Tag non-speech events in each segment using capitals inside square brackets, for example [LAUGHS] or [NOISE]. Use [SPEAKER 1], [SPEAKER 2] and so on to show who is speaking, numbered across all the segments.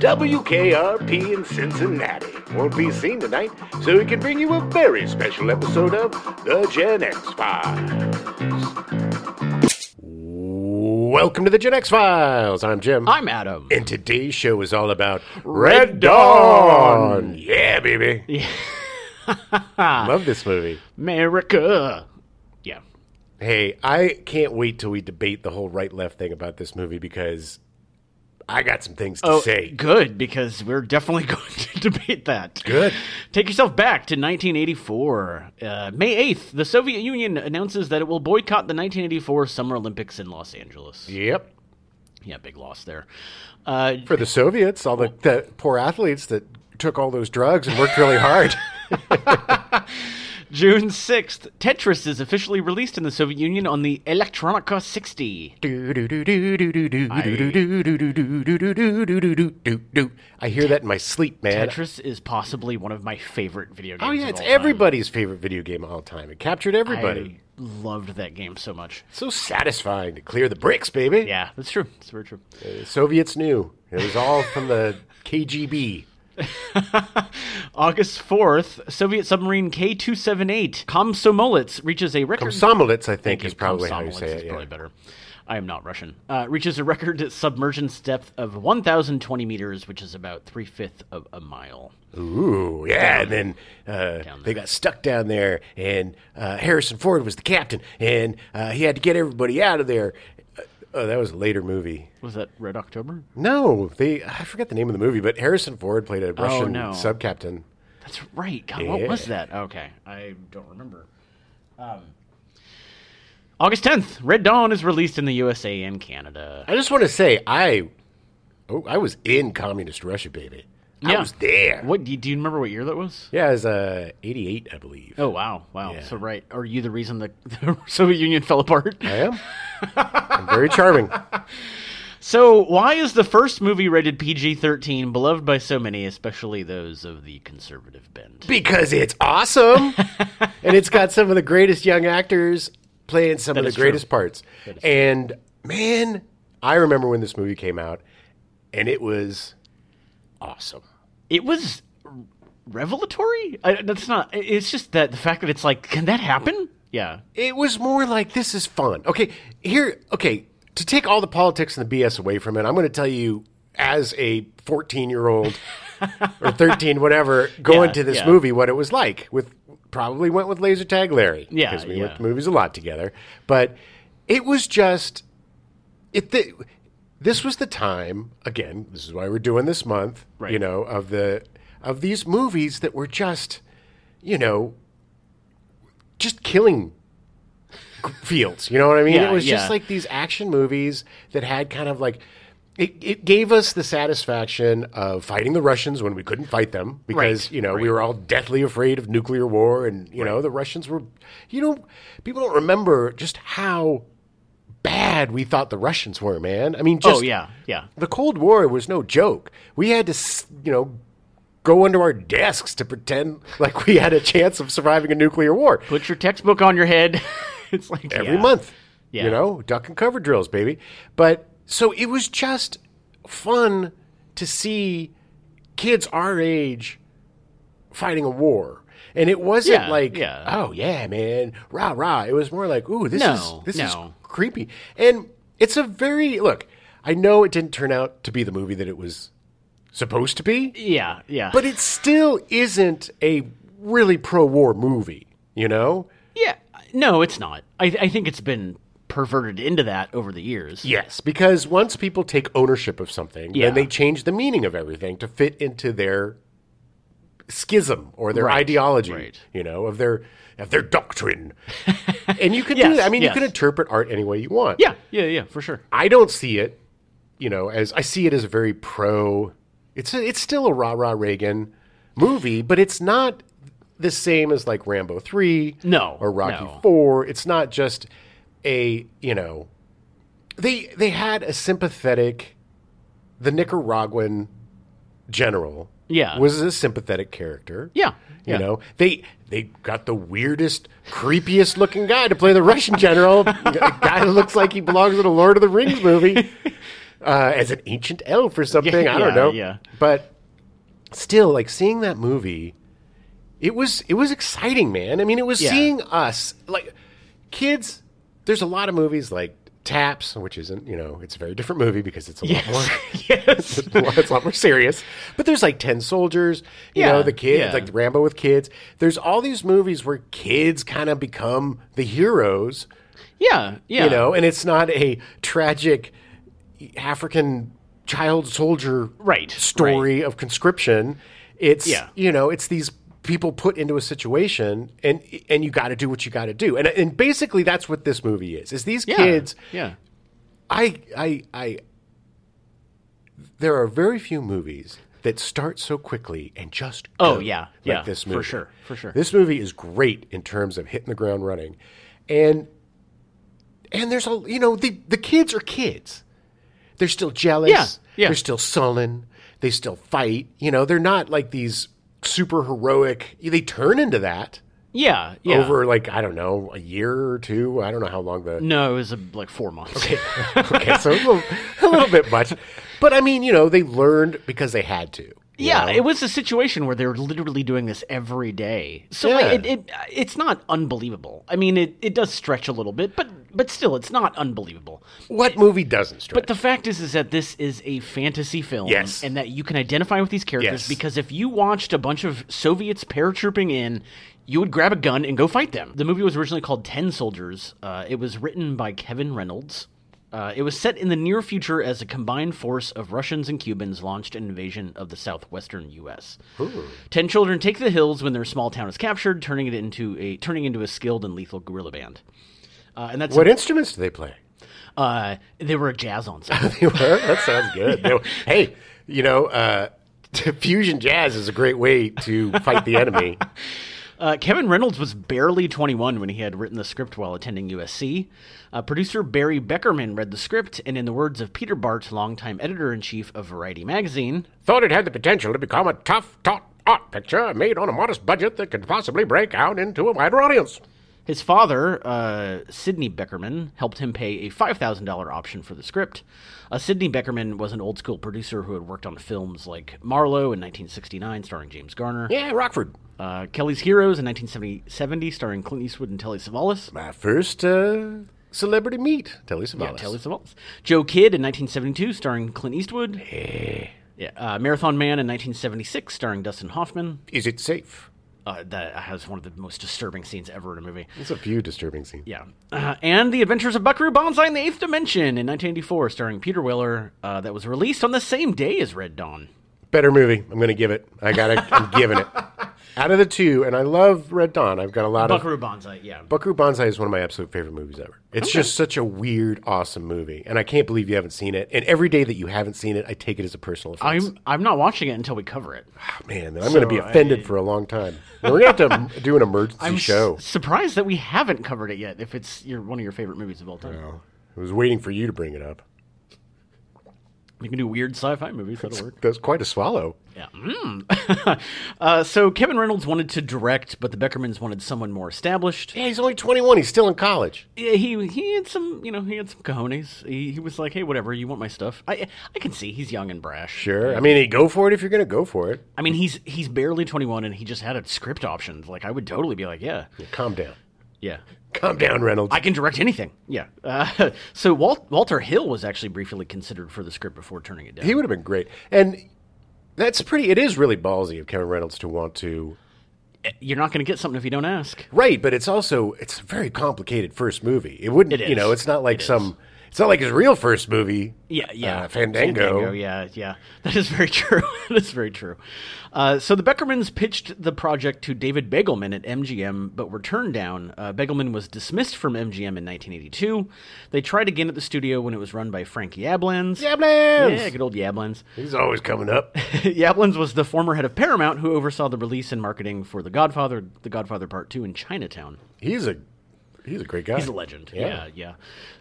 [SPEAKER 1] WKRP in Cincinnati won't be seen tonight, so we can bring you a very special episode of The Gen X Files. Welcome to The Gen X Files. I'm Jim.
[SPEAKER 2] I'm Adam.
[SPEAKER 1] and today's show is all about Red Dawn. Yeah, baby. Love this movie.
[SPEAKER 2] America. Yeah.
[SPEAKER 1] Hey, I can't wait till we debate the whole right left thing about this movie because I got some things to say.
[SPEAKER 2] good because we're definitely [LAUGHS] going to debate that.
[SPEAKER 1] Good.
[SPEAKER 2] Take yourself back to 1984. Uh, May 8th, the Soviet Union announces that it will boycott the 1984 Summer Olympics in Los Angeles. Yeah,
[SPEAKER 1] Yep.
[SPEAKER 2] big loss there. Uh,
[SPEAKER 1] For the Soviets, all the, the poor athletes that took all those drugs and worked really
[SPEAKER 2] [LAUGHS]
[SPEAKER 1] hard.
[SPEAKER 2] June 6th, Tetris is officially released in the Soviet Union on the Electronica 60.
[SPEAKER 1] I hear that in my sleep, man.
[SPEAKER 2] Tetris is possibly one of my favorite video games.
[SPEAKER 1] Oh, yeah,
[SPEAKER 2] of
[SPEAKER 1] it's
[SPEAKER 2] all time.
[SPEAKER 1] everybody's favorite video game of all time. It captured everybody.
[SPEAKER 2] I loved that game so much.
[SPEAKER 1] So satisfying to clear the bricks, baby.
[SPEAKER 2] Yeah, that's true. That's very true.
[SPEAKER 1] The Soviets knew. It was all from the KGB.
[SPEAKER 2] [LAUGHS] August 4th, Soviet submarine K 278, Komsomolets, reaches a record.
[SPEAKER 1] Komsomolets, I think,
[SPEAKER 2] Thank you,
[SPEAKER 1] is probably how you
[SPEAKER 2] Komsomolets
[SPEAKER 1] say
[SPEAKER 2] is
[SPEAKER 1] it. Yeah.
[SPEAKER 2] probably better. I am not Russian. Uh, reaches a record submergence depth of 1,020 meters, which is about three fifth of a mile.
[SPEAKER 1] Ooh, yeah. And then uh, they got stuck down there, and uh, Harrison Ford was the captain, and uh, he had to get everybody out of there. Uh, oh, that was a later movie.
[SPEAKER 2] Was that Red October?
[SPEAKER 1] No, they I forget the name of the movie, but Harrison Ford played a Russian
[SPEAKER 2] Oh, no.
[SPEAKER 1] sub captain.
[SPEAKER 2] That's right. God, what was
[SPEAKER 1] Yeah.
[SPEAKER 2] that? Okay, I don't remember. Um, August 10th, Red Dawn is released in the USA and Canada.
[SPEAKER 1] I just want to say, I oh, I was in communist Russia, baby. I
[SPEAKER 2] Yeah.
[SPEAKER 1] was there.
[SPEAKER 2] What do you, do you remember? What year that was?
[SPEAKER 1] Yeah, it was uh, 88, I believe.
[SPEAKER 2] Oh wow, wow.
[SPEAKER 1] Yeah.
[SPEAKER 2] So right, are you the reason the, [LAUGHS] the Soviet Union fell apart?
[SPEAKER 1] I am. [LAUGHS] I'm very charming.
[SPEAKER 2] [LAUGHS] So why is the first movie rated PG-13 beloved by so many, especially those of the conservative bent?
[SPEAKER 1] Because it's
[SPEAKER 2] [LAUGHS]
[SPEAKER 1] awesome. and it's got some of the greatest young actors playing some of the
[SPEAKER 2] is true.
[SPEAKER 1] greatest parts. And man, I remember when this movie came out and it was awesome.
[SPEAKER 2] It was revelatory. I, that's not. It's just that the fact that it's like, can that happen? Yeah.
[SPEAKER 1] It was more like this is fun. Okay, here okay, to take all the politics and the BS away from it, I'm going to tell you as a
[SPEAKER 2] [LAUGHS]
[SPEAKER 1] 14-year-old or 13 whatever going
[SPEAKER 2] Yeah,
[SPEAKER 1] to this
[SPEAKER 2] yeah.
[SPEAKER 1] movie what it was like with probably went with laser tag larry
[SPEAKER 2] Yeah,
[SPEAKER 1] because we went
[SPEAKER 2] yeah.
[SPEAKER 1] to movies a lot together but it was just it th- this was the time again this is why we're doing this month
[SPEAKER 2] Right.
[SPEAKER 1] you know of the of these movies that were just you know just killing g- fields you know what i mean
[SPEAKER 2] Yeah,
[SPEAKER 1] it was
[SPEAKER 2] yeah.
[SPEAKER 1] just like these action movies that had kind of like it, it gave us the satisfaction of fighting the russians when we couldn't fight them because
[SPEAKER 2] Right,
[SPEAKER 1] you know we were all deathly afraid of nuclear war and you know the russians were you know people don't remember just how bad we thought the russians were man i mean just
[SPEAKER 2] oh yeah, yeah.
[SPEAKER 1] the Cold War was no joke. We had to, s- you know, go under our desks to pretend like we had a chance of surviving a nuclear war
[SPEAKER 2] Put your textbook on your head. [LAUGHS] it's like
[SPEAKER 1] every
[SPEAKER 2] yeah.
[SPEAKER 1] month.
[SPEAKER 2] Yeah.
[SPEAKER 1] You know, duck and cover drills, baby. But so it was just fun to see kids our age fighting a war. And it wasn't
[SPEAKER 2] Yeah,
[SPEAKER 1] like,
[SPEAKER 2] yeah.
[SPEAKER 1] oh yeah, man, rah rah. It was more like, ooh, this
[SPEAKER 2] No,
[SPEAKER 1] is this
[SPEAKER 2] no.
[SPEAKER 1] is creepy. And it's a very look. I know it didn't turn out to be the movie that it was supposed to be
[SPEAKER 2] Yeah, yeah.
[SPEAKER 1] but it still isn't a really pro-war movie you know
[SPEAKER 2] yeah, no, it's not. I, I think it's been perverted into that over the years.
[SPEAKER 1] Yes, because once people take ownership of something,
[SPEAKER 2] Yeah.
[SPEAKER 1] then they change the meaning of everything to fit into their schism or their
[SPEAKER 2] Right,
[SPEAKER 1] ideology,
[SPEAKER 2] right.
[SPEAKER 1] you know, of their of their
[SPEAKER 2] [LAUGHS]
[SPEAKER 1] doctrine. and you can do
[SPEAKER 2] Yes,
[SPEAKER 1] that. I mean,
[SPEAKER 2] yes.
[SPEAKER 1] you can interpret art any way you want.
[SPEAKER 2] Yeah, yeah, yeah, for sure.
[SPEAKER 1] I don't see it, you know, as I see it as a very pro. It's a, it's still a rah rah Reagan movie, but it's not the same as like Rambo three,
[SPEAKER 2] No,
[SPEAKER 1] or Rocky
[SPEAKER 2] no.
[SPEAKER 1] four. It's not just a you know, they they had a sympathetic, the Nicaraguan general,
[SPEAKER 2] Yeah.
[SPEAKER 1] was a sympathetic character,
[SPEAKER 2] Yeah,
[SPEAKER 1] you
[SPEAKER 2] yeah.
[SPEAKER 1] know, they they got the weirdest, creepiest looking [LAUGHS]
[SPEAKER 2] [LAUGHS]
[SPEAKER 1] guy to play the Russian general. a guy who looks like he belongs in a Lord of the Rings movie. uh, as an ancient elf or something. I don't
[SPEAKER 2] yeah,
[SPEAKER 1] know.
[SPEAKER 2] yeah.
[SPEAKER 1] But still, like seeing that movie, it was it was exciting, man. I mean, it was
[SPEAKER 2] Yeah.
[SPEAKER 1] seeing us like kids. There's a lot of movies like Taps, which isn't you know it's a very different movie because it's a [LAUGHS] lot more.
[SPEAKER 2] Yes. [LAUGHS]
[SPEAKER 1] [LAUGHS]
[SPEAKER 2] yes.
[SPEAKER 1] it's a lot more serious, but there's like Ten Soldiers, you
[SPEAKER 2] Yeah,
[SPEAKER 1] know, the kids,
[SPEAKER 2] yeah.
[SPEAKER 1] like Rambo with kids. There's all these movies where kids kind of become the heroes,
[SPEAKER 2] Yeah. Yeah.
[SPEAKER 1] you know, and it's not a tragic African child soldier
[SPEAKER 2] Right,
[SPEAKER 1] story of conscription. It's
[SPEAKER 2] Yeah.
[SPEAKER 1] you know, it's these people put into a situation and and you got to do what you got to do. And and basically that's what this movie is. Is these
[SPEAKER 2] Yeah.
[SPEAKER 1] kids
[SPEAKER 2] Yeah.
[SPEAKER 1] I I I there are very few movies that start so quickly and just
[SPEAKER 2] Oh,
[SPEAKER 1] go,
[SPEAKER 2] yeah.
[SPEAKER 1] like
[SPEAKER 2] Yeah,
[SPEAKER 1] this
[SPEAKER 2] for
[SPEAKER 1] movie
[SPEAKER 2] sure, for sure.
[SPEAKER 1] this movie is great in terms of hitting the ground running and and there's a you know the the kids are kids they're still jealous
[SPEAKER 2] Yeah, yeah.
[SPEAKER 1] they're still sullen they still fight you know they're not like these super heroic they turn into that
[SPEAKER 2] Yeah. Yeah.
[SPEAKER 1] over like i don't know a year or two i don't know how long the
[SPEAKER 2] No, it was uh, like four months.
[SPEAKER 1] okay, so a little, a little bit much. But I mean, you know, they learned because they had to. you
[SPEAKER 2] [LAUGHS] Yeah,
[SPEAKER 1] know?
[SPEAKER 2] it was a situation where they were literally doing this every day. So like, it,
[SPEAKER 1] Yeah.
[SPEAKER 2] it it's not unbelievable. I mean, it, it does stretch a little bit, but but still, it's not unbelievable.
[SPEAKER 1] what movie doesn't stretch?
[SPEAKER 2] But the fact is, is that this is a fantasy film,
[SPEAKER 1] Yes.
[SPEAKER 2] and that you can identify with these characters
[SPEAKER 1] Yes.
[SPEAKER 2] because if you watched a bunch of Soviets paratrooping in, you would grab a gun and go fight them. The movie was originally called Ten Soldiers. Uh, it was written by Kevin Reynolds. Uh, it was set in the near future as a combined force of Russians and Cubans launched an invasion of the southwestern U.S. Ten children take the hills when their small town is captured, turning it into a turning into a skilled and lethal guerrilla band. Uh, and that's
[SPEAKER 1] what instruments do they play? [LAUGHS]
[SPEAKER 2] uh, they were a jazz ensemble.
[SPEAKER 1] They were- that sounds good. They were- hey, you know, uh, [LAUGHS] fusion jazz is a great way to fight the
[SPEAKER 2] [LAUGHS]
[SPEAKER 1] enemy.
[SPEAKER 2] Uh, Kevin Reynolds was barely 21 when he had written the script while attending USC. Uh, producer Barry Beckerman read the script, and in the words of Peter Bart, longtime editor in chief of Variety magazine,
[SPEAKER 1] Thought it had the potential to become a tough, taut art picture made on a modest budget that could possibly break out into a wider audience.
[SPEAKER 2] his father, uh, Sidney Beckerman, helped him pay a $5,000 option for the script. Uh, Sidney Beckerman was an old school producer who had worked on films like Marlowe in 1969, starring James Garner,
[SPEAKER 1] Yeah, Rockford.
[SPEAKER 2] uh, Kelly's Heroes in 1970, starring Clint Eastwood and Telly Savalas.
[SPEAKER 1] My first uh, celebrity meet, Telly
[SPEAKER 2] Yeah,
[SPEAKER 1] Savalas.
[SPEAKER 2] Telly Savalas. Joe Kidd in 1972, starring Clint Eastwood.
[SPEAKER 1] Eh.
[SPEAKER 2] Yeah, uh, Marathon Man in 1976, starring Dustin Hoffman.
[SPEAKER 1] is it safe?
[SPEAKER 2] Uh, that has one of the most disturbing scenes ever in a movie.
[SPEAKER 1] It's a few disturbing scenes.
[SPEAKER 2] Yeah. Uh, and The Adventures of Buckaroo Banzai in the Eighth Dimension in 1984, starring Peter Weller, uh, that was released on the same day as Red Dawn.
[SPEAKER 1] Better movie. I'm going to give it. I got to I'm giving
[SPEAKER 2] [LAUGHS]
[SPEAKER 1] it. Out of the two, and I love Red Dawn. I've got a lot of
[SPEAKER 2] Buckaroo Banzai, yeah.
[SPEAKER 1] Buckaroo Banzai is one of my absolute favorite movies ever. It's just such a weird, awesome movie, and I can't believe you haven't seen it. And every day that you haven't seen it, I take it as a personal offense.
[SPEAKER 2] I'm I'm not watching it until we cover it.
[SPEAKER 1] oh, man, then I'm going to be offended for a long time. And We're going to have to do an emergency
[SPEAKER 2] s-
[SPEAKER 1] show.
[SPEAKER 2] surprised that we haven't covered it yet. If it's your one of your favorite movies of all time,
[SPEAKER 1] I was waiting for you to bring it up.
[SPEAKER 2] we can do weird sci-fi movies. That'll
[SPEAKER 1] [LAUGHS]
[SPEAKER 2] work.
[SPEAKER 1] That's quite a swallow.
[SPEAKER 2] Yeah. Mm. [LAUGHS] uh, so Kevin Reynolds wanted to direct, but the Beckermans wanted someone more established.
[SPEAKER 1] Yeah, he's only 21. He's still in college.
[SPEAKER 2] Yeah, He he had some, you know, he had some cojones. He, he was like, "Hey, whatever, you want my stuff? I I can see he's young and brash.
[SPEAKER 1] Sure. I mean, hey, go for it if you're going to go for it.
[SPEAKER 2] I mean, he's he's barely 21 and he just had a script options. Like I would totally be like, "Yeah.
[SPEAKER 1] Calm down.
[SPEAKER 2] Yeah.
[SPEAKER 1] Calm down, Reynolds.
[SPEAKER 2] I can direct anything." Yeah. Uh, [LAUGHS] so Walt, Walter Hill was actually briefly considered for the script before turning it down.
[SPEAKER 1] He would have been great. And that's pretty, it is really ballsy of Kevin Reynolds to want to.
[SPEAKER 2] You're not going to get something if you don't ask.
[SPEAKER 1] Right, but it's also, it's a very complicated first movie. It wouldn't,
[SPEAKER 2] It
[SPEAKER 1] you
[SPEAKER 2] is.
[SPEAKER 1] know, it's not like some, it's not like his real first movie.
[SPEAKER 2] Yeah, yeah.
[SPEAKER 1] Uh, Fandango.
[SPEAKER 2] Yeah, yeah. [LAUGHS] That is very true. [LAUGHS] that is very true. Uh, so the Beckermans pitched the project to David Begelman at MGM, but were turned down. Uh, Begelman was dismissed from MGM in 1982. They tried again at the studio when it was run by Frank Yablans.
[SPEAKER 1] Yablans!
[SPEAKER 2] Yeah, good old [LAUGHS] Yablans.
[SPEAKER 1] He's always coming up.
[SPEAKER 2] Yablans was the former head of Paramount who oversaw the release and marketing for The Godfather, The Godfather Part 2, and Chinatown.
[SPEAKER 1] He's a, he's a great guy.
[SPEAKER 2] He's a legend.
[SPEAKER 1] Yeah.
[SPEAKER 2] Yeah, yeah.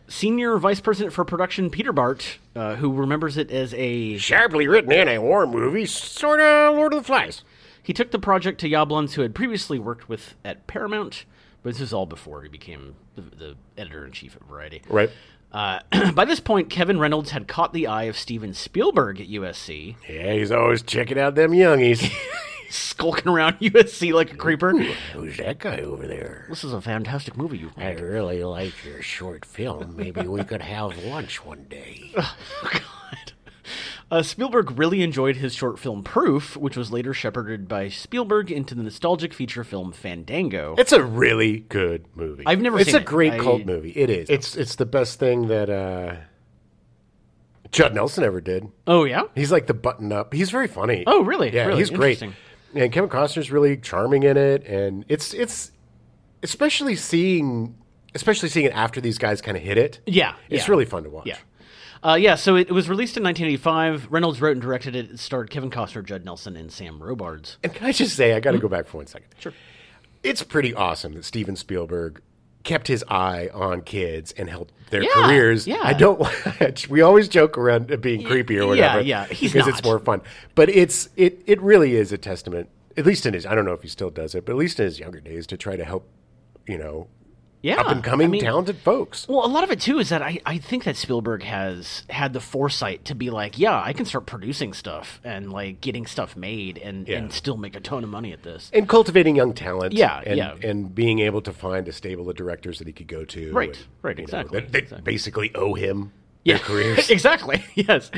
[SPEAKER 2] Senior vice president for production Peter Bart, uh, who remembers it as a
[SPEAKER 1] Sharply written anti-war movie, sort of Lord of the Flies.
[SPEAKER 2] He took the project to Yablans, who had previously worked with at Paramount, but this is all before he became the, the editor in chief of Variety.
[SPEAKER 1] Right.
[SPEAKER 2] Uh, [CLEARS THROAT] by this point, Kevin Reynolds had caught the eye of Steven Spielberg at USC,
[SPEAKER 1] Yeah, he's always checking out them [LAUGHS] youngies.
[SPEAKER 2] [LAUGHS] skulking around [LAUGHS] USC like a creeper.
[SPEAKER 1] Who's that guy over there?
[SPEAKER 2] This is a fantastic movie you've [LAUGHS] made.
[SPEAKER 1] I really like your short film. Maybe we could have lunch one [LAUGHS] day.
[SPEAKER 2] Oh, God. Uh, Spielberg really enjoyed his short film Proof, which was later shepherded by Spielberg into the nostalgic feature film Fandango.
[SPEAKER 1] It's a really good movie.
[SPEAKER 2] I've never
[SPEAKER 1] It's
[SPEAKER 2] seen
[SPEAKER 1] a
[SPEAKER 2] it.
[SPEAKER 1] great
[SPEAKER 2] I-
[SPEAKER 1] cult movie. It is. It's it's the best thing that uh, Judd Nelson ever did.
[SPEAKER 2] Oh yeah,
[SPEAKER 1] He's like the button up. He's very funny.
[SPEAKER 2] Oh, really?
[SPEAKER 1] Yeah,
[SPEAKER 2] Really?
[SPEAKER 1] he's great.
[SPEAKER 2] Interesting.
[SPEAKER 1] And Kevin Costner's really charming in it, and it's it's especially seeing especially seeing it after these guys kind of hit it.
[SPEAKER 2] yeah.
[SPEAKER 1] It's
[SPEAKER 2] yeah.
[SPEAKER 1] really fun to watch.
[SPEAKER 2] yeah. Uh, yeah, so it, it was released in 1985. Reynolds wrote and directed it. It starred Kevin Costner, Judd Nelson, and Sam Robards.
[SPEAKER 1] And can I just say, I got to
[SPEAKER 2] Mm-hmm.
[SPEAKER 1] go back for one second. Sure. It's pretty awesome that Steven Spielberg kept his eye on kids and helped their
[SPEAKER 2] Yeah,
[SPEAKER 1] careers.
[SPEAKER 2] yeah.
[SPEAKER 1] I don't. [LAUGHS] we always joke around it being creepy or
[SPEAKER 2] yeah,
[SPEAKER 1] whatever.
[SPEAKER 2] yeah, he's
[SPEAKER 1] because it's
[SPEAKER 2] not.
[SPEAKER 1] more fun. But it's it it really is a testament, at least in his. I don't know if he still does it, but at least in his younger days, to try to help, you know,
[SPEAKER 2] Yeah,
[SPEAKER 1] up and coming
[SPEAKER 2] I mean-
[SPEAKER 1] talented folks.
[SPEAKER 2] Well, a lot of it too is that I, I think that Spielberg has had the foresight to be like, yeah, I can start producing stuff and like getting stuff made and,
[SPEAKER 1] Yeah.
[SPEAKER 2] and still make a ton of money at this.
[SPEAKER 1] And cultivating young talent,
[SPEAKER 2] Yeah,
[SPEAKER 1] and,
[SPEAKER 2] yeah.
[SPEAKER 1] and being able to find a stable of directors that he could go to,
[SPEAKER 2] Right,
[SPEAKER 1] and,
[SPEAKER 2] right,
[SPEAKER 1] you know,
[SPEAKER 2] exactly,
[SPEAKER 1] that, that
[SPEAKER 2] exactly.
[SPEAKER 1] basically owe him
[SPEAKER 2] Yeah,
[SPEAKER 1] their
[SPEAKER 2] [LAUGHS]
[SPEAKER 1] careers.
[SPEAKER 2] exactly. Yes.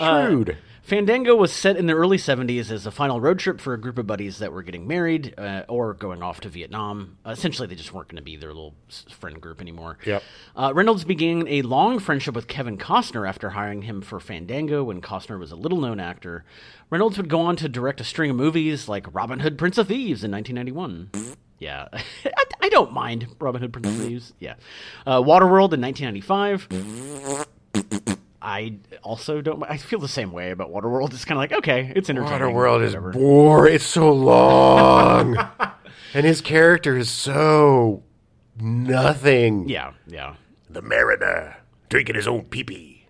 [SPEAKER 2] Uh,
[SPEAKER 1] Shrewd.
[SPEAKER 2] Fandango was set in the early 70s as a final road trip for a group of buddies that were getting married uh, or going off to Vietnam. Uh, essentially, they just weren't going to be their little s- friend group anymore.
[SPEAKER 1] Yep.
[SPEAKER 2] Uh, Reynolds began a long friendship with Kevin Costner after hiring him for Fandango when Costner was a little known actor. Reynolds would go on to direct a string of movies like Robin Hood Prince of Thieves in 1991. Yeah, [LAUGHS] I, I don't mind Robin Hood Prince of Thieves. Yeah, uh, Waterworld in 1995. I also don't. I feel the same way about Waterworld. It's kind of like okay, it's entertaining.
[SPEAKER 1] Waterworld Uh, is
[SPEAKER 2] whatever.
[SPEAKER 1] boring. It's so
[SPEAKER 2] [LAUGHS]
[SPEAKER 1] long, and his character is so nothing.
[SPEAKER 2] Yeah, yeah.
[SPEAKER 1] The mariner drinking his own pee pee.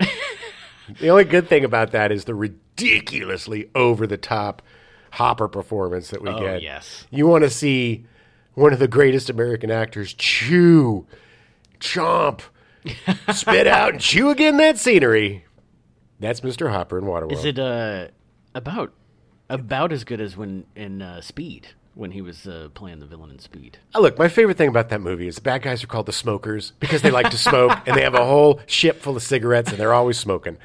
[SPEAKER 1] [LAUGHS] the only good thing about that is the ridiculously over the top Hopper performance that we
[SPEAKER 2] Oh,
[SPEAKER 1] get.
[SPEAKER 2] yes.
[SPEAKER 1] you want to see one of the greatest American actors chew,
[SPEAKER 2] [LAUGHS]
[SPEAKER 1] chomp, spit out, and chew again that scenery. That's Mr. Hopper in Waterworld.
[SPEAKER 2] Is it uh about about as good as when in uh, Speed when he was uh, playing the villain in Speed?
[SPEAKER 1] Uh, Look, my favorite thing about that movie is the bad guys are called the smokers because they like to smoke and they have a whole ship full of cigarettes and they're always smoking.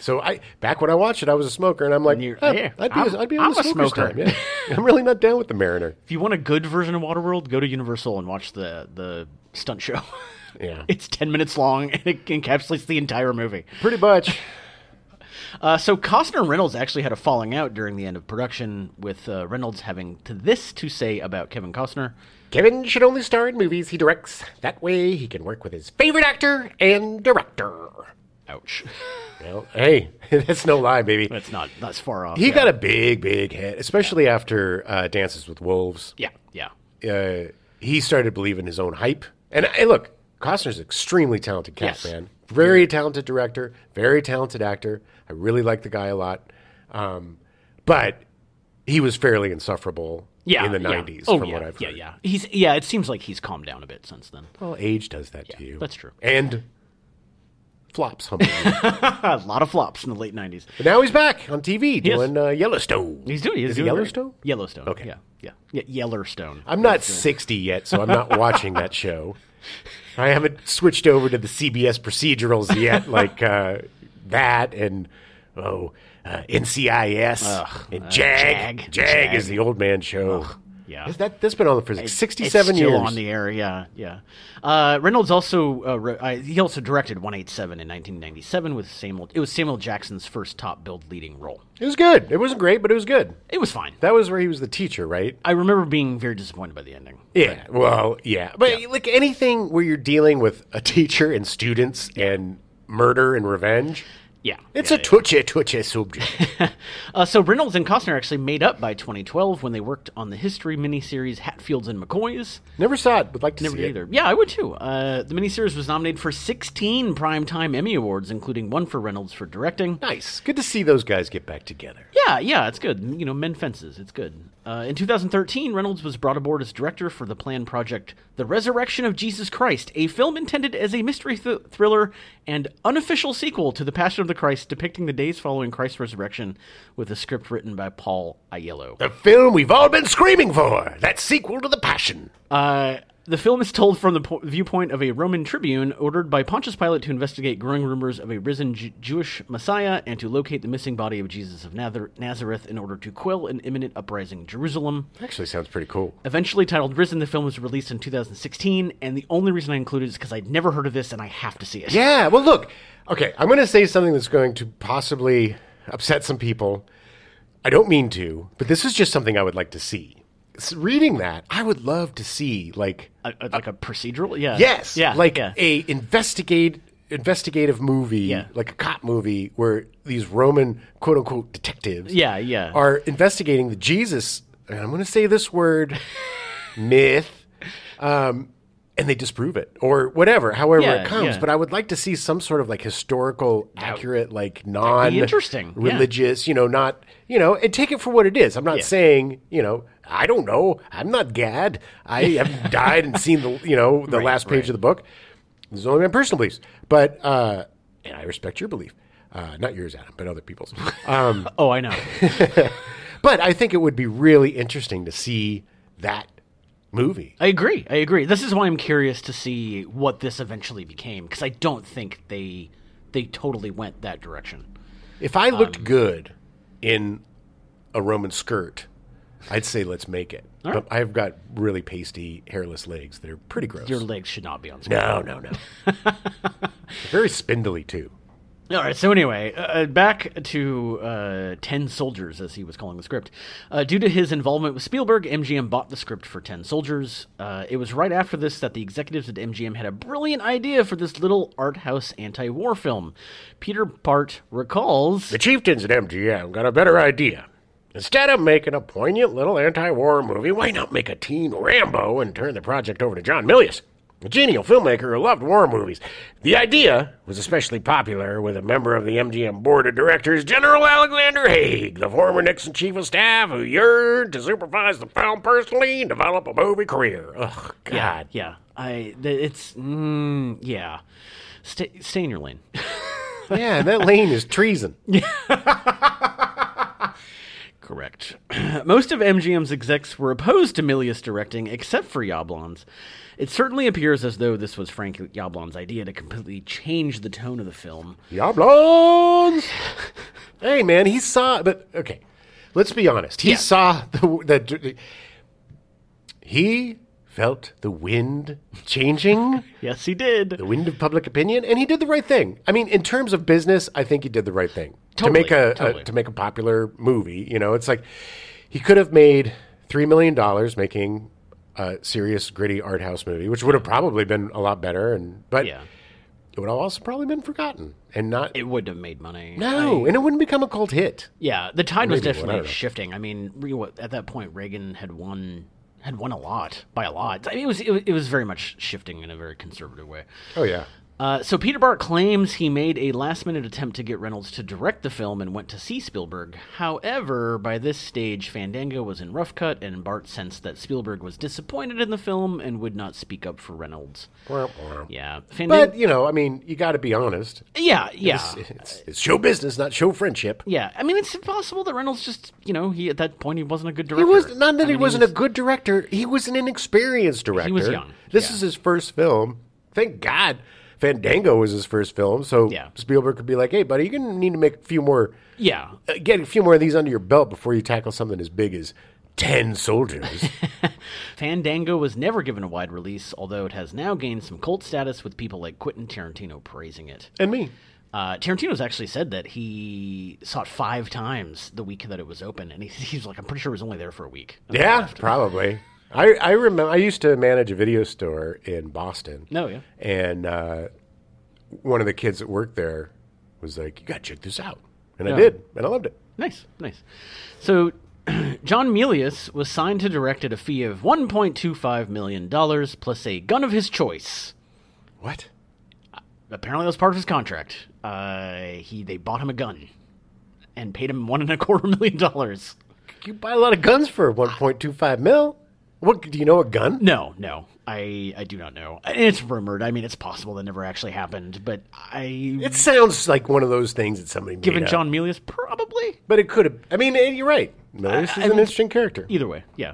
[SPEAKER 1] So I back when I watched it, I was a smoker and I'm like,
[SPEAKER 2] you're-
[SPEAKER 1] "Oh,
[SPEAKER 2] yeah,
[SPEAKER 1] I'd be,
[SPEAKER 2] I'm-
[SPEAKER 1] I'd be
[SPEAKER 2] I'm
[SPEAKER 1] on the
[SPEAKER 2] a
[SPEAKER 1] smoker's
[SPEAKER 2] smoker."
[SPEAKER 1] time. Yeah.
[SPEAKER 2] [LAUGHS]
[SPEAKER 1] I'm really not down with the Mariner.
[SPEAKER 2] If you want a good version of Waterworld, go to Universal and watch the the stunt show. [LAUGHS]
[SPEAKER 1] Yeah.
[SPEAKER 2] it's ten minutes long and it encapsulates the entire movie.
[SPEAKER 1] Pretty much.
[SPEAKER 2] Uh, so Costner and Reynolds actually had a falling out during the end of production, with uh, Reynolds having to this to say about Kevin Costner.
[SPEAKER 1] Kevin should only star in movies he directs. That way he can work with his favorite actor and director.
[SPEAKER 2] Ouch, [LAUGHS]
[SPEAKER 1] Well, hey, [LAUGHS] that's no lie, baby.
[SPEAKER 2] that's not that's far off.
[SPEAKER 1] He
[SPEAKER 2] yeah.
[SPEAKER 1] got a big, big hit, especially after uh, Dances with Wolves.
[SPEAKER 2] yeah, yeah,
[SPEAKER 1] uh, he started believing his own hype. And hey, look, Costner's an extremely talented cat
[SPEAKER 2] Yes.
[SPEAKER 1] man. Very talented director, very talented actor. I really like the guy a lot. Um, but he was fairly insufferable
[SPEAKER 2] yeah.
[SPEAKER 1] in the
[SPEAKER 2] yeah.
[SPEAKER 1] 90s,
[SPEAKER 2] oh,
[SPEAKER 1] from
[SPEAKER 2] yeah,
[SPEAKER 1] what I've
[SPEAKER 2] yeah,
[SPEAKER 1] heard.
[SPEAKER 2] yeah. He's yeah. It seems like he's calmed down a bit
[SPEAKER 1] [LAUGHS]
[SPEAKER 2] since then.
[SPEAKER 1] Well, age does that to you.
[SPEAKER 2] that's true.
[SPEAKER 1] And flops, [LAUGHS] humble. but
[SPEAKER 2] a lot of flops in the late '90s.
[SPEAKER 1] now he's back on TV
[SPEAKER 2] Yes.
[SPEAKER 1] doing uh, Yellowstone.
[SPEAKER 2] He's doing. He's
[SPEAKER 1] Is it
[SPEAKER 2] doing great.
[SPEAKER 1] Yellowstone?
[SPEAKER 2] Yellowstone.
[SPEAKER 1] Okay.
[SPEAKER 2] Yeah. Yeah. Yeah. Yellowstone.
[SPEAKER 1] I'm not 60 yet, so I'm not watching that show. I haven't switched over to the CBS procedurals
[SPEAKER 2] [LAUGHS]
[SPEAKER 1] yet, like uh, that and oh, uh, NCIS and Jag.
[SPEAKER 2] uh, Jag.
[SPEAKER 1] Jag. is the old man show.
[SPEAKER 2] yeah.
[SPEAKER 1] Is that that's been on for like 67
[SPEAKER 2] it's still
[SPEAKER 1] years?
[SPEAKER 2] on the air. Yeah. Yeah. Uh, Reynolds also uh, wrote- uh, he also directed 187 in 1997 with Samuel. It was Samuel Jackson's first top billed leading role.
[SPEAKER 1] it was good. It wasn't great, but it was good.
[SPEAKER 2] It was fine.
[SPEAKER 1] That was where he was the teacher, right?
[SPEAKER 2] I remember being very disappointed by the ending.
[SPEAKER 1] Yeah. Well, yeah. But like anything where you're dealing with a teacher and students and murder and revenge,
[SPEAKER 2] Yeah.
[SPEAKER 1] it's
[SPEAKER 2] yeah,
[SPEAKER 1] a touchy, touchy subject.
[SPEAKER 2] Uh, so Reynolds and Costner actually made up by 2012 when they worked on the history miniseries Hatfields and McCoys.
[SPEAKER 1] [LAUGHS] Never saw it. Would like to
[SPEAKER 2] Never
[SPEAKER 1] see
[SPEAKER 2] did
[SPEAKER 1] it.
[SPEAKER 2] either. Yeah, I would too. Uh, the miniseries was nominated for 16 Primetime Emmy Awards, including one for Reynolds for directing.
[SPEAKER 1] Nice. Good to see those guys get back together.
[SPEAKER 2] Yeah, yeah, it's good. You know, men fences. It's good. Uh, in 2013, Reynolds was brought aboard as director for the planned project The Resurrection of Jesus Christ, a film intended as a mystery th- thriller and unofficial sequel to The Passion of the Christ, depicting the days following Christ's resurrection, with a script written by Paul Aiello.
[SPEAKER 1] The film we've all been screaming for. That sequel to The Passion.
[SPEAKER 2] Uh, the film is told from the po- viewpoint of a Roman tribune ordered by Pontius Pilate to investigate growing rumors of a risen Ju- Jewish Messiah and to locate the missing body of Jesus of Nath- Nazareth in order to quell an imminent uprising in Jerusalem.
[SPEAKER 1] Actually, sounds pretty cool.
[SPEAKER 2] Eventually titled Risen, the film was released in 2016, and the only reason I included is because I'd never heard of this and I have to see it.
[SPEAKER 1] Yeah. Well, look. Okay, I'm going to say something that's going to possibly upset some people. I don't mean to, but this is just something I would like to see. S- reading that, I would love to see like
[SPEAKER 2] A- a- Uh, like a procedural? Yeah.
[SPEAKER 1] yes,
[SPEAKER 2] Yeah.
[SPEAKER 1] like
[SPEAKER 2] yeah.
[SPEAKER 1] a investigate investigative movie,
[SPEAKER 2] Yeah.
[SPEAKER 1] like a cop movie where these Roman quote unquote detectives
[SPEAKER 2] Yeah, yeah.
[SPEAKER 1] are investigating the Jesus, and I'm going to say this
[SPEAKER 2] [LAUGHS]
[SPEAKER 1] word, myth, um, and they disprove it or whatever, however
[SPEAKER 2] Yeah,
[SPEAKER 1] it comes.
[SPEAKER 2] yeah.
[SPEAKER 1] But I would like to see some sort of like historical, accurate, like non
[SPEAKER 2] interesting, yeah.
[SPEAKER 1] religious, you know, not, you know, and take it for what it is. I'm not saying, you know, I don't know. I'm not Gad. I have died and seen the, you know,
[SPEAKER 2] [LAUGHS]
[SPEAKER 1] the last page of the book. This is only my personal beliefs, but uh, and I respect your belief, uh, not yours, Adam, but other people's.
[SPEAKER 2] [LAUGHS]
[SPEAKER 1] Um,
[SPEAKER 2] oh, I know.
[SPEAKER 1] but I think it would be really interesting to see that movie.
[SPEAKER 2] I agree. I agree. This is why I'm curious to see what this eventually became because I don't think they they totally went that direction.
[SPEAKER 1] If I looked
[SPEAKER 2] Um,
[SPEAKER 1] good in a Roman skirt, I'd say let's make it.
[SPEAKER 2] All right.
[SPEAKER 1] But I've got really pasty, hairless legs that are pretty gross.
[SPEAKER 2] Your legs should not be on screen.
[SPEAKER 1] no, no,
[SPEAKER 2] [LAUGHS]
[SPEAKER 1] no. Very spindly too.
[SPEAKER 2] All right. So anyway, uh, back to uh, Ten Soldiers, as he was calling the script. Uh, due to his involvement with Spielberg, MGM bought the script for Ten Soldiers. Uh, it was right after this that the executives at MGM had a brilliant idea for this little art house anti-war film. Peter Bart recalls.
[SPEAKER 1] The chieftains at MGM got a better idea. Instead of making a poignant little anti-war movie, why not make a teen Rambo and turn the project over to John Milius, a genial filmmaker who loved war movies? The idea was especially popular with a member of the MGM board of directors, General Alexander Haig, the former Nixon chief of staff who yearned to supervise the film personally and develop a movie career. Ugh, God.
[SPEAKER 2] Yeah, yeah. I. th- It's. Mm, yeah. Stay, stay in your lane.
[SPEAKER 1] Yeah, that lane is treason.
[SPEAKER 2] Correct. [CLEARS THROAT] Most of MGM's execs were opposed to Milius directing, except for Yablon's. It certainly appears as though this was Frank Yablon's idea to completely change the tone of the film.
[SPEAKER 1] Yablons. hey, man, he saw. But okay, let's be honest. He
[SPEAKER 2] Yeah.
[SPEAKER 1] saw the, the, the. He felt the wind changing,
[SPEAKER 2] Yes, he did.
[SPEAKER 1] the wind of public opinion, and he did the right thing. I mean, in terms of business, I think he did the right thing
[SPEAKER 2] Totally,
[SPEAKER 1] to make a, a-
[SPEAKER 2] totally.
[SPEAKER 1] to make a popular movie. You know, it's like he could have made three million dollars making a serious, gritty art house movie, which would have probably been a lot better. And but
[SPEAKER 2] Yeah.
[SPEAKER 1] it would have also probably been forgotten and not
[SPEAKER 2] It would have made money.
[SPEAKER 1] no, and it wouldn't become a cult hit.
[SPEAKER 2] Yeah, the tide was
[SPEAKER 1] Maybe, well, I don't
[SPEAKER 2] definitely
[SPEAKER 1] know.
[SPEAKER 2] shifting. I mean, re- what- at that point, Reagan had won had won a lot by a lot. I mean, it was it, was- it was very much shifting in a very conservative way.
[SPEAKER 1] Oh yeah.
[SPEAKER 2] Uh, so Peter Bart claims he made a last-minute attempt to get Reynolds to direct the film and went to see Spielberg. However, by this stage, Fandango was in rough cut, and Bart sensed that Spielberg was disappointed in the film and would not speak up for Reynolds. Yeah, Fandango.
[SPEAKER 1] But you know, I mean, you got to be honest.
[SPEAKER 2] yeah, yeah.
[SPEAKER 1] It's, it's show business, not show friendship.
[SPEAKER 2] yeah, I mean, it's impossible that Reynolds just, you know, he at that point he wasn't a good
[SPEAKER 1] He
[SPEAKER 2] director.
[SPEAKER 1] was not that
[SPEAKER 2] I mean,
[SPEAKER 1] he wasn't a good director. He was an inexperienced director.
[SPEAKER 2] was young,
[SPEAKER 1] This
[SPEAKER 2] yeah.
[SPEAKER 1] is his first film. Thank God, Fandango was his first film. So
[SPEAKER 2] Yeah.
[SPEAKER 1] Spielberg could be like, "Hey, buddy, you're gonna need to make a few more,
[SPEAKER 2] Yeah,
[SPEAKER 1] uh, get a few more of these under your belt before you tackle something as big as Ten Soldiers."
[SPEAKER 2] Fandango was never given a wide release, although it has now gained some cult status with people like Quentin Tarantino praising it.
[SPEAKER 1] [LAUGHS] and me,
[SPEAKER 2] Uh, Tarantino's actually said that he saw it five times the week that it was open, and he, [LAUGHS] he's like, "I'm pretty sure it was only there for a week."
[SPEAKER 1] yeah, probably. I I remember I used to manage a video store in Boston.
[SPEAKER 2] No, Oh, yeah,
[SPEAKER 1] And uh, one of the kids that worked there was like, "You got to check this out," and
[SPEAKER 2] Yeah.
[SPEAKER 1] I did, and I loved it.
[SPEAKER 2] nice, nice. So, [CLEARS THROAT] John Milius was signed to direct at a fee of 1.25 million dollars plus a gun of his choice.
[SPEAKER 1] What?
[SPEAKER 2] Apparently, that was part of his contract. [LAUGHS] Uh, he they bought him a gun, and paid him one and a quarter million dollars.
[SPEAKER 1] You buy a lot of guns for 1.25 mil. What do you know? A gun?
[SPEAKER 2] No, no, I I do not know. And It's rumored. I mean, it's possible that never actually happened, but I
[SPEAKER 1] It sounds like one of those things that somebody made
[SPEAKER 2] given
[SPEAKER 1] up.
[SPEAKER 2] John Melius probably.
[SPEAKER 1] but it could have. I mean, eh, you're right. Milius is
[SPEAKER 2] I
[SPEAKER 1] an
[SPEAKER 2] mean-
[SPEAKER 1] interesting character.
[SPEAKER 2] Either way, yeah.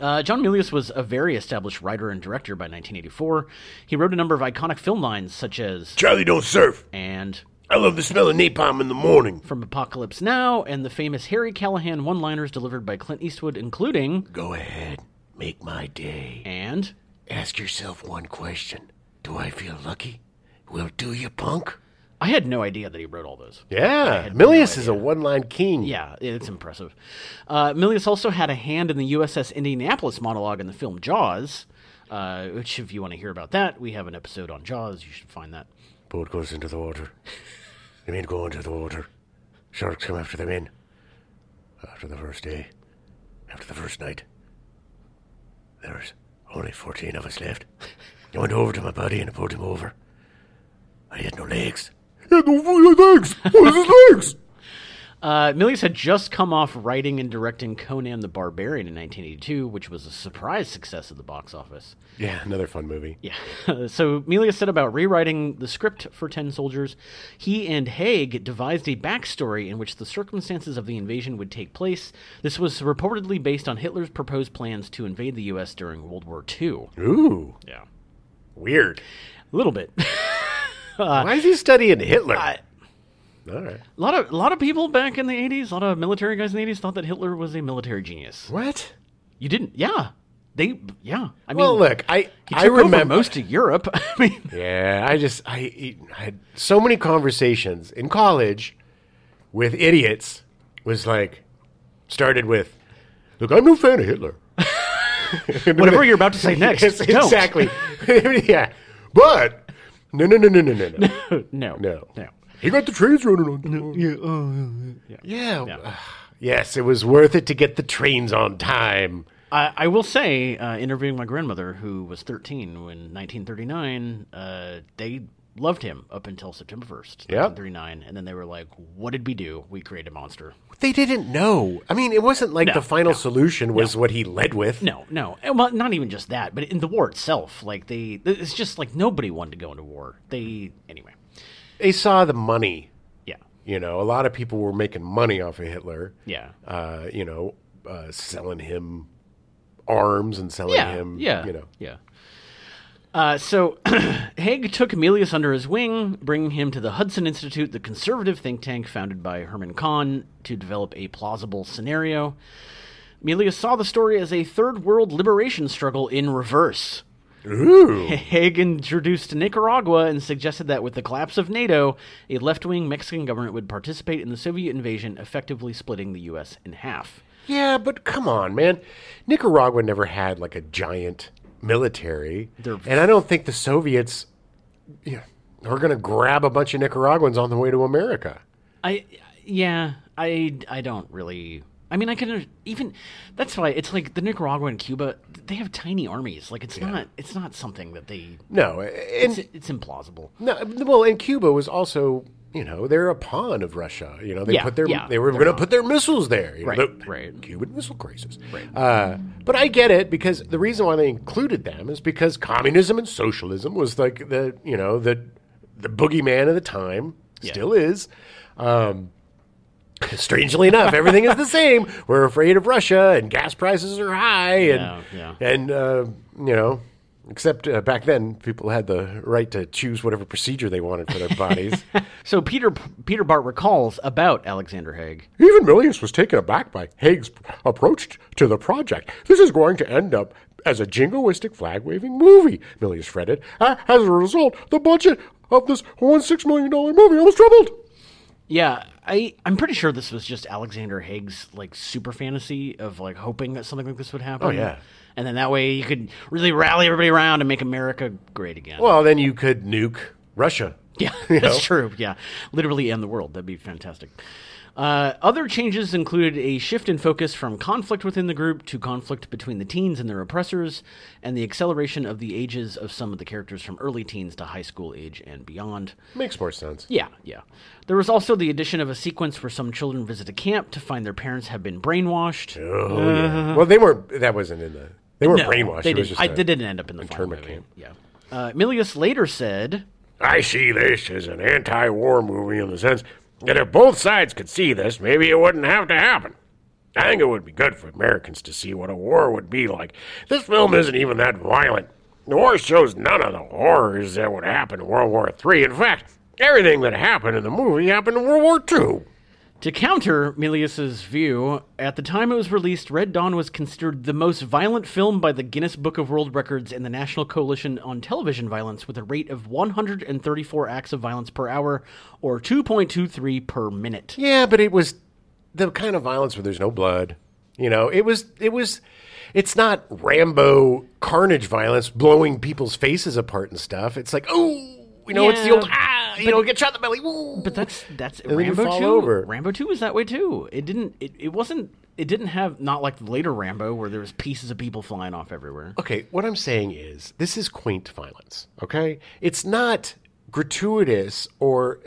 [SPEAKER 2] Uh, John Milius was a very established writer and director by 1984. He wrote a number of iconic film lines such as
[SPEAKER 1] Charlie, don't surf.
[SPEAKER 2] and
[SPEAKER 1] I love the smell of napalm in the morning.
[SPEAKER 2] from Apocalypse Now and the famous Harry Callahan one-liners delivered by Clint Eastwood including
[SPEAKER 1] Go ahead, make my day.
[SPEAKER 2] and
[SPEAKER 1] Ask yourself one question: Do I feel lucky? Will do you, punk?
[SPEAKER 2] I had no idea that he wrote all those.
[SPEAKER 1] Yeah, Milius is a one-line king.
[SPEAKER 2] Yeah, it's impressive. Uh, Milius also had a hand in the USS Indianapolis monologue in the film Jaws, uh, which, if you want to hear about that, we have an episode on Jaws. You should find that.
[SPEAKER 1] Boat goes into the water. The men go into the water. Sharks come after the men. After the first day, after the first night, there's only 14 of us left. I went over to my buddy and I pulled him over. I had no legs. He had no fucking legs! Where's his legs?
[SPEAKER 2] Uh, Milius had just come off writing and directing Conan the Barbarian in 1982, which was a surprise success at the box office.
[SPEAKER 1] Yeah, another fun movie.
[SPEAKER 2] Yeah. [LAUGHS] so Milius said about rewriting the script for Ten Soldiers, he and Haig devised a backstory in which the circumstances of the invasion would take place. This was reportedly based on Hitler's proposed plans to invade the U.S. during World War II.
[SPEAKER 1] Ooh,
[SPEAKER 2] Yeah.
[SPEAKER 1] weird.
[SPEAKER 2] A little bit. [LAUGHS] a
[SPEAKER 1] Why is he studying Hitler? All right.
[SPEAKER 2] lot of a lot of people back in the 80s, a lot of military guys in the 80s thought that Hitler was a military genius.
[SPEAKER 1] What?
[SPEAKER 2] You didn't? Yeah. They yeah. I mean,
[SPEAKER 1] Well, look, I,
[SPEAKER 2] he
[SPEAKER 1] I
[SPEAKER 2] took over
[SPEAKER 1] remember.
[SPEAKER 2] most of Europe. [LAUGHS] I
[SPEAKER 1] [LAUGHS]
[SPEAKER 2] mean,
[SPEAKER 1] Yeah, I just I, I had so many conversations in college with idiots. Was like started with, look, I'm no fan of Hitler.
[SPEAKER 2] whatever you're about to say
[SPEAKER 1] [LAUGHS]
[SPEAKER 2] next.
[SPEAKER 1] Yes,
[SPEAKER 2] don't.
[SPEAKER 1] exactly. [LAUGHS] yeah, but no, no, no, no, no, no, no,
[SPEAKER 2] [LAUGHS] No.
[SPEAKER 1] no.
[SPEAKER 2] No.
[SPEAKER 1] He got the trains running on. Yeah, yeah. yes, it was worth it to get the trains on time.
[SPEAKER 2] I, I will say, uh, interviewing my grandmother, who was 13 when 1939, uh, they loved him up until September 1st,
[SPEAKER 1] Yeah.
[SPEAKER 2] 1939. And then they were like, what did we do? We created a monster.
[SPEAKER 1] They didn't know. I mean, it wasn't like the final solution was what he led with.
[SPEAKER 2] No, no. And, Well, not even just that, but in the war itself. Like, they, it's just like nobody wanted to go into war. They, anyway.
[SPEAKER 1] They saw the money
[SPEAKER 2] Yeah.
[SPEAKER 1] You know, a lot of people were making money off of Hitler.
[SPEAKER 2] Yeah.
[SPEAKER 1] Uh, you know, uh, selling him arms and selling
[SPEAKER 2] yeah,
[SPEAKER 1] him,
[SPEAKER 2] Yeah.
[SPEAKER 1] you know.
[SPEAKER 2] Yeah. Uh, so [CLEARS THROAT] Haig took Amelius under his wing, bringing him to the Hudson Institute, the conservative think tank founded by Herman Kahn, to develop a plausible scenario. Amelius saw the story as a third world liberation struggle in reverse. [LAUGHS]
[SPEAKER 1] Ooh.
[SPEAKER 2] Haig introduced Nicaragua and suggested that with the collapse of NATO, a left wing Mexican government would participate in the Soviet invasion, effectively splitting the U.S. in half.
[SPEAKER 1] yeah, but come on, man. Nicaragua never had like a giant military.
[SPEAKER 2] They're-
[SPEAKER 1] and I don't think the Soviets yeah, are going to grab a bunch of Nicaraguans on the way to America.
[SPEAKER 2] I yeah, I I don't really. I mean, I can even. That's why it's like the Nicaragua and Cuba. They have tiny armies. Like it's not. It's not something that they.
[SPEAKER 1] No. And
[SPEAKER 2] It's, it's implausible.
[SPEAKER 1] No, well, and Cuba was also, you know, they're a pawn of Russia. You know, they
[SPEAKER 2] Yeah,
[SPEAKER 1] put their
[SPEAKER 2] yeah,
[SPEAKER 1] they were
[SPEAKER 2] they're
[SPEAKER 1] going to put their missiles there. you know,
[SPEAKER 2] Right,
[SPEAKER 1] the
[SPEAKER 2] right.
[SPEAKER 1] Cuban Missile Crisis. Right. Uh, but I get it because the reason why they included them is because communism and socialism was like the you know the the boogeyman of the time still is. Um, strangely enough, everything [LAUGHS] is the same. We're afraid of Russia, and gas prices are high, and
[SPEAKER 2] Yeah,
[SPEAKER 1] and uh, you know, except uh, back then, people had the right to choose whatever procedure they wanted for their [LAUGHS] bodies.
[SPEAKER 2] So Peter Peter Bart recalls about Alexander Haig.
[SPEAKER 1] Even Milius was taken aback by Haig's approach to the project. This is going to end up as a jingoistic flag waving movie, Milius fretted. "A- As a result, the budget of this one six million dollar movie almost tripled.
[SPEAKER 2] Yeah, I I'm pretty sure this was just Alexander Haig's like super fantasy of like hoping that something like this would happen. Oh
[SPEAKER 1] yeah.
[SPEAKER 2] And then that way you could really rally everybody around and make America great again.
[SPEAKER 1] Well, then you could nuke Russia.
[SPEAKER 2] [LAUGHS] Yeah, that's true. Yeah, literally end the world. That'd be fantastic. Uh, other changes included a shift in focus from conflict within the group to conflict between the teens and their oppressors, and the acceleration of the ages of some of the characters from early teens to high school age and beyond.
[SPEAKER 1] Makes more sense.
[SPEAKER 2] Yeah, yeah. There was also the addition of a sequence where some children visit a camp to find their parents have been brainwashed.
[SPEAKER 1] Oh, yeah. Well, they were. That wasn't in the. They weren't brainwashed.
[SPEAKER 2] Uh-huh. They
[SPEAKER 1] it was
[SPEAKER 2] didn't.
[SPEAKER 1] just
[SPEAKER 2] I,
[SPEAKER 1] a-
[SPEAKER 2] they didn't end up in the final
[SPEAKER 1] internment
[SPEAKER 2] movie.
[SPEAKER 1] camp.
[SPEAKER 2] Yeah. Uh, Milius later said,
[SPEAKER 1] I see this as an anti war movie in the sense that if both sides could see this, maybe it wouldn't have to happen. I think it would be good for Americans to see what a war would be like. This film isn't even that violent. The war shows none of the horrors that would happen in World War III. In fact, everything that happened in the movie happened in World War II.
[SPEAKER 2] To counter Milius's view, at the time it was released, Red Dawn was considered the most violent film by the Guinness Book of World Records and the National Coalition on Television Violence, with a rate of 134 acts of violence per hour, or 2.23 per minute.
[SPEAKER 1] Yeah, but it was the kind of violence where there's no blood. You know, it was it was it's not Rambo carnage violence blowing people's faces apart and stuff. It's like, oh, you know, it's the
[SPEAKER 2] Yeah,
[SPEAKER 1] old ah, you know, get shot in the belly. Woo.
[SPEAKER 2] But that's that's
[SPEAKER 1] then you
[SPEAKER 2] Rambo
[SPEAKER 1] fall
[SPEAKER 2] two.
[SPEAKER 1] over.
[SPEAKER 2] Rambo two was that way too. It didn't. It, it wasn't. It didn't have not like later Rambo where there was pieces of people flying off everywhere.
[SPEAKER 1] okay, what I'm saying is this is quaint violence, okay? It's not gratuitous or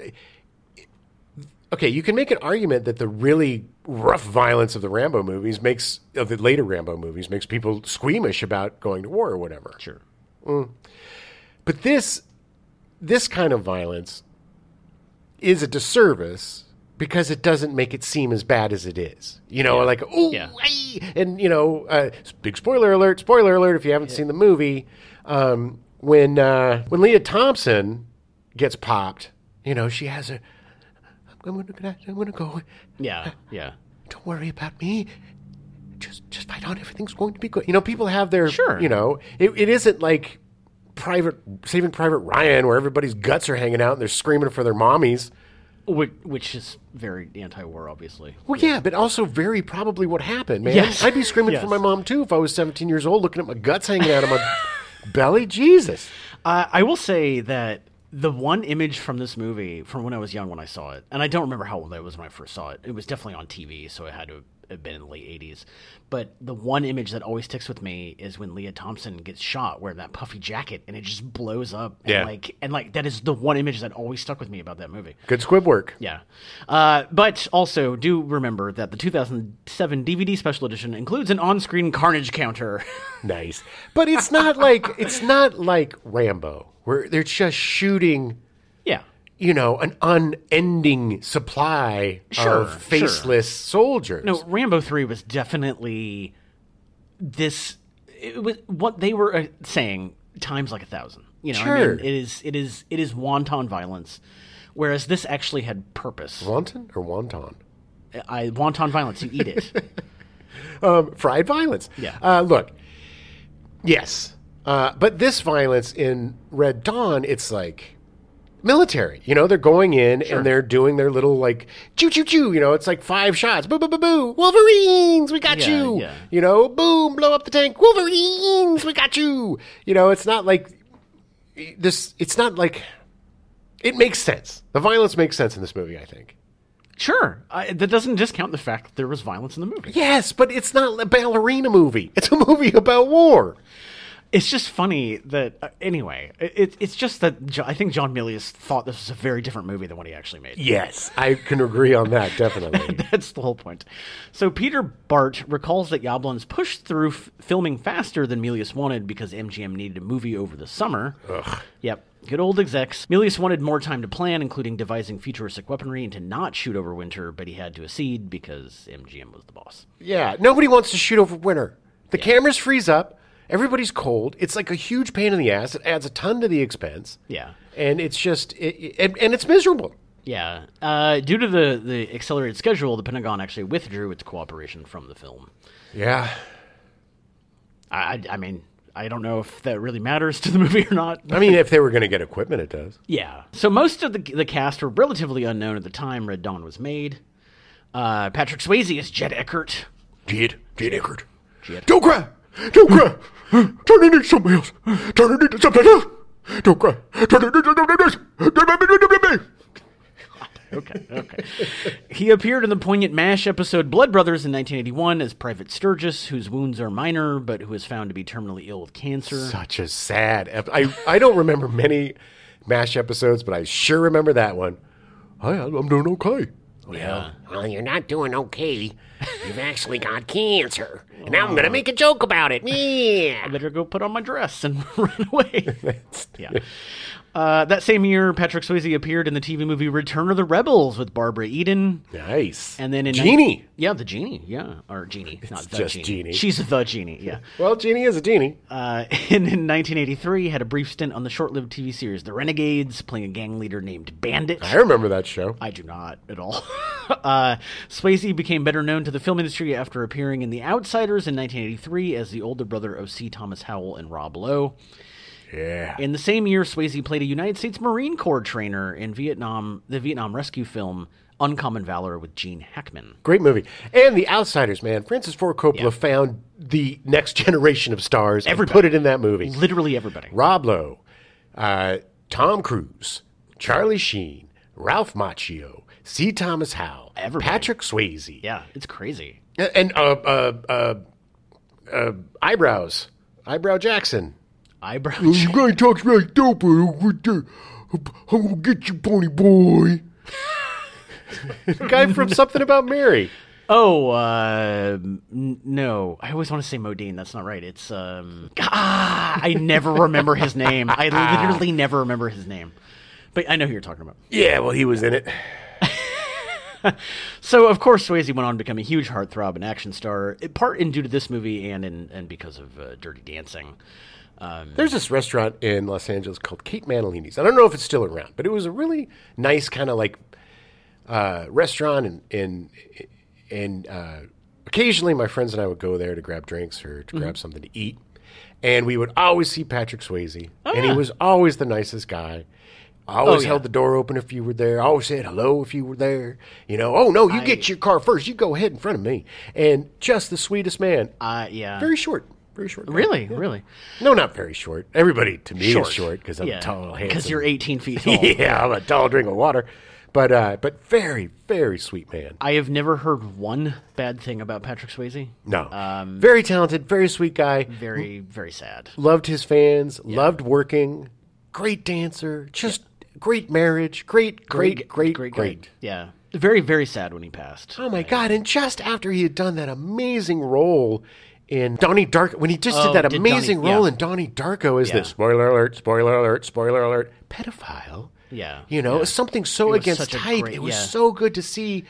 [SPEAKER 1] okay, you can make an argument that the really rough violence of the Rambo movies makes of the later Rambo movies makes people squeamish about going to war or whatever.
[SPEAKER 2] Sure.
[SPEAKER 1] But this this kind of violence is a disservice because it doesn't make it seem as bad as it is. You know, like ooh,
[SPEAKER 2] Yeah.
[SPEAKER 1] ay," and you know, uh, big spoiler alert, spoiler alert if you haven't seen the movie. Um, when uh, when Leah Thompson gets popped, you know, she has a. I'm gonna, I'm gonna go.
[SPEAKER 2] Yeah. Yeah.
[SPEAKER 1] Don't worry about me. Just just fight on. Everything's going to be good. You know, people have their
[SPEAKER 2] Sure.
[SPEAKER 1] You know, it, it isn't like private saving private Ryan where everybody's guts are hanging out and they're screaming for their mommies.
[SPEAKER 2] Which, which is very anti-war, obviously.
[SPEAKER 1] Well, yeah, but also very probably what happened, man.
[SPEAKER 2] Yes.
[SPEAKER 1] I'd be screaming for
[SPEAKER 2] Yes.
[SPEAKER 1] my mom too if I was 17 years old, looking at my guts hanging out of my [LAUGHS] belly. Jesus.
[SPEAKER 2] Uh, I will say that the one image from this movie from when I was young when I saw it, and I don't remember how old I was when I first saw it. It was definitely on TV, so it had to have been in the late 80s. But the one image that always sticks with me is when Leah Thompson gets shot wearing that puffy jacket and it just blows up. And
[SPEAKER 1] Yeah.
[SPEAKER 2] like and like that is the one image that always stuck with me about that movie.
[SPEAKER 1] Good squib work.
[SPEAKER 2] Yeah. Uh, but also, do remember that the 2007 DVD special edition includes an on screen carnage counter. [LAUGHS]
[SPEAKER 1] Nice. But it's not like it's not like Rambo where they're just shooting
[SPEAKER 2] yeah.
[SPEAKER 1] you know, an unending supply
[SPEAKER 2] Sure,
[SPEAKER 1] of faceless soldiers.
[SPEAKER 2] No, Rambo Three was definitely this. It was what they were uh, saying times like a thousand. You know, what I
[SPEAKER 1] Sure.
[SPEAKER 2] mean, it is, it is, it is wanton violence. Whereas this actually had purpose.
[SPEAKER 1] Wanton or wonton?
[SPEAKER 2] I wanton violence. You eat it.
[SPEAKER 1] Um, fried violence.
[SPEAKER 2] Yeah.
[SPEAKER 1] Uh, look, yes. Uh, but this violence in Red Dawn, it's like military. You know, they're going in and they're doing their little, like, choo choo choo. You know, it's like five shots. Boo, boo, boo, boo. Wolverines, we got
[SPEAKER 2] Yeah,
[SPEAKER 1] you.
[SPEAKER 2] yeah.
[SPEAKER 1] You know, boom, blow up the tank. Wolverines, we got you. You know, it's not like this, it's not like. It makes sense. The violence makes sense in this movie, I think.
[SPEAKER 2] sure, I, that doesn't discount the fact that there was violence in the movie.
[SPEAKER 1] Yes, but it's not a ballerina movie. It's a movie about war.
[SPEAKER 2] It's just funny that uh, anyway. It, it, it's just that jo- I think John Milius thought this was a very different movie than what he actually made.
[SPEAKER 1] Yes, I can agree on that [LAUGHS] definitely.
[SPEAKER 2] [LAUGHS] That's the whole point. So Peter Bart recalls that Yablans pushed through f- filming faster than Melius wanted because MGM needed a movie over the summer. Ugh. Yep. Good old execs. Melius wanted more time to plan, including devising futuristic weaponry and to not shoot over winter, but he had to accede because MGM was the boss.
[SPEAKER 1] yeah, nobody wants to shoot over winter. The cameras freeze up. Everybody's cold. It's like a huge pain in the ass. It adds a ton to the expense.
[SPEAKER 2] Yeah.
[SPEAKER 1] and it's just it, it- and, and it's miserable.
[SPEAKER 2] Yeah. Uh, due to the, the accelerated schedule, the Pentagon actually withdrew its cooperation from the film.
[SPEAKER 1] Yeah,
[SPEAKER 2] I, I, I mean, I don't know if that really matters to the movie or not.
[SPEAKER 1] I mean, if they were going to get equipment, it does.
[SPEAKER 2] Yeah. So most of the the cast were relatively unknown at the time Red Dawn was made. Uh, Patrick Swayze is Jed Eckert.
[SPEAKER 1] Jed, Jed Eckert. Don't cry. Don't cry. Turn it into something else. Turn it into something else. Don't cry. Turn it into something else.
[SPEAKER 2] okay,
[SPEAKER 1] [LAUGHS]
[SPEAKER 2] okay. He appeared in the poignant MASH episode Blood Brothers in 1981 as Private Sturgis, whose wounds are minor, but who is found to be terminally ill with cancer.
[SPEAKER 1] Such a sad. Ep- I I don't remember many Mash episodes, but I sure remember that one. Hi, I'm doing okay. Oh,
[SPEAKER 2] Yeah.
[SPEAKER 3] Well, you're not doing okay. You've actually got cancer. And I'm
[SPEAKER 1] Oh.
[SPEAKER 3] going to make a joke about it.
[SPEAKER 2] I
[SPEAKER 3] Man.
[SPEAKER 2] better go put on my dress and [LAUGHS] run
[SPEAKER 1] [LAUGHS]
[SPEAKER 2] away. yeah. Uh, that same year, Patrick Swayze appeared in the TV movie Return of the Rebels with Barbara Eden.
[SPEAKER 1] Nice.
[SPEAKER 2] And then in
[SPEAKER 1] Genie.
[SPEAKER 2] yeah, the genie, yeah, or genie, not the
[SPEAKER 1] just
[SPEAKER 2] genie.
[SPEAKER 1] Genie.
[SPEAKER 2] She's the genie, yeah.
[SPEAKER 1] well, Genie is a genie.
[SPEAKER 2] Uh, [LAUGHS] and in 1983, had a brief stint on the short-lived TV series The Renegades, playing a gang leader named Bandit.
[SPEAKER 1] I remember that show.
[SPEAKER 2] I do not at all. [LAUGHS] uh, Swayze became better known to the film industry after appearing in The Outsiders in 1983 as the older brother of C. Thomas Howell and Rob Lowe.
[SPEAKER 1] Yeah.
[SPEAKER 2] In the same year, Swayze played a United States Marine Corps trainer in Vietnam, the Vietnam rescue film Uncommon Valor with Gene Hackman.
[SPEAKER 1] Great movie. And The Outsiders, man. Francis Ford Coppola found the next [LAUGHS] generation of stars
[SPEAKER 2] Everybody.
[SPEAKER 1] and put it in that movie.
[SPEAKER 2] Literally everybody.
[SPEAKER 1] Rob Lowe, uh, Tom Cruise, Charlie Sheen, Ralph Macchio, C. Thomas Howell,
[SPEAKER 2] Everybody.
[SPEAKER 1] Patrick Swayze,
[SPEAKER 2] Yeah, it's crazy.
[SPEAKER 1] and uh, uh, uh, uh, eyebrows, eyebrow Jackson.
[SPEAKER 2] Eyebrow.
[SPEAKER 1] guy talks like dope. I'm gonna get you, pony boy. the [LAUGHS] guy from Something About Mary.
[SPEAKER 2] Oh, uh, n- no. I always want to say Modine. That's not right. It's, um, ah, I never remember his name. I literally never remember his name. But I know who you're talking about.
[SPEAKER 1] Yeah, well, he was in it.
[SPEAKER 2] So, of course, Swayze went on to become a huge heartthrob and action star, in part in due to this movie and in, and because of uh, Dirty Dancing. Um,
[SPEAKER 1] There's this restaurant in Los Angeles called Kate Manolini's. I don't know if it's still around, but it was a really nice kind of like uh, restaurant, and and and uh, occasionally my friends and I would go there to grab drinks or to
[SPEAKER 2] Mm-hmm.
[SPEAKER 1] grab something to eat, and we would always see Patrick Swayze, and he was always the nicest guy. Always
[SPEAKER 2] Ah. Oh, yeah.
[SPEAKER 1] held the door open if you were there. Always said hello if you were there. You know, oh no, you get your car first. You go ahead in front of me. And just the sweetest man.
[SPEAKER 2] uh, yeah.
[SPEAKER 1] Very short. Very short. guy.
[SPEAKER 2] really? Really?
[SPEAKER 1] No, not very short. Everybody to me
[SPEAKER 2] Short.
[SPEAKER 1] is short because I'm tall, handsome. [LAUGHS]
[SPEAKER 2] Because you're 18 feet tall.
[SPEAKER 1] yeah, I'm a tall drink of water, but uh, but very very sweet man.
[SPEAKER 2] I have never heard one bad thing about Patrick Swayze.
[SPEAKER 1] No,
[SPEAKER 2] Um,
[SPEAKER 1] very talented, very sweet guy.
[SPEAKER 2] Very, very sad.
[SPEAKER 1] Loved his fans. Loved working. Great dancer. Just great marriage. Great, great, great, great,
[SPEAKER 2] guy. Yeah. Very, very sad when he passed.
[SPEAKER 1] Oh my god! And just after he had done that amazing role. In Donnie Darko, when he just did
[SPEAKER 2] Oh,
[SPEAKER 1] that
[SPEAKER 2] did
[SPEAKER 1] amazing
[SPEAKER 2] Donnie-
[SPEAKER 1] role
[SPEAKER 2] yeah.
[SPEAKER 1] in Donnie Darko, is
[SPEAKER 2] Yeah.
[SPEAKER 1] that spoiler alert, spoiler alert, spoiler alert, pedophile?
[SPEAKER 2] Yeah.
[SPEAKER 1] You know, something so
[SPEAKER 2] was
[SPEAKER 1] against
[SPEAKER 2] such a
[SPEAKER 1] type.
[SPEAKER 2] great-
[SPEAKER 1] it was
[SPEAKER 2] yeah.
[SPEAKER 1] so good to see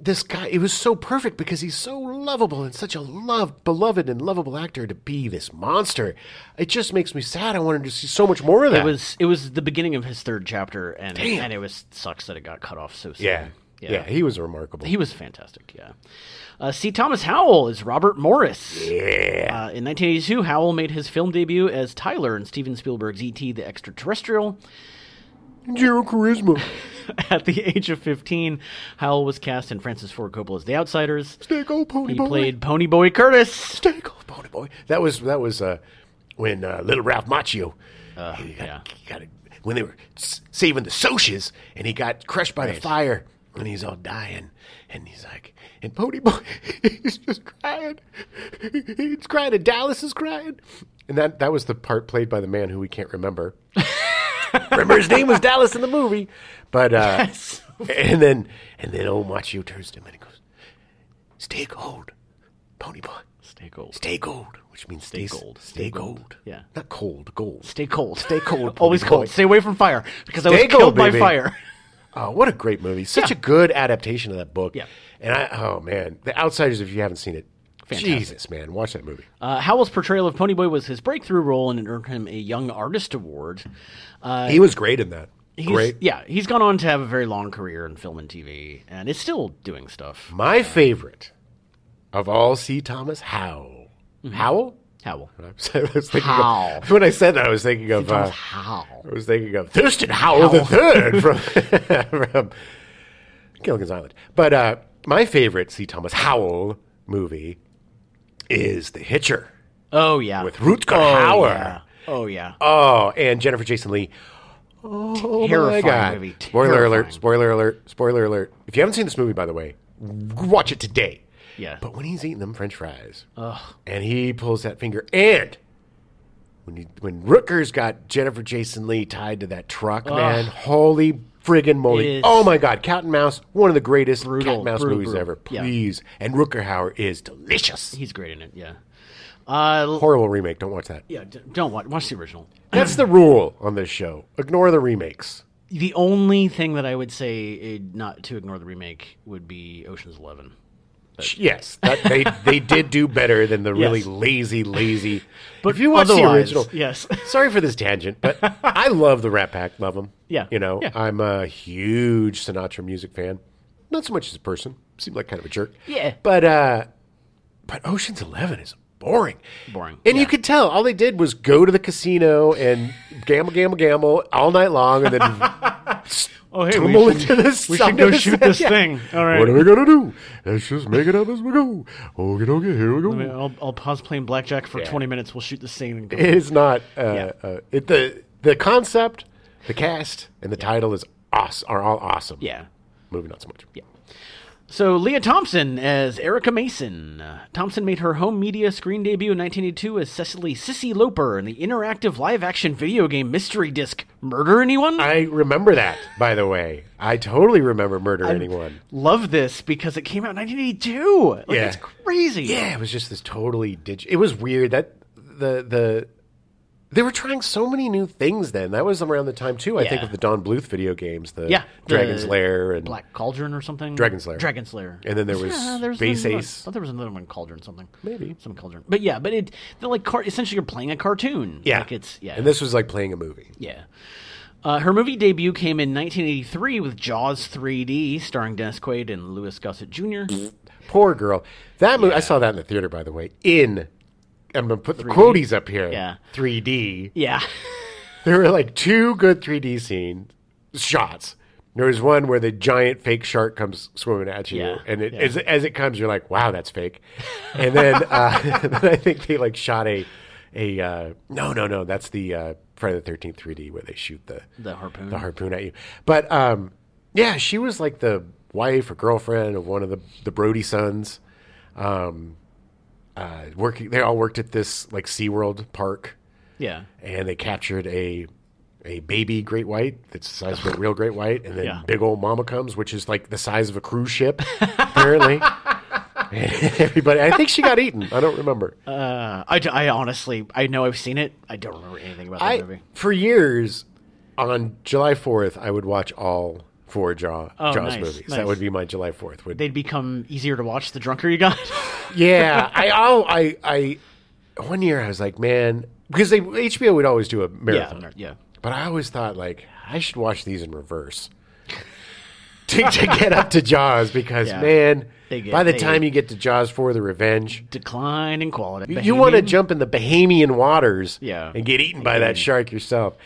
[SPEAKER 1] this guy. It was so perfect because he's so lovable and such a loved, beloved, and lovable actor to be this monster. It just makes me sad. I wanted to see so much more of that.
[SPEAKER 2] It was it was the beginning of his third chapter, and
[SPEAKER 1] Damn.
[SPEAKER 2] and it was sucks that it got cut off so soon.
[SPEAKER 1] yeah. yeah, He was remarkable.
[SPEAKER 2] He was fantastic, yeah. Uh, see, Thomas Howell is Robert Morris.
[SPEAKER 1] yeah.
[SPEAKER 2] Uh, in 1982, Howell made his film debut as Tyler in Steven Spielberg's E.T. the Extraterrestrial. [LAUGHS]
[SPEAKER 1] Zero charisma.
[SPEAKER 2] At the age of 15, Howell was cast in Francis Ford Coppola's The Outsiders.
[SPEAKER 1] Snake old pony
[SPEAKER 2] He
[SPEAKER 1] boy.
[SPEAKER 2] played Ponyboy Curtis.
[SPEAKER 1] Snake old pony Oh, boy. That was that was uh, when uh, little Ralph Macchio. he got,
[SPEAKER 2] yeah.
[SPEAKER 1] he got it- when they were s- saving the socias, and he got crushed by the fire, and he's all dying, and he's like, and Pony Boy, [LAUGHS] he's just crying, he's crying, and Dallas is crying, and that that was the part played by the man who we can't remember. remember his name was Dallas in the movie, but uh, [LAUGHS] and then and then old Machio turns to him and he goes, "Stay cold, Pony Boy."
[SPEAKER 2] Stay cold.
[SPEAKER 1] Stay gold, which means stay,
[SPEAKER 2] gold.
[SPEAKER 1] gold. Stay, gold.
[SPEAKER 2] Yeah.
[SPEAKER 1] Not cold, gold. [LAUGHS]
[SPEAKER 2] Stay cold.
[SPEAKER 1] Stay cold,
[SPEAKER 2] [LAUGHS] Always
[SPEAKER 1] Ponyboy.
[SPEAKER 2] cold. Stay away from fire because I was
[SPEAKER 1] Stay cold,
[SPEAKER 2] killed by
[SPEAKER 1] baby.
[SPEAKER 2] fire.
[SPEAKER 1] Oh, what a great movie. Such a good adaptation of that book.
[SPEAKER 2] Yeah.
[SPEAKER 1] And I, oh man, The Outsiders, if you haven't seen it,
[SPEAKER 2] Fantastic.
[SPEAKER 1] Jesus, man, watch that movie.
[SPEAKER 2] Uh, Howell's portrayal of Ponyboy was his breakthrough role, and it earned him a Young Artist Award. Uh,
[SPEAKER 1] he was great in that.
[SPEAKER 2] he's-
[SPEAKER 1] Great.
[SPEAKER 2] Yeah, he's gone on to have a very long career in film and TV, and is still doing stuff.
[SPEAKER 1] My favorite of all C. Thomas Howell. Howell?
[SPEAKER 2] Howell.
[SPEAKER 1] [LAUGHS] I was thinking of-
[SPEAKER 2] Howell.
[SPEAKER 1] [LAUGHS] when I said that, I was thinking of. Uh,
[SPEAKER 2] Howell.
[SPEAKER 1] I was thinking of Thurston Howell the Third from, [LAUGHS] from Gilligan's Island. But uh, my favorite C. Thomas Howell movie is The Hitcher
[SPEAKER 2] Oh, yeah.
[SPEAKER 1] with Rutger
[SPEAKER 2] oh,
[SPEAKER 1] Hauer.
[SPEAKER 2] Yeah. Oh, yeah.
[SPEAKER 1] Oh, and Jennifer Jason Lee. Oh
[SPEAKER 2] Terrifying
[SPEAKER 1] my God.
[SPEAKER 2] movie.
[SPEAKER 1] Spoiler
[SPEAKER 2] Terrifying.
[SPEAKER 1] alert! Spoiler alert! Spoiler alert! If you haven't seen this movie, by the way, watch it today.
[SPEAKER 2] Yeah.
[SPEAKER 1] But when he's eating them French fries, and he pulls that finger, and when he, when Rooker's got Jennifer Jason Lee tied to that truck, man, holy friggin' moly!
[SPEAKER 2] It's-
[SPEAKER 1] oh my God, Cat and Mouse, one of the greatest Cat
[SPEAKER 2] Brutal,
[SPEAKER 1] and Mouse
[SPEAKER 2] brutal,
[SPEAKER 1] movies
[SPEAKER 2] brutal.
[SPEAKER 1] ever.
[SPEAKER 2] Yeah.
[SPEAKER 1] Please, and Rooker Hauer is delicious.
[SPEAKER 2] He's great in it. Yeah. Uh, l-
[SPEAKER 1] Horrible remake. Don't watch that.
[SPEAKER 2] yeah. d- Don't watch. Watch the original.
[SPEAKER 1] That's the rule on this show. Ignore the remakes.
[SPEAKER 2] The only thing that I would say eh, not to ignore the remake would be Ocean's Eleven.
[SPEAKER 1] Yes, that, they they did do better than the really
[SPEAKER 2] Yes.
[SPEAKER 1] lazy,
[SPEAKER 2] [LAUGHS]
[SPEAKER 1] lazy.
[SPEAKER 2] But
[SPEAKER 1] if you watch the
[SPEAKER 2] otherwise,
[SPEAKER 1] original,
[SPEAKER 2] yes.
[SPEAKER 1] [LAUGHS] Sorry for this tangent,
[SPEAKER 2] [LAUGHS]
[SPEAKER 1] but I love the Rat Pack. Love them.
[SPEAKER 2] Yeah,
[SPEAKER 1] you know,
[SPEAKER 2] yeah.
[SPEAKER 1] I'm a huge Sinatra music fan. Not so much as a person. Seemed like kind of a jerk.
[SPEAKER 2] Yeah.
[SPEAKER 1] but uh, but Ocean's Eleven is boring.
[SPEAKER 2] Boring,
[SPEAKER 1] And you
[SPEAKER 2] yeah.
[SPEAKER 1] could tell all they did was go to the casino and gamble, gamble, gamble all night long, and then
[SPEAKER 2] Oh hey,
[SPEAKER 1] tumble into this.
[SPEAKER 2] we should go
[SPEAKER 1] [LAUGHS]
[SPEAKER 2] shoot this thing. All [LAUGHS] right.
[SPEAKER 1] What are we gonna do? Let's just make it up as we go. Okay, okay, here we go.
[SPEAKER 2] I'll, I'll pause playing blackjack for 20 minutes. We'll shoot this thing. And go.
[SPEAKER 1] It is not uh, uh, it, the the concept, the cast, and the title is awesome. Are all awesome.
[SPEAKER 2] yeah.
[SPEAKER 1] movie not so much. Yeah,
[SPEAKER 2] So Leah Thompson as Erica Mason. Uh, Thompson made her home media screen debut in 1982 as Cecily Sissy Loper in the interactive live-action video game mystery disc Murder Anyone.
[SPEAKER 1] I remember that. By the way, I totally remember Murder Anyone.
[SPEAKER 2] Love this because it came out in 1982. Like,
[SPEAKER 1] Yeah.
[SPEAKER 2] it's crazy.
[SPEAKER 1] Yeah, it was just this totally dig. It was weird that the the. They were trying so many new things then. That was around the time too, I think,
[SPEAKER 2] Yeah.
[SPEAKER 1] of the Don Bluth video games, the
[SPEAKER 2] Yeah,
[SPEAKER 1] Dragon's
[SPEAKER 2] the
[SPEAKER 1] Lair and
[SPEAKER 2] Black Cauldron or something.
[SPEAKER 1] Dragon Slayer.
[SPEAKER 2] Dragon Slayer.
[SPEAKER 1] And then there was Base
[SPEAKER 2] another-
[SPEAKER 1] Ace.
[SPEAKER 2] I thought there was another one, Cauldron something.
[SPEAKER 1] Maybe.
[SPEAKER 2] some Cauldron. But yeah, but it they're like car- essentially you're playing a cartoon.
[SPEAKER 1] Yeah,
[SPEAKER 2] like it's yeah.
[SPEAKER 1] And this was like playing a movie.
[SPEAKER 2] Yeah. Uh, her movie debut came in 1983 with Jaws 3D, starring Dennis Quaid and Louis Gossett Jr.
[SPEAKER 1] Poor girl. That movie. I saw that in the theater, by the way. In I'm gonna put the quoties up here.
[SPEAKER 2] Yeah.
[SPEAKER 1] 3D.
[SPEAKER 2] yeah. [LAUGHS]
[SPEAKER 1] There were like two good 3D scene shots. There was one where the giant fake shark comes swimming at you,
[SPEAKER 2] Yeah.
[SPEAKER 1] and it,
[SPEAKER 2] Yeah.
[SPEAKER 1] as, as it comes, you're like, "Wow, that's fake." And then,
[SPEAKER 2] [LAUGHS]
[SPEAKER 1] uh, [LAUGHS] then I think they like shot a a uh, no, no, no. That's the uh, Friday the Thirteenth 3D where they shoot the
[SPEAKER 2] The harpoon.
[SPEAKER 1] the harpoon at you. But um, yeah, she was like the wife or girlfriend of one of the the Brody sons. Um, uh, working, they all worked at this like SeaWorld park,
[SPEAKER 2] yeah.
[SPEAKER 1] and they captured a a baby great white that's the size of a real great white, and then
[SPEAKER 2] Yeah.
[SPEAKER 1] big old mama comes, which is like the size of a cruise ship, apparently. [LAUGHS] And everybody, I think she got eaten. I don't remember.
[SPEAKER 2] Uh, I, I honestly, I know I've seen it. I don't remember anything about that
[SPEAKER 1] I
[SPEAKER 2] movie.
[SPEAKER 1] for years on July Fourth, I would watch all four Jaw,
[SPEAKER 2] Oh,
[SPEAKER 1] Jaws
[SPEAKER 2] nice,
[SPEAKER 1] movies.
[SPEAKER 2] nice.
[SPEAKER 1] That would be my July Fourth. Would
[SPEAKER 2] They'd become easier to watch the drunker you got.
[SPEAKER 1] [LAUGHS]
[SPEAKER 2] [LAUGHS]
[SPEAKER 1] yeah? I oh I I one year I was like, man, because they HBO would always do a
[SPEAKER 2] yeah.
[SPEAKER 1] marathon,
[SPEAKER 2] Yeah.
[SPEAKER 1] but I always thought like I should watch these in reverse. [LAUGHS] to, to get up to Jaws because
[SPEAKER 2] Yeah.
[SPEAKER 1] man,
[SPEAKER 2] They get-
[SPEAKER 1] by the
[SPEAKER 2] they-
[SPEAKER 1] time you get to Jaws for the revenge,
[SPEAKER 2] Decline in quality.
[SPEAKER 1] you want to
[SPEAKER 2] Bahamian?
[SPEAKER 1] jump in the Bahamian waters
[SPEAKER 2] Yeah.
[SPEAKER 1] and get eaten by that shark yourself.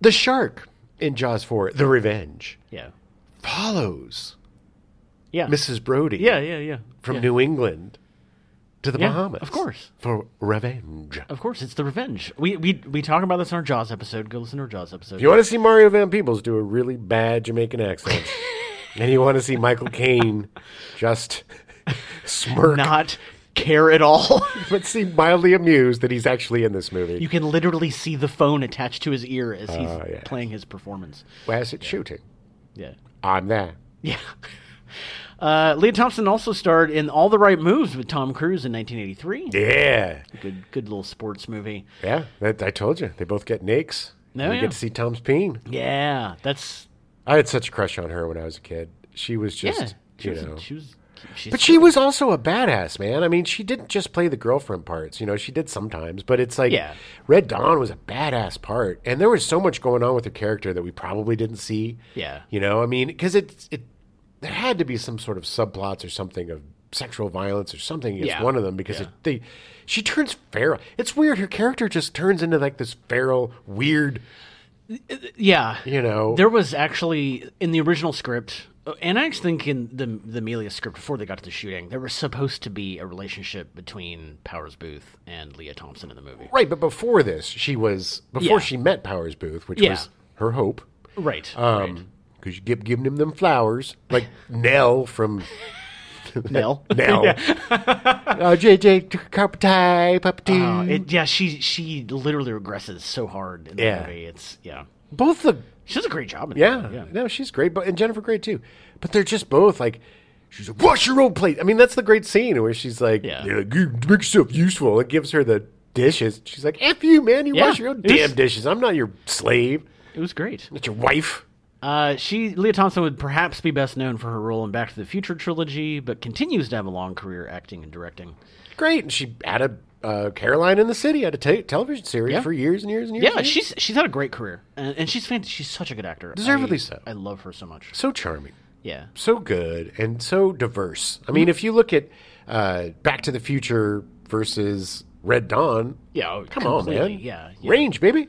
[SPEAKER 1] The shark in Jaws 4, The Revenge,
[SPEAKER 2] Yeah.
[SPEAKER 1] follows
[SPEAKER 2] Yeah.
[SPEAKER 1] Mrs. Brody
[SPEAKER 2] yeah. Yeah. Yeah.
[SPEAKER 1] from
[SPEAKER 2] yeah.
[SPEAKER 1] New England to the
[SPEAKER 2] Yeah,
[SPEAKER 1] Bahamas.
[SPEAKER 2] of course.
[SPEAKER 1] For revenge.
[SPEAKER 2] Of course, it's the revenge. We we we talk about this in our Jaws episode. Go listen to our Jaws episode.
[SPEAKER 1] If you want to see Mario Van Peebles do a really bad Jamaican accent,
[SPEAKER 2] [LAUGHS]
[SPEAKER 1] and you want to see Michael Caine just smirk,
[SPEAKER 2] Not care at all. [LAUGHS]
[SPEAKER 1] but seem mildly amused that he's actually in this movie.
[SPEAKER 2] You can literally see the phone attached to his ear as he's
[SPEAKER 1] Ah, yeah.
[SPEAKER 2] playing his performance.
[SPEAKER 1] Where's it shooting?
[SPEAKER 2] Yeah.
[SPEAKER 1] I'm there.
[SPEAKER 2] Yeah. [LAUGHS] Uh, Leah Thompson also starred in All the Right Moves with Tom Cruise in 1983.
[SPEAKER 1] Yeah.
[SPEAKER 2] Good, good little sports movie.
[SPEAKER 1] Yeah, that, I told you. They both get nicks.
[SPEAKER 2] No,
[SPEAKER 1] and we
[SPEAKER 2] Oh, yeah.
[SPEAKER 1] get to see Tom's Peen.
[SPEAKER 2] Yeah, that's
[SPEAKER 1] I had such a crush on her when I was a kid. She was just,
[SPEAKER 2] yeah. She
[SPEAKER 1] you
[SPEAKER 2] was,
[SPEAKER 1] know.
[SPEAKER 2] she was, she's,
[SPEAKER 1] but she was also a badass, man. I mean, she didn't just play the girlfriend parts. You know, she did sometimes, but it's like
[SPEAKER 2] Yeah.
[SPEAKER 1] Red Dawn was a badass part, and there was so much going on with her character that we probably didn't see.
[SPEAKER 2] Yeah.
[SPEAKER 1] you know, I mean, because it it there had to be some sort of subplots or something of sexual violence or something. It's
[SPEAKER 2] Yeah.
[SPEAKER 1] one of them because it, they she turns feral. It's weird. Her character just turns into like this feral, weird.
[SPEAKER 2] yeah.
[SPEAKER 1] You know,
[SPEAKER 2] There was actually in the original script, uh, and I think in the the Amelia script before they got to the shooting, there was supposed to be a relationship between Powers Booth and Leah Thompson in the movie.
[SPEAKER 1] Right, but before this, she was before
[SPEAKER 2] Yeah.
[SPEAKER 1] she met Powers Booth, which
[SPEAKER 2] Yeah.
[SPEAKER 1] was her hope.
[SPEAKER 2] Right.
[SPEAKER 1] Um, because you kept giving him them flowers, like Nell from
[SPEAKER 2] [LAUGHS] Nell.
[SPEAKER 1] [LAUGHS] Nell. oh, JJ, t- cup of tie, pup tea.
[SPEAKER 2] Uh, it, yeah, she she literally regresses so hard in the
[SPEAKER 1] Mm. Yeah.
[SPEAKER 2] movie. It's yeah.
[SPEAKER 1] both the
[SPEAKER 2] She does a great job in
[SPEAKER 1] yeah,
[SPEAKER 2] it.
[SPEAKER 1] no, she's great, but and Jennifer great too. But they're just both like. She's like, wash your own plate. I mean, that's the great scene where she's like,
[SPEAKER 2] Yeah.
[SPEAKER 1] "You're like, you make yourself useful. It gives her the dishes. She's like, F you, man. You
[SPEAKER 2] Yeah.
[SPEAKER 1] wash your
[SPEAKER 2] [LAUGHS]
[SPEAKER 1] own
[SPEAKER 2] It's-
[SPEAKER 1] damn dishes. I'm not your slave.
[SPEAKER 2] It was great.
[SPEAKER 1] Not your wife.
[SPEAKER 2] Uh, she Leah Thompson would perhaps be best known for her role in Back to the Future trilogy, but continues to have a long career acting and directing.
[SPEAKER 1] Great. And she had a uh, Caroline in the City had a te- television series
[SPEAKER 2] Yeah.
[SPEAKER 1] for years and years and years.
[SPEAKER 2] Yeah,
[SPEAKER 1] and years.
[SPEAKER 2] she's she's had a great career, and, and she's fantastic. She's such a good actor.
[SPEAKER 1] Deservedly
[SPEAKER 2] I-
[SPEAKER 1] so.
[SPEAKER 2] I love her so much.
[SPEAKER 1] so charming.
[SPEAKER 2] Yeah.
[SPEAKER 1] so good and so diverse. I mean, if you look at uh, Back to the Future versus Red Dawn,
[SPEAKER 2] Yeah. oh,
[SPEAKER 1] come on, man,
[SPEAKER 2] completely, Yeah. yeah.
[SPEAKER 1] range, baby.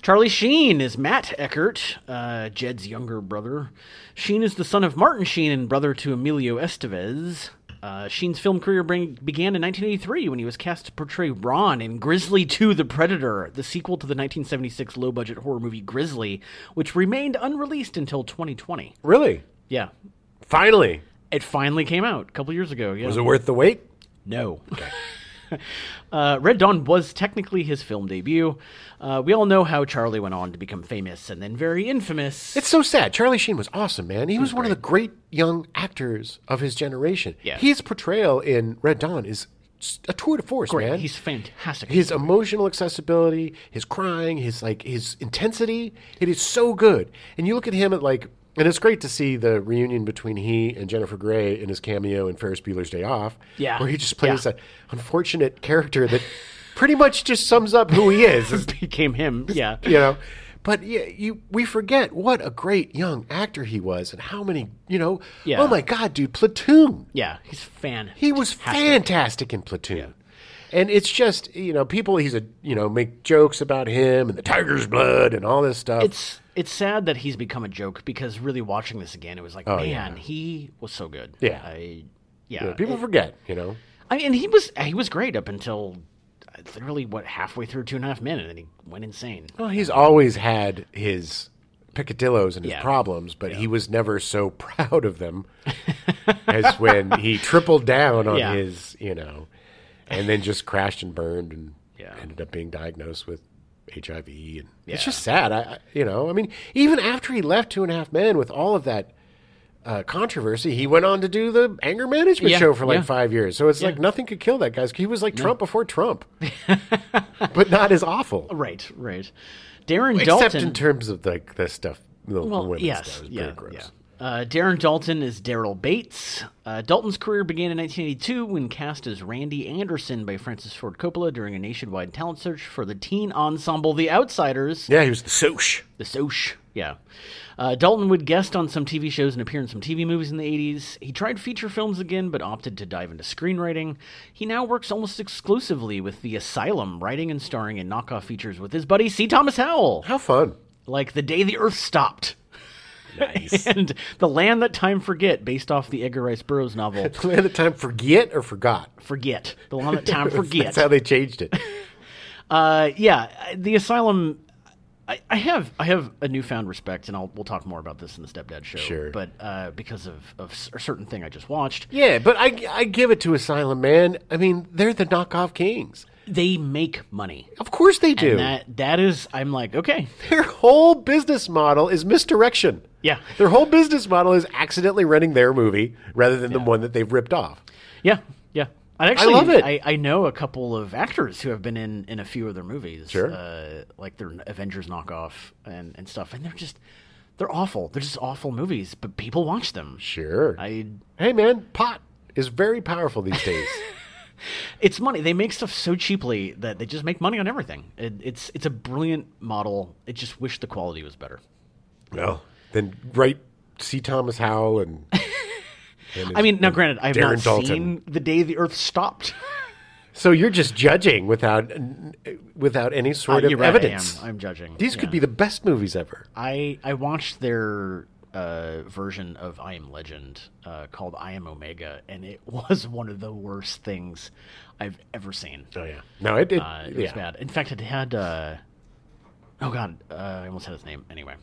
[SPEAKER 2] Charlie Sheen is Matt Eckert, uh, Jed's younger brother. Sheen is the son of Martin Sheen and brother to Emilio Estevez. Uh, Sheen's film career bring, began in 1983 when he was cast to portray Ron in Grizzly 2 The Predator, the sequel to the 1976 low budget horror movie Grizzly, which remained unreleased until 2020.
[SPEAKER 1] Really,
[SPEAKER 2] Yeah.
[SPEAKER 1] finally,
[SPEAKER 2] It finally came out a couple years ago. Yeah.
[SPEAKER 1] was it worth the wait?
[SPEAKER 2] [LAUGHS] No. uh, Red Dawn was technically his film debut. Uh, we all know how Charlie went on to become famous and then very infamous.
[SPEAKER 1] It's so sad. Charlie Sheen was awesome, man. He was one of the great young actors of his generation.
[SPEAKER 2] Yeah.
[SPEAKER 1] his portrayal in Red Dawn is just a tour de force,
[SPEAKER 2] Great.
[SPEAKER 1] man.
[SPEAKER 2] He's fantastic.
[SPEAKER 1] his emotional accessibility, his crying, his like his intensity. It is so good. And you look at him at like and it's great to see the reunion between he and Jennifer Grey in his cameo in Ferris Bueller's Day Off.
[SPEAKER 2] Yeah.
[SPEAKER 1] Where he just plays
[SPEAKER 2] Yeah.
[SPEAKER 1] that unfortunate character that pretty much just sums up who he is. [LAUGHS] is-
[SPEAKER 2] [LAUGHS] became him. Yeah.
[SPEAKER 1] you know. But yeah, you we forget what a great young actor he was and how many, you know,
[SPEAKER 2] Yeah.
[SPEAKER 1] oh my god, dude, Platoon.
[SPEAKER 2] Yeah. He's fan.
[SPEAKER 1] He was fantastic in Platoon. And it's just, you know, people he's a, you know, make jokes about him and the tiger's blood and all this stuff.
[SPEAKER 2] It's it's sad that he's become a joke because really watching this again, it was like, man, he was so good.
[SPEAKER 1] Oh, Yeah.
[SPEAKER 2] I,
[SPEAKER 1] You know,
[SPEAKER 2] yeah.
[SPEAKER 1] people forget, you know.
[SPEAKER 2] I mean, and he was he was great up until uh, literally what halfway through Two and a Half Men, and then he went insane.
[SPEAKER 1] Well, he's always had his picadillos and his
[SPEAKER 2] Yeah.
[SPEAKER 1] problems, but he was never so [LAUGHS] proud of them as when he tripled down on
[SPEAKER 2] Yeah.
[SPEAKER 1] his, you know, and then just crashed and burned and
[SPEAKER 2] Yeah.
[SPEAKER 1] ended up being diagnosed with HIV. And It's
[SPEAKER 2] Yeah.
[SPEAKER 1] just sad. I, I, you know, I mean, even after he left Two and a Half Men with all of that uh, controversy, he went on to do the anger management
[SPEAKER 2] Yeah,
[SPEAKER 1] show for like
[SPEAKER 2] yeah.
[SPEAKER 1] five years. So it's like nothing could kill that guy. He was like Trump before
[SPEAKER 2] [LAUGHS]
[SPEAKER 1] Trump, but not as awful
[SPEAKER 2] Right. Right. Darren
[SPEAKER 1] except
[SPEAKER 2] Dalton.
[SPEAKER 1] in terms of like the stuff. The
[SPEAKER 2] Well,
[SPEAKER 1] women's
[SPEAKER 2] yes,
[SPEAKER 1] stuff is
[SPEAKER 2] yeah,
[SPEAKER 1] pretty gross.
[SPEAKER 2] yeah. Uh, Darren Dalton is Daryl Bates. Uh, Dalton's career began in 1982 when cast as Randy Anderson by Francis Ford Coppola during a nationwide talent search for the teen ensemble The Outsiders.
[SPEAKER 1] Yeah, he was the soch.
[SPEAKER 2] The Soch, yeah. Uh, Dalton would guest on some TV shows and appear in some TV movies in the 80s. He tried feature films again, but opted to dive into screenwriting. He now works almost exclusively with The Asylum, writing and starring in knockoff features with his buddy C. Thomas Howell,
[SPEAKER 1] How fun!
[SPEAKER 2] like The Day the Earth Stopped.
[SPEAKER 1] Nice.
[SPEAKER 2] [LAUGHS] and The Land That Time Forget, based off the Edgar Rice Burroughs novel
[SPEAKER 1] [LAUGHS] Land of Time, forget or forgot.
[SPEAKER 2] Forget. The Land That Time
[SPEAKER 1] [LAUGHS]
[SPEAKER 2] Forget.
[SPEAKER 1] That's how they changed
[SPEAKER 2] [LAUGHS]
[SPEAKER 1] it.
[SPEAKER 2] uh, yeah, the asylum. I, I have I have a newfound respect, and I'll we'll talk more about this in the Stepdad Show.
[SPEAKER 1] Sure.
[SPEAKER 2] but uh, because of of s- a certain thing I just watched,
[SPEAKER 1] Yeah, but I I give it to Asylum Man. I mean, they're the knockoff kings.
[SPEAKER 2] they make money.
[SPEAKER 1] Of course they do.
[SPEAKER 2] And that that is, I'm like, okay,
[SPEAKER 1] Their whole business model is misdirection.
[SPEAKER 2] Yeah.
[SPEAKER 1] Their whole business model is accidentally renting their movie rather than the one that they've ripped off.
[SPEAKER 2] yeah, yeah. I actually
[SPEAKER 1] love it.
[SPEAKER 2] I, I know a couple of actors who have been in in a few of their movies,
[SPEAKER 1] Sure.
[SPEAKER 2] uh, like their Avengers knockoff and and stuff, and they're just they're awful. They're just awful movies, but people watch them.
[SPEAKER 1] Sure.
[SPEAKER 2] I
[SPEAKER 1] hey man, pot is very powerful these days.
[SPEAKER 2] it's money. They make stuff so cheaply that they just make money on everything. It, it's it's a brilliant model. I just wish the quality was better.
[SPEAKER 1] [LAUGHS] Well, then write C. Thomas Howell and. and
[SPEAKER 2] I mean, now granted, I have
[SPEAKER 1] Darren
[SPEAKER 2] not
[SPEAKER 1] Dalton.
[SPEAKER 2] seen the day the Earth stopped.
[SPEAKER 1] so you're just judging without without any sort
[SPEAKER 2] [LAUGHS] Uh, You're
[SPEAKER 1] of
[SPEAKER 2] right,
[SPEAKER 1] evidence.
[SPEAKER 2] I am. I'm judging.
[SPEAKER 1] These
[SPEAKER 2] Yeah.
[SPEAKER 1] could be the best movies ever.
[SPEAKER 2] I I watched their uh, version of I Am Legend uh, called I Am Omega, and it [LAUGHS] was one of the worst things I've ever seen.
[SPEAKER 1] Oh yeah, no, it, it,
[SPEAKER 2] Uh, it was
[SPEAKER 1] yeah.
[SPEAKER 2] bad. In fact, it had uh, Oh God, uh, I almost had his name. Anyway,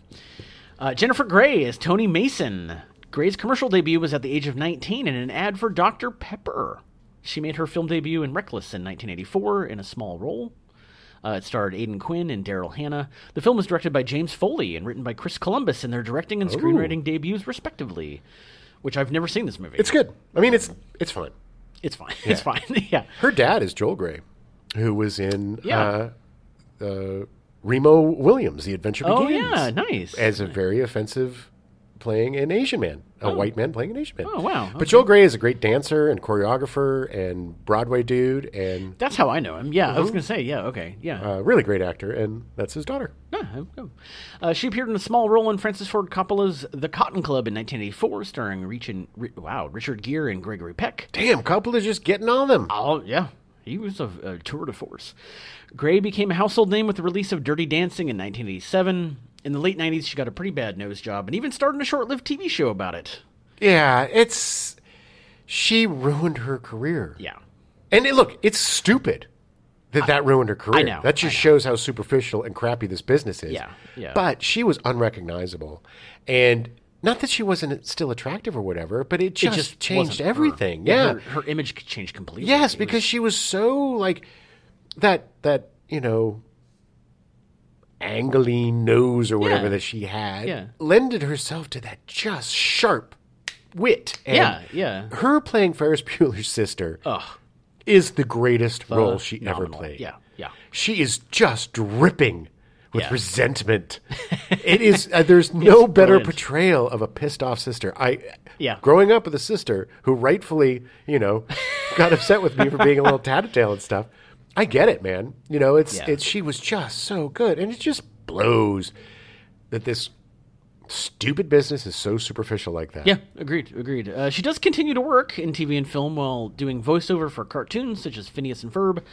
[SPEAKER 2] uh, Jennifer Grey is Tony Mason. Gray's commercial debut was at the age of 19 in an ad for Dr. Pepper. She made her film debut in Reckless in 1984 in a small role. Uh, it starred Aidan Quinn and Daryl Hannah. The film was directed by James Foley and written by Chris Columbus in their directing
[SPEAKER 1] Oh.
[SPEAKER 2] and screenwriting debuts, respectively. Which I've never seen this movie.
[SPEAKER 1] It's good. I mean, it's it's fun.
[SPEAKER 2] it's fine. [LAUGHS] It's fine. yeah.
[SPEAKER 1] Her dad is Joel Gray, who was in
[SPEAKER 2] Yeah.
[SPEAKER 1] uh, uh, Remo Williams, The Adventure
[SPEAKER 2] Oh
[SPEAKER 1] Begins.
[SPEAKER 2] yeah, nice.
[SPEAKER 1] As a very offensive playing an Asian man, a white man playing an Asian man.
[SPEAKER 2] Oh, wow. Okay.
[SPEAKER 1] But Joel Gray is a great dancer and choreographer and Broadway dude and
[SPEAKER 2] That's how I know him. Yeah, I was
[SPEAKER 1] Mm-hmm.
[SPEAKER 2] gonna say. Yeah, okay, yeah.
[SPEAKER 1] a really great actor, and that's his daughter.
[SPEAKER 2] Yeah, oh. Uh, she appeared in a small role in Francis Ford Coppola's *The Cotton Club* in 1984, starring Reach and, Ri- wow Richard Gere and Gregory Peck.
[SPEAKER 1] Damn, Coppola's just getting on them.
[SPEAKER 2] Oh yeah, he was a, a tour de force. Gray became a household name with the release of *Dirty Dancing* in 1987. In the late 90s, she got a pretty bad nose job and even starred in a short-lived TV show about it.
[SPEAKER 1] Yeah, it's she ruined her career.
[SPEAKER 2] Yeah,
[SPEAKER 1] And it, look, it's stupid that that ruined her career.
[SPEAKER 2] know,
[SPEAKER 1] That just shows how superficial and crappy this business is.
[SPEAKER 2] Yeah, yeah.
[SPEAKER 1] But she was unrecognizable, and not that she wasn't still attractive or whatever, but it just,
[SPEAKER 2] just
[SPEAKER 1] changed
[SPEAKER 2] wasn't her.
[SPEAKER 1] everything. Yeah.
[SPEAKER 2] her, her image changed completely.
[SPEAKER 1] yes,
[SPEAKER 2] It was-
[SPEAKER 1] because she was so like that. That you know. Angling nose or whatever
[SPEAKER 2] Yeah.
[SPEAKER 1] that she had
[SPEAKER 2] Yeah.
[SPEAKER 1] lended herself to that just sharp wit. And
[SPEAKER 2] yeah, yeah.
[SPEAKER 1] her playing Ferris [LAUGHS] Bueller's sister
[SPEAKER 2] Ugh. Uh,
[SPEAKER 1] is the greatest role she ever
[SPEAKER 2] phenomenal.
[SPEAKER 1] played.
[SPEAKER 2] Yeah, yeah.
[SPEAKER 1] She is just dripping with
[SPEAKER 2] Yeah. [LAUGHS]
[SPEAKER 1] resentment. it is uh, there's no better
[SPEAKER 2] brilliant.
[SPEAKER 1] portrayal of a pissed off sister. I
[SPEAKER 2] Yeah.
[SPEAKER 1] growing up with a sister who rightfully, you
[SPEAKER 2] [LAUGHS]
[SPEAKER 1] know, got upset with me for being a little tattletale and stuff. I get it, man. You know, it's
[SPEAKER 2] Yeah.
[SPEAKER 1] it's she was just so good and it just blows that this stupid business is so superficial like that.
[SPEAKER 2] Yeah, agreed, agreed. Uh, she does continue to work in TV and film while doing voiceover for cartoons such as Phineas and Ferb.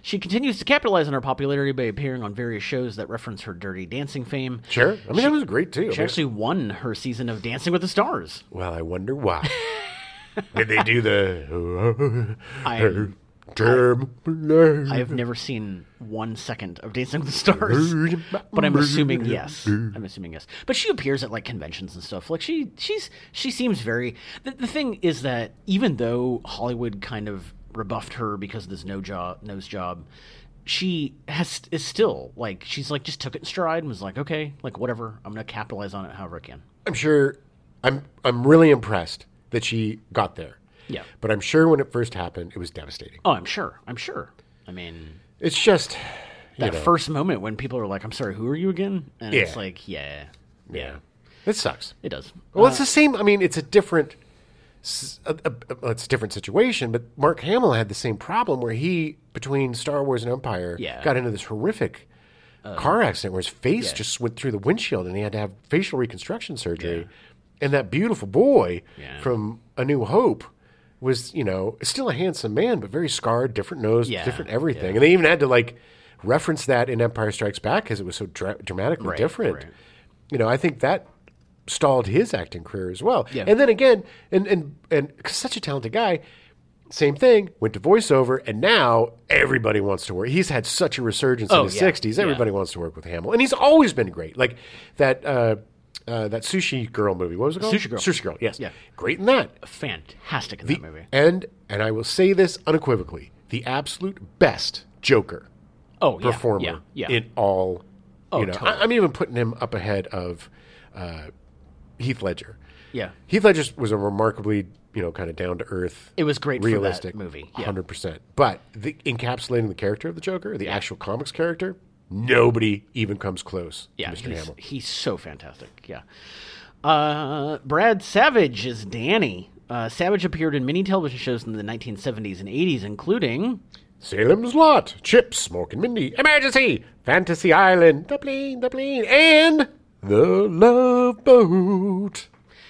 [SPEAKER 2] She continues to capitalize on her popularity by appearing on various shows that reference her dirty dancing fame.
[SPEAKER 1] Sure. I mean, that was great too. I
[SPEAKER 2] She
[SPEAKER 1] mean,
[SPEAKER 2] actually won her season of Dancing with the Stars.
[SPEAKER 1] Well, I wonder
[SPEAKER 2] [LAUGHS]
[SPEAKER 1] why. Did they do the
[SPEAKER 2] I-
[SPEAKER 1] term?
[SPEAKER 2] I have never seen one second of Dancing with the Stars. But I'm assuming yes. I'm assuming yes. But she appears at like conventions and stuff. Like she she's she seems very the, the thing is that even though Hollywood kind of rebuffed her because of this no job nose job, she has is still like she's like just took it in stride and was like, Okay, like whatever, I'm gonna capitalize on it however I can.
[SPEAKER 1] I'm sure. I'm I'm really impressed that she got there.
[SPEAKER 2] Yeah.
[SPEAKER 1] But I'm sure when it first happened, it was devastating.
[SPEAKER 2] Oh, I'm sure. I'm sure. I mean
[SPEAKER 1] It's just you
[SPEAKER 2] that
[SPEAKER 1] know,
[SPEAKER 2] first moment when people are like, I'm sorry, who are you again? And it's
[SPEAKER 1] Yeah.
[SPEAKER 2] like, Yeah.
[SPEAKER 1] yeah. It sucks.
[SPEAKER 2] It does.
[SPEAKER 1] Well, it's the same. I mean, it's a different. s- a- a- a- it's a different situation, but Mark Hamill had the same problem where he, between Star Wars and Empire,
[SPEAKER 2] Yeah. Uh.
[SPEAKER 1] got into this horrific car accident where his face just went through the windshield, and he had to have facial reconstruction surgery. And that beautiful boy
[SPEAKER 2] Yeah.
[SPEAKER 1] from A New Hope was, you know, still a handsome man, but very scarred, different nose,
[SPEAKER 2] Yeah,
[SPEAKER 1] different everything. And they even had to like reference that in Empire Strikes Back because it was so dra- dramatically
[SPEAKER 2] Right,
[SPEAKER 1] different
[SPEAKER 2] right.
[SPEAKER 1] you know, I think that stalled his acting career as well.
[SPEAKER 2] Yeah.
[SPEAKER 1] And then again, and and and 'cause such a talented guy, same thing, went to voiceover and now everybody wants to work. He's had such a resurgence
[SPEAKER 2] Oh,
[SPEAKER 1] in the
[SPEAKER 2] yeah.
[SPEAKER 1] 60s.
[SPEAKER 2] Yeah.
[SPEAKER 1] Everybody wants to work with Hamill. And he's always been great. Like that uh uh, that sushi girl movie. What was it called?
[SPEAKER 2] Sushi Girl.
[SPEAKER 1] Sushi girl. Yes.
[SPEAKER 2] Yeah.
[SPEAKER 1] Great in that.
[SPEAKER 2] fantastic in that movie.
[SPEAKER 1] And and I will say this unequivocally: the absolute best Joker
[SPEAKER 2] Oh, yeah,
[SPEAKER 1] performer
[SPEAKER 2] Yeah, yeah.
[SPEAKER 1] in all.
[SPEAKER 2] Oh,
[SPEAKER 1] you know,
[SPEAKER 2] totally.
[SPEAKER 1] I, am even putting him up ahead of uh, Heath Ledger.
[SPEAKER 2] yeah.
[SPEAKER 1] Heath Ledger was a remarkably, you know, kind of down to earth.
[SPEAKER 2] It was great for that
[SPEAKER 1] realistic
[SPEAKER 2] movie, yeah.
[SPEAKER 1] hundred percent. But the, encapsulating the character of the Joker, the actual comics character, nobody even comes close.
[SPEAKER 2] Yeah,
[SPEAKER 1] to Mr.
[SPEAKER 2] he's,
[SPEAKER 1] Hamill.
[SPEAKER 2] he's so fantastic. Yeah. Uh, Brad Savage is Danny. Uh, Savage appeared in many television shows in the 1970s and 80s, including.
[SPEAKER 1] Salem's Lot, Chips, Smoking Mindy, Emergency, Fantasy Island, The Plane, The Plane, and The Love Boat.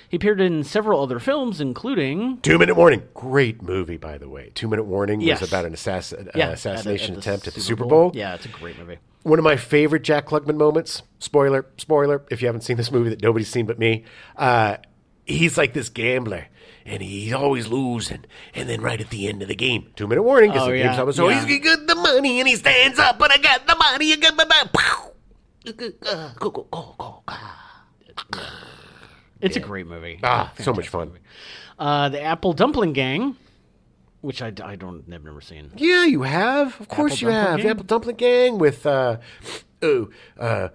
[SPEAKER 2] He appeared in several other films, including.
[SPEAKER 1] Two Minute Warning, great movie, by the way. Two Minute Warning
[SPEAKER 2] Yes.
[SPEAKER 1] was about an assass- uh,
[SPEAKER 2] Yeah,
[SPEAKER 1] assassination
[SPEAKER 2] at the- at
[SPEAKER 1] attempt at the Super Bowl.
[SPEAKER 2] Yeah, it's a great movie.
[SPEAKER 1] One of my favorite Jack Klugman moments. Spoiler, spoiler. If you haven't seen this movie that nobody's seen but me, uh, he's like this gambler, and he's always losing. And then right at the end of the game, Two Minute Warning, because
[SPEAKER 2] Oh,
[SPEAKER 1] the
[SPEAKER 2] yeah,
[SPEAKER 1] game's almost over.
[SPEAKER 2] yeah.
[SPEAKER 1] He's he got the money, and he stands up, but I got the money. I got my money. Pow!
[SPEAKER 2] It's a great movie.
[SPEAKER 1] Ah, so much fun.
[SPEAKER 2] Uh, the Apple Dumpling Gang, which I, d- I don't have never seen.
[SPEAKER 1] Yeah, you have. Of course you
[SPEAKER 2] Dumpling
[SPEAKER 1] have.
[SPEAKER 2] Gang?
[SPEAKER 1] Apple Dumpling Gang with uh oh uh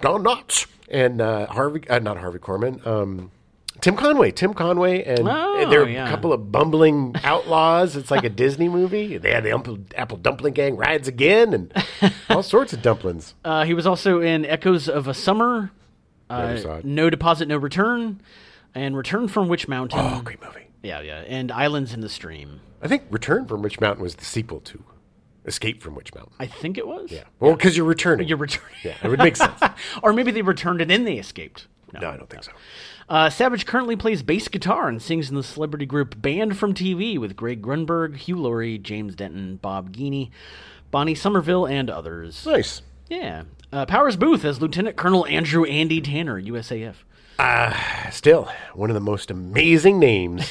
[SPEAKER 1] Don Knotts and uh Harvey uh, not Harvey Corman. Um Tim Conway, Tim Conway, and,
[SPEAKER 2] Oh,
[SPEAKER 1] and there are
[SPEAKER 2] yeah.
[SPEAKER 1] a couple of bumbling outlaws. It's like a Disney movie. They had the Apple, Apple Dumpling Gang rides again,
[SPEAKER 2] [LAUGHS]
[SPEAKER 1] and all sorts of dumplings.
[SPEAKER 2] Uh, he was also in Echoes of a Summer,
[SPEAKER 1] Never saw
[SPEAKER 2] uh,
[SPEAKER 1] it.
[SPEAKER 2] No Deposit, No Return, and Return from Witch Mountain.
[SPEAKER 1] Oh, great movie.
[SPEAKER 2] Yeah, yeah, and Islands in the Stream.
[SPEAKER 1] I think Return from Witch Mountain was the sequel to Escape from Witch Mountain.
[SPEAKER 2] I think it was. Yeah.
[SPEAKER 1] Well, because you're returning.
[SPEAKER 2] You're returning,
[SPEAKER 1] yeah, it would make sense.
[SPEAKER 2] [LAUGHS] or maybe they returned and then they escaped. No.
[SPEAKER 1] no, I don't think so.
[SPEAKER 2] Uh, Savage currently plays bass guitar and sings in the celebrity group Banned from TV with Greg Grunberg, Hugh Laurie, James Denton, Bob Gini, Bonnie Somerville, and others.
[SPEAKER 1] Nice.
[SPEAKER 2] Yeah. Uh, Powers Booth as Lieutenant Colonel Andrew Andy Tanner, USAF.
[SPEAKER 1] Still, one of the most amazing names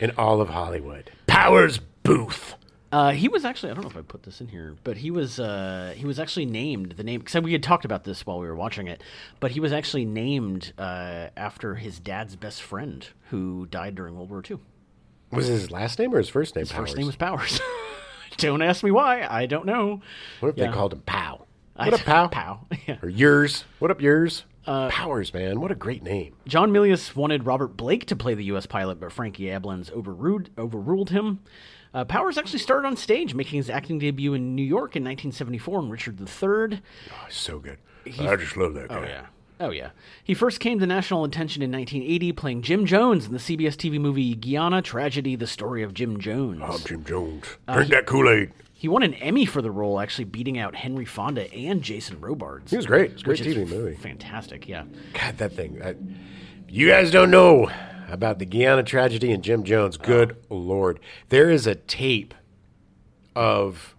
[SPEAKER 1] in all of Hollywood. Powers Booth.
[SPEAKER 2] Uh, he was actually I don't know if I put this in here, but he was uh, he was actually named the name because we had talked about this while we were watching it, but he was actually named uh, after his dad's best friend who died during World War II.
[SPEAKER 1] Was his last name or his first name? His
[SPEAKER 2] First name was Powers. [LAUGHS] don't ask me why. I don't know.
[SPEAKER 1] What if
[SPEAKER 2] Yeah.
[SPEAKER 1] they called him Pow?
[SPEAKER 2] I-
[SPEAKER 1] What up, Pow?
[SPEAKER 2] [LAUGHS] Pow. Uh, Yeah.
[SPEAKER 1] Or yours? What up, yours? Powers, man. What a great name.
[SPEAKER 2] John Milius wanted Robert Blake to play the U.S. pilot, but Frankie Ablins overruled, overruled him. Uh, Powers actually started on stage, making his acting debut in New York in 1974 in Richard III.
[SPEAKER 1] Oh, so good. I just love that guy.
[SPEAKER 2] Oh, yeah. Oh, yeah. He first came to national attention in 1980, playing Jim Jones in the CBS TV movie Guyana Tragedy The Story of Jim Jones.
[SPEAKER 1] I'm Jim Jones. Drink that Kool Aid.
[SPEAKER 2] Uh, He won an Emmy for the role, actually beating out Henry Fonda and Jason Robards.
[SPEAKER 1] He was great. It was a great
[SPEAKER 2] which is
[SPEAKER 1] TV movie.
[SPEAKER 2] Fantastic, yeah.
[SPEAKER 1] God, that thing. I, you guys don't know about the Guyana tragedy and Jim Jones. Good lord, there is a tape of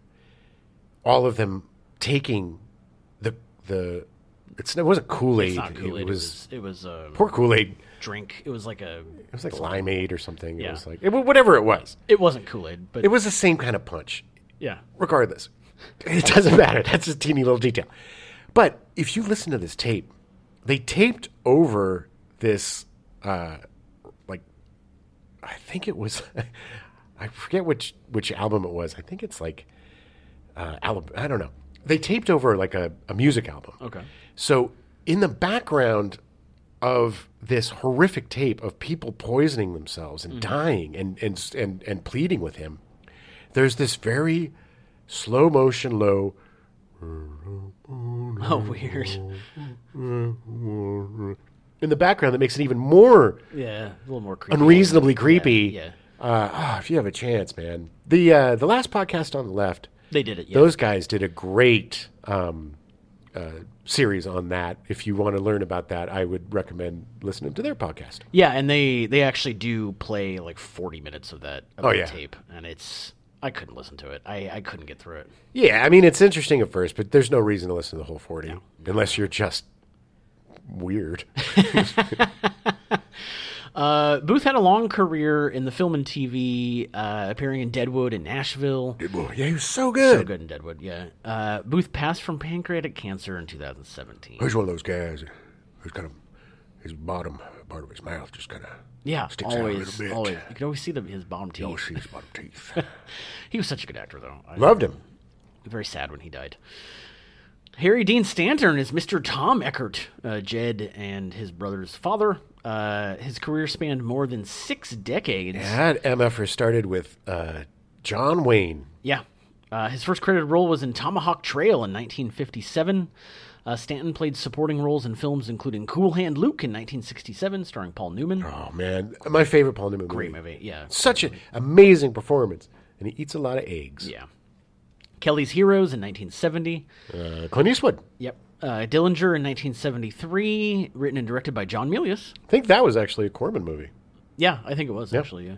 [SPEAKER 1] all of them taking the the. It's, it wasn't Kool Aid.
[SPEAKER 2] It's not Kool-Aid.
[SPEAKER 1] It was
[SPEAKER 2] It was, a
[SPEAKER 1] poor Kool Aid.
[SPEAKER 2] drink. It was like a.
[SPEAKER 1] It was like limeade or something.
[SPEAKER 2] Yeah.
[SPEAKER 1] It was like it, wa- whatever it was.
[SPEAKER 2] It wasn't Kool Aid, but
[SPEAKER 1] It was the same kind of punch.
[SPEAKER 2] yeah.
[SPEAKER 1] Regardless, [LAUGHS] it doesn't matter. That's a teeny little detail. But if you listen to this tape, they taped over this, uh, like, I think it was, [LAUGHS] I forget which which album it was. I think it's like, uh, Alab- I don't know. They taped over like a, a music album.
[SPEAKER 2] Okay.
[SPEAKER 1] So in the background of this horrific tape of people poisoning themselves
[SPEAKER 2] Mm-hmm.
[SPEAKER 1] and dying and, and and and pleading with him, there's this very slow motion low
[SPEAKER 2] Oh, weird. [LAUGHS]
[SPEAKER 1] in the background that makes it even more
[SPEAKER 2] Yeah, a little more creepy.
[SPEAKER 1] unreasonably creepy.
[SPEAKER 2] yeah.
[SPEAKER 1] Uh, ah, if you have a chance, man. The uh, the last podcast on the left,
[SPEAKER 2] They did it, yeah.
[SPEAKER 1] those guys did a great um, uh, series on that. If you want to learn about that, I would recommend listening to their podcast.
[SPEAKER 2] Yeah, and they they actually do play like 40 minutes of that of
[SPEAKER 1] Oh,
[SPEAKER 2] that
[SPEAKER 1] yeah.
[SPEAKER 2] tape, and it's I couldn't listen to it. I I couldn't get through it.
[SPEAKER 1] Yeah, I mean it's interesting at first, but there's no reason to listen to the whole forty unless you're just weird.
[SPEAKER 2] Uh, Booth had a long career in the film and TV, uh, appearing in Deadwood and Nashville.
[SPEAKER 1] [LAUGHS] yeah, he was so good.
[SPEAKER 2] So good in Deadwood, yeah. Uh, Booth passed from pancreatic cancer in 2017.
[SPEAKER 1] He's one of those guys who's kind of his bottom part of his mouth just kind of
[SPEAKER 2] Yeah,
[SPEAKER 1] sticks out a
[SPEAKER 2] always,
[SPEAKER 1] little bit.
[SPEAKER 2] always. You could always see the, his bottom
[SPEAKER 1] oh,
[SPEAKER 2] teeth.
[SPEAKER 1] see his bottom teeth. [LAUGHS]
[SPEAKER 2] He was such a good actor, though. I-
[SPEAKER 1] Loved him.
[SPEAKER 2] very sad when he died. Harry Dean Stanton is Mr. Tom Eckert, uh, Jed and his brother's father. Uh, his career spanned more than six decades.
[SPEAKER 1] That MFR started with uh, John Wayne.
[SPEAKER 2] Yeah. Uh, his first credited role was in Tomahawk Trail in 1957. Uh, Stanton played supporting roles in films including Cool Hand Luke in 1967, starring Paul Newman.
[SPEAKER 1] Oh man, my favorite Paul Newman
[SPEAKER 2] Great
[SPEAKER 1] movie.
[SPEAKER 2] movie, yeah.
[SPEAKER 1] Such an amazing performance, and he eats a lot of eggs.
[SPEAKER 2] Yeah. Kelly's Heroes in 1970.
[SPEAKER 1] Uh, Clint Eastwood.
[SPEAKER 2] Yep. Uh, Dillinger in 1973, written and directed by John Milius.
[SPEAKER 1] I think that was actually a Corman movie.
[SPEAKER 2] Yeah, I think it was actually. Yeah.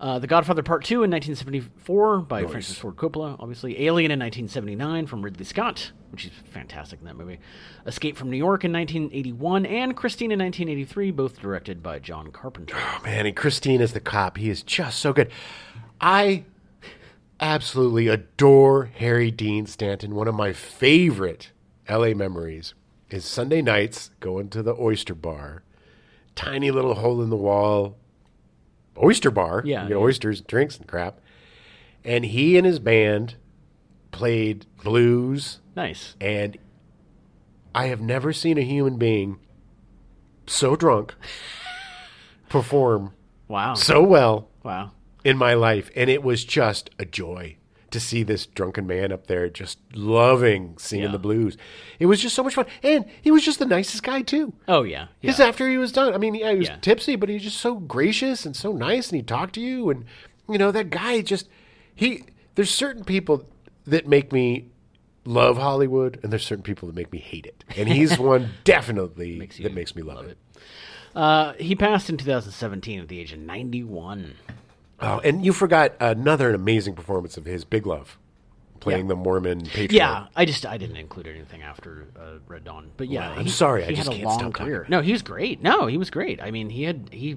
[SPEAKER 2] Uh, the Godfather Part Two in 1974 by Francis Ford Coppola, obviously. Alien in 1979 from Ridley Scott, which is fantastic in that movie. Escape from New York in 1981 and Christine in 1983, both directed by John Carpenter.
[SPEAKER 1] Oh man, and Christine is the cop. He is just so good. I absolutely adore Harry Dean Stanton. One of my favorite LA memories is Sunday nights going to the oyster bar, tiny little hole in the wall oyster bar.
[SPEAKER 2] Yeah,
[SPEAKER 1] you get
[SPEAKER 2] yeah.
[SPEAKER 1] oysters, drinks, and crap. And he and his band played blues,
[SPEAKER 2] Nice.
[SPEAKER 1] and I have never seen a human being so drunk [LAUGHS] perform
[SPEAKER 2] Wow.
[SPEAKER 1] so well
[SPEAKER 2] Wow.
[SPEAKER 1] in my life, and it was just a joy to see this drunken man up there just loving singing
[SPEAKER 2] Yeah.
[SPEAKER 1] the blues. It was just so much fun, and he was just the nicest guy too.
[SPEAKER 2] Oh yeah. yeah.
[SPEAKER 1] Just after he was done, I mean, yeah, he was
[SPEAKER 2] Yeah.
[SPEAKER 1] tipsy, but he was just so gracious and so nice, and he talked to you, and you know that guy just he. There's certain people that make me love Hollywood, and there's certain people that make me hate it, and
[SPEAKER 2] [LAUGHS]
[SPEAKER 1] he's one definitely
[SPEAKER 2] you
[SPEAKER 1] that makes me love, it.
[SPEAKER 2] Uh, he passed in 2017 at the age of 91.
[SPEAKER 1] Oh, and you forgot another amazing performance of his, Big Love, playing the Mormon patriarch.
[SPEAKER 2] Yeah, I just I didn't include anything after uh, Red Dawn, but yeah,
[SPEAKER 1] Wow, I'm sorry, I
[SPEAKER 2] he
[SPEAKER 1] just
[SPEAKER 2] had a
[SPEAKER 1] can't
[SPEAKER 2] long
[SPEAKER 1] stop talking.
[SPEAKER 2] career. No, he was great. No, he was great. I mean, he had he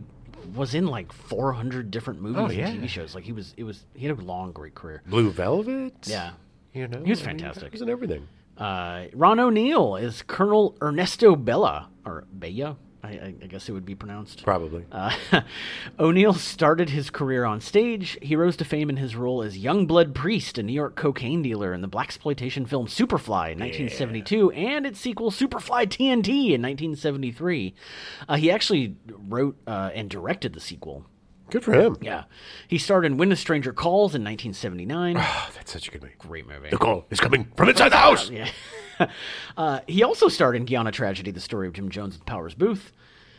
[SPEAKER 2] was in like 400 different movies
[SPEAKER 1] Oh,
[SPEAKER 2] and
[SPEAKER 1] yeah.
[SPEAKER 2] TV shows. Like he was it was he had a long great career.
[SPEAKER 1] Blue Velvet.
[SPEAKER 2] Yeah.
[SPEAKER 1] you know,
[SPEAKER 2] He was
[SPEAKER 1] I mean,
[SPEAKER 2] fantastic.
[SPEAKER 1] he was in everything.
[SPEAKER 2] Uh, Ron O'Neill is Colonel Ernesto Bella or Bella, I, I, I guess it would be pronounced.
[SPEAKER 1] Probably.
[SPEAKER 2] Uh, [LAUGHS] O'Neill started his career on stage. He rose to fame in his role as Youngblood Priest, a New York cocaine dealer, in the black exploitation film Superfly in 1972 and its sequel Superfly TNT in 1973. Uh, he actually wrote uh, and directed the sequel.
[SPEAKER 1] Good for him.
[SPEAKER 2] Yeah, he starred in When a Stranger Calls in 1979.
[SPEAKER 1] Oh, that's such a good movie.
[SPEAKER 2] Great movie.
[SPEAKER 1] The call is coming from inside the house.
[SPEAKER 2] Yeah. [LAUGHS] uh, he also starred in Guyana Tragedy, the story of Jim Jones and Powers Booth.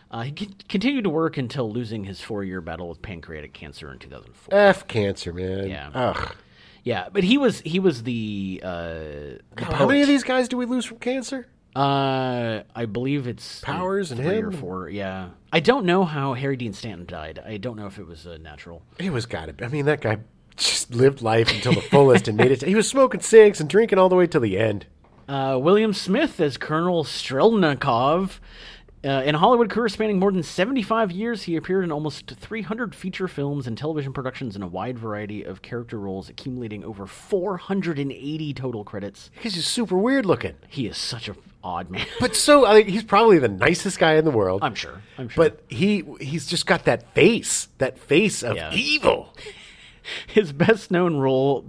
[SPEAKER 2] Uh, he con- continued to work until losing his four year battle with pancreatic cancer in 2004.
[SPEAKER 1] F cancer, man.
[SPEAKER 2] Yeah.
[SPEAKER 1] Ugh.
[SPEAKER 2] Yeah, but he was he was the uh, the
[SPEAKER 1] How many of
[SPEAKER 2] poet.
[SPEAKER 1] these guys do we lose from cancer?
[SPEAKER 2] Uh, I believe it's
[SPEAKER 1] Powers and
[SPEAKER 2] three
[SPEAKER 1] him
[SPEAKER 2] or
[SPEAKER 1] and-
[SPEAKER 2] four. Yeah, I don't know how Harry Dean Stanton died. I don't know if it was uh, natural.
[SPEAKER 1] It was got to be. I mean, that guy just lived life until the fullest and made it. He was smoking cigs and drinking all the way till the end.
[SPEAKER 2] Uh, William Smith as Colonel Strelnikov. Uh, in a Hollywood career spanning more than 75 years, he appeared in almost 300 feature films and television productions in a wide variety of character roles, accumulating over 480 total credits.
[SPEAKER 1] He's just super weird looking.
[SPEAKER 2] He is such an odd man.
[SPEAKER 1] But so, I think he's probably the nicest guy in the world.
[SPEAKER 2] [LAUGHS] I'm sure. I'm sure.
[SPEAKER 1] But he he's just got that face, that face of
[SPEAKER 2] Yeah.
[SPEAKER 1] evil.
[SPEAKER 2] His best known role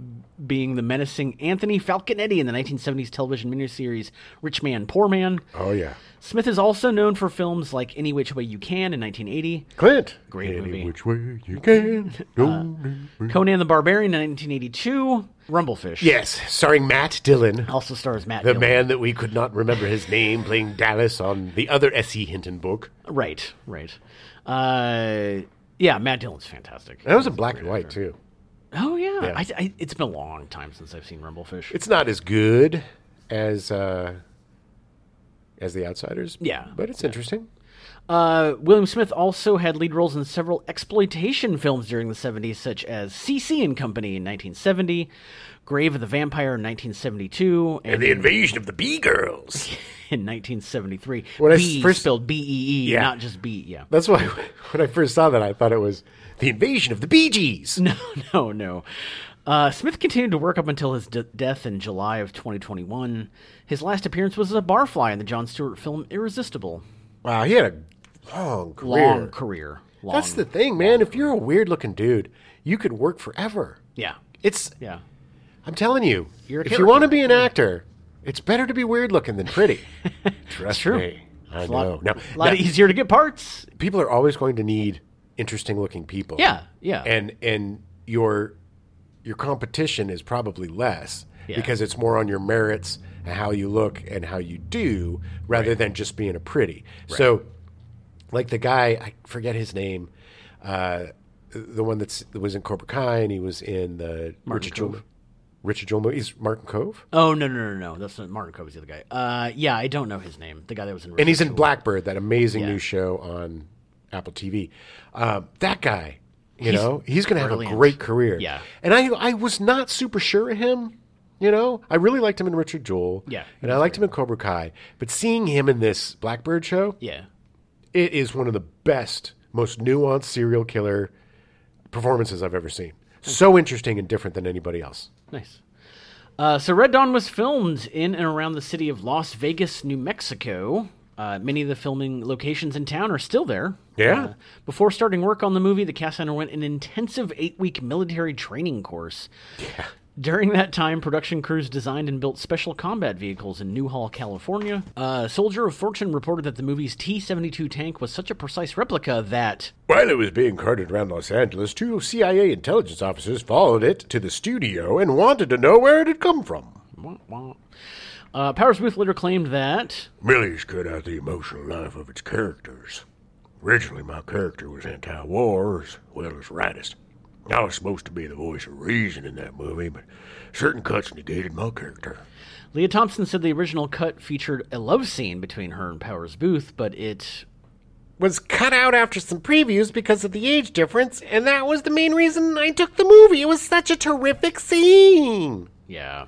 [SPEAKER 2] being the menacing Anthony Falconetti in the 1970s television miniseries Rich Man, Poor Man.
[SPEAKER 1] Oh yeah,
[SPEAKER 2] Smith is also known for films like Any Which Way You Can in 1980,
[SPEAKER 1] Clint.
[SPEAKER 2] Great
[SPEAKER 1] Any
[SPEAKER 2] movie. Uh,
[SPEAKER 1] which way you can.
[SPEAKER 2] Conan the Barbarian in 1982, Rumblefish.
[SPEAKER 1] yes, starring Matt Dillon,
[SPEAKER 2] Also stars Matt
[SPEAKER 1] the
[SPEAKER 2] Dillon.
[SPEAKER 1] man that we could not remember his name, playing Dallas on the other S.E. Hinton book.
[SPEAKER 2] Right, right. Uh, yeah, Matt Dillon's fantastic.
[SPEAKER 1] That was in black and white too.
[SPEAKER 2] Oh, yeah.
[SPEAKER 1] Yeah.
[SPEAKER 2] I, I, it's been a long time since I've seen Rumblefish.
[SPEAKER 1] It's not as good as uh, as The Outsiders.
[SPEAKER 2] Yeah.
[SPEAKER 1] but it's interesting.
[SPEAKER 2] Uh, William Smith also had lead roles in several exploitation films during the 70s, such as CC and Company in 1970, Grave of the Vampire in 1972, and,
[SPEAKER 1] And the invasion of the Bee Girls.
[SPEAKER 2] [LAUGHS] in 1973.
[SPEAKER 1] When I
[SPEAKER 2] B
[SPEAKER 1] first-
[SPEAKER 2] spelled B E E,
[SPEAKER 1] Yeah.
[SPEAKER 2] not just B. Yeah.
[SPEAKER 1] [LAUGHS] That's why when I first saw that, I thought it was the invasion of the Bee Gees.
[SPEAKER 2] [LAUGHS] No, no, no. Uh, Smith continued to work up until his d- death in July of 2021. His last appearance was as a barfly in the John Stewart film Irresistible.
[SPEAKER 1] Wow, he had a long career.
[SPEAKER 2] Long career. Long.
[SPEAKER 1] That's the thing, man. If you're a weird looking dude, you could work forever.
[SPEAKER 2] Yeah.
[SPEAKER 1] It's
[SPEAKER 2] Yeah.
[SPEAKER 1] I'm telling you,
[SPEAKER 2] You're a
[SPEAKER 1] if you
[SPEAKER 2] character.
[SPEAKER 1] want to be an actor, it's better to be weird looking than
[SPEAKER 2] [LAUGHS]
[SPEAKER 1] pretty. Trust
[SPEAKER 2] true.
[SPEAKER 1] me. I
[SPEAKER 2] It's a
[SPEAKER 1] know.
[SPEAKER 2] lot,
[SPEAKER 1] Now,
[SPEAKER 2] a lot
[SPEAKER 1] now,
[SPEAKER 2] easier to get parts.
[SPEAKER 1] people are always going to need interesting looking people.
[SPEAKER 2] Yeah, yeah.
[SPEAKER 1] And and your your competition is probably less
[SPEAKER 2] Yeah.
[SPEAKER 1] because it's more on your merits and how you look and how you do rather than just being a pretty. So like the guy I forget his name, uh, the one that's that was in Cobra Kai and he was in the Richard
[SPEAKER 2] Cove.
[SPEAKER 1] Jewell, Richard Jewell movie. He's Martin Cove,
[SPEAKER 2] Oh no no no no! That's not Martin Cove is the other guy. Uh, yeah, I don't know his name. The guy that was in.
[SPEAKER 1] and
[SPEAKER 2] Richard
[SPEAKER 1] he's in
[SPEAKER 2] Jewell.
[SPEAKER 1] Blackbird, that amazing
[SPEAKER 2] Yeah.
[SPEAKER 1] new show on Apple TV. Um, that guy, you
[SPEAKER 2] He's
[SPEAKER 1] know, he's going to have a
[SPEAKER 2] brilliant.
[SPEAKER 1] great career.
[SPEAKER 2] Yeah.
[SPEAKER 1] and I I was not super sure of him. You know, I really liked him in Richard Jewell.
[SPEAKER 2] Yeah, he
[SPEAKER 1] and I liked him in Cobra Kai. But seeing him in this Blackbird show,
[SPEAKER 2] Yeah,
[SPEAKER 1] it is one of the best, most nuanced serial killer performances I've ever seen. So interesting and different than anybody else.
[SPEAKER 2] nice. Uh, so Red Dawn was filmed in and around the city of Las Vegas, New Mexico. Uh, many of the filming locations in town are still there.
[SPEAKER 1] Yeah.
[SPEAKER 2] Uh, before starting work on the movie, the cast underwent an intensive eight-week military training course. Yeah. During that time, production crews designed and built special combat vehicles in Newhall, California. Uh, Soldier of Fortune reported that the movie's T 72 tank was such a precise replica that
[SPEAKER 1] While it was being carted around Los Angeles, two CIA intelligence officers followed it to the studio and wanted to know where it had come from.
[SPEAKER 2] Wah, wah. Uh, Powers Booth later claimed that
[SPEAKER 1] Millie's cut out the emotional life of its characters. Originally, my character was anti war as well as rightist. I was supposed to be the voice of reason in that movie, but certain cuts negated my character.
[SPEAKER 2] Leah Thompson said the original cut featured a love scene between her and Powers Booth, but it
[SPEAKER 3] Was cut out after some previews because of the age difference, and that was the main reason I took the movie. It was such a terrific scene.
[SPEAKER 2] Yeah.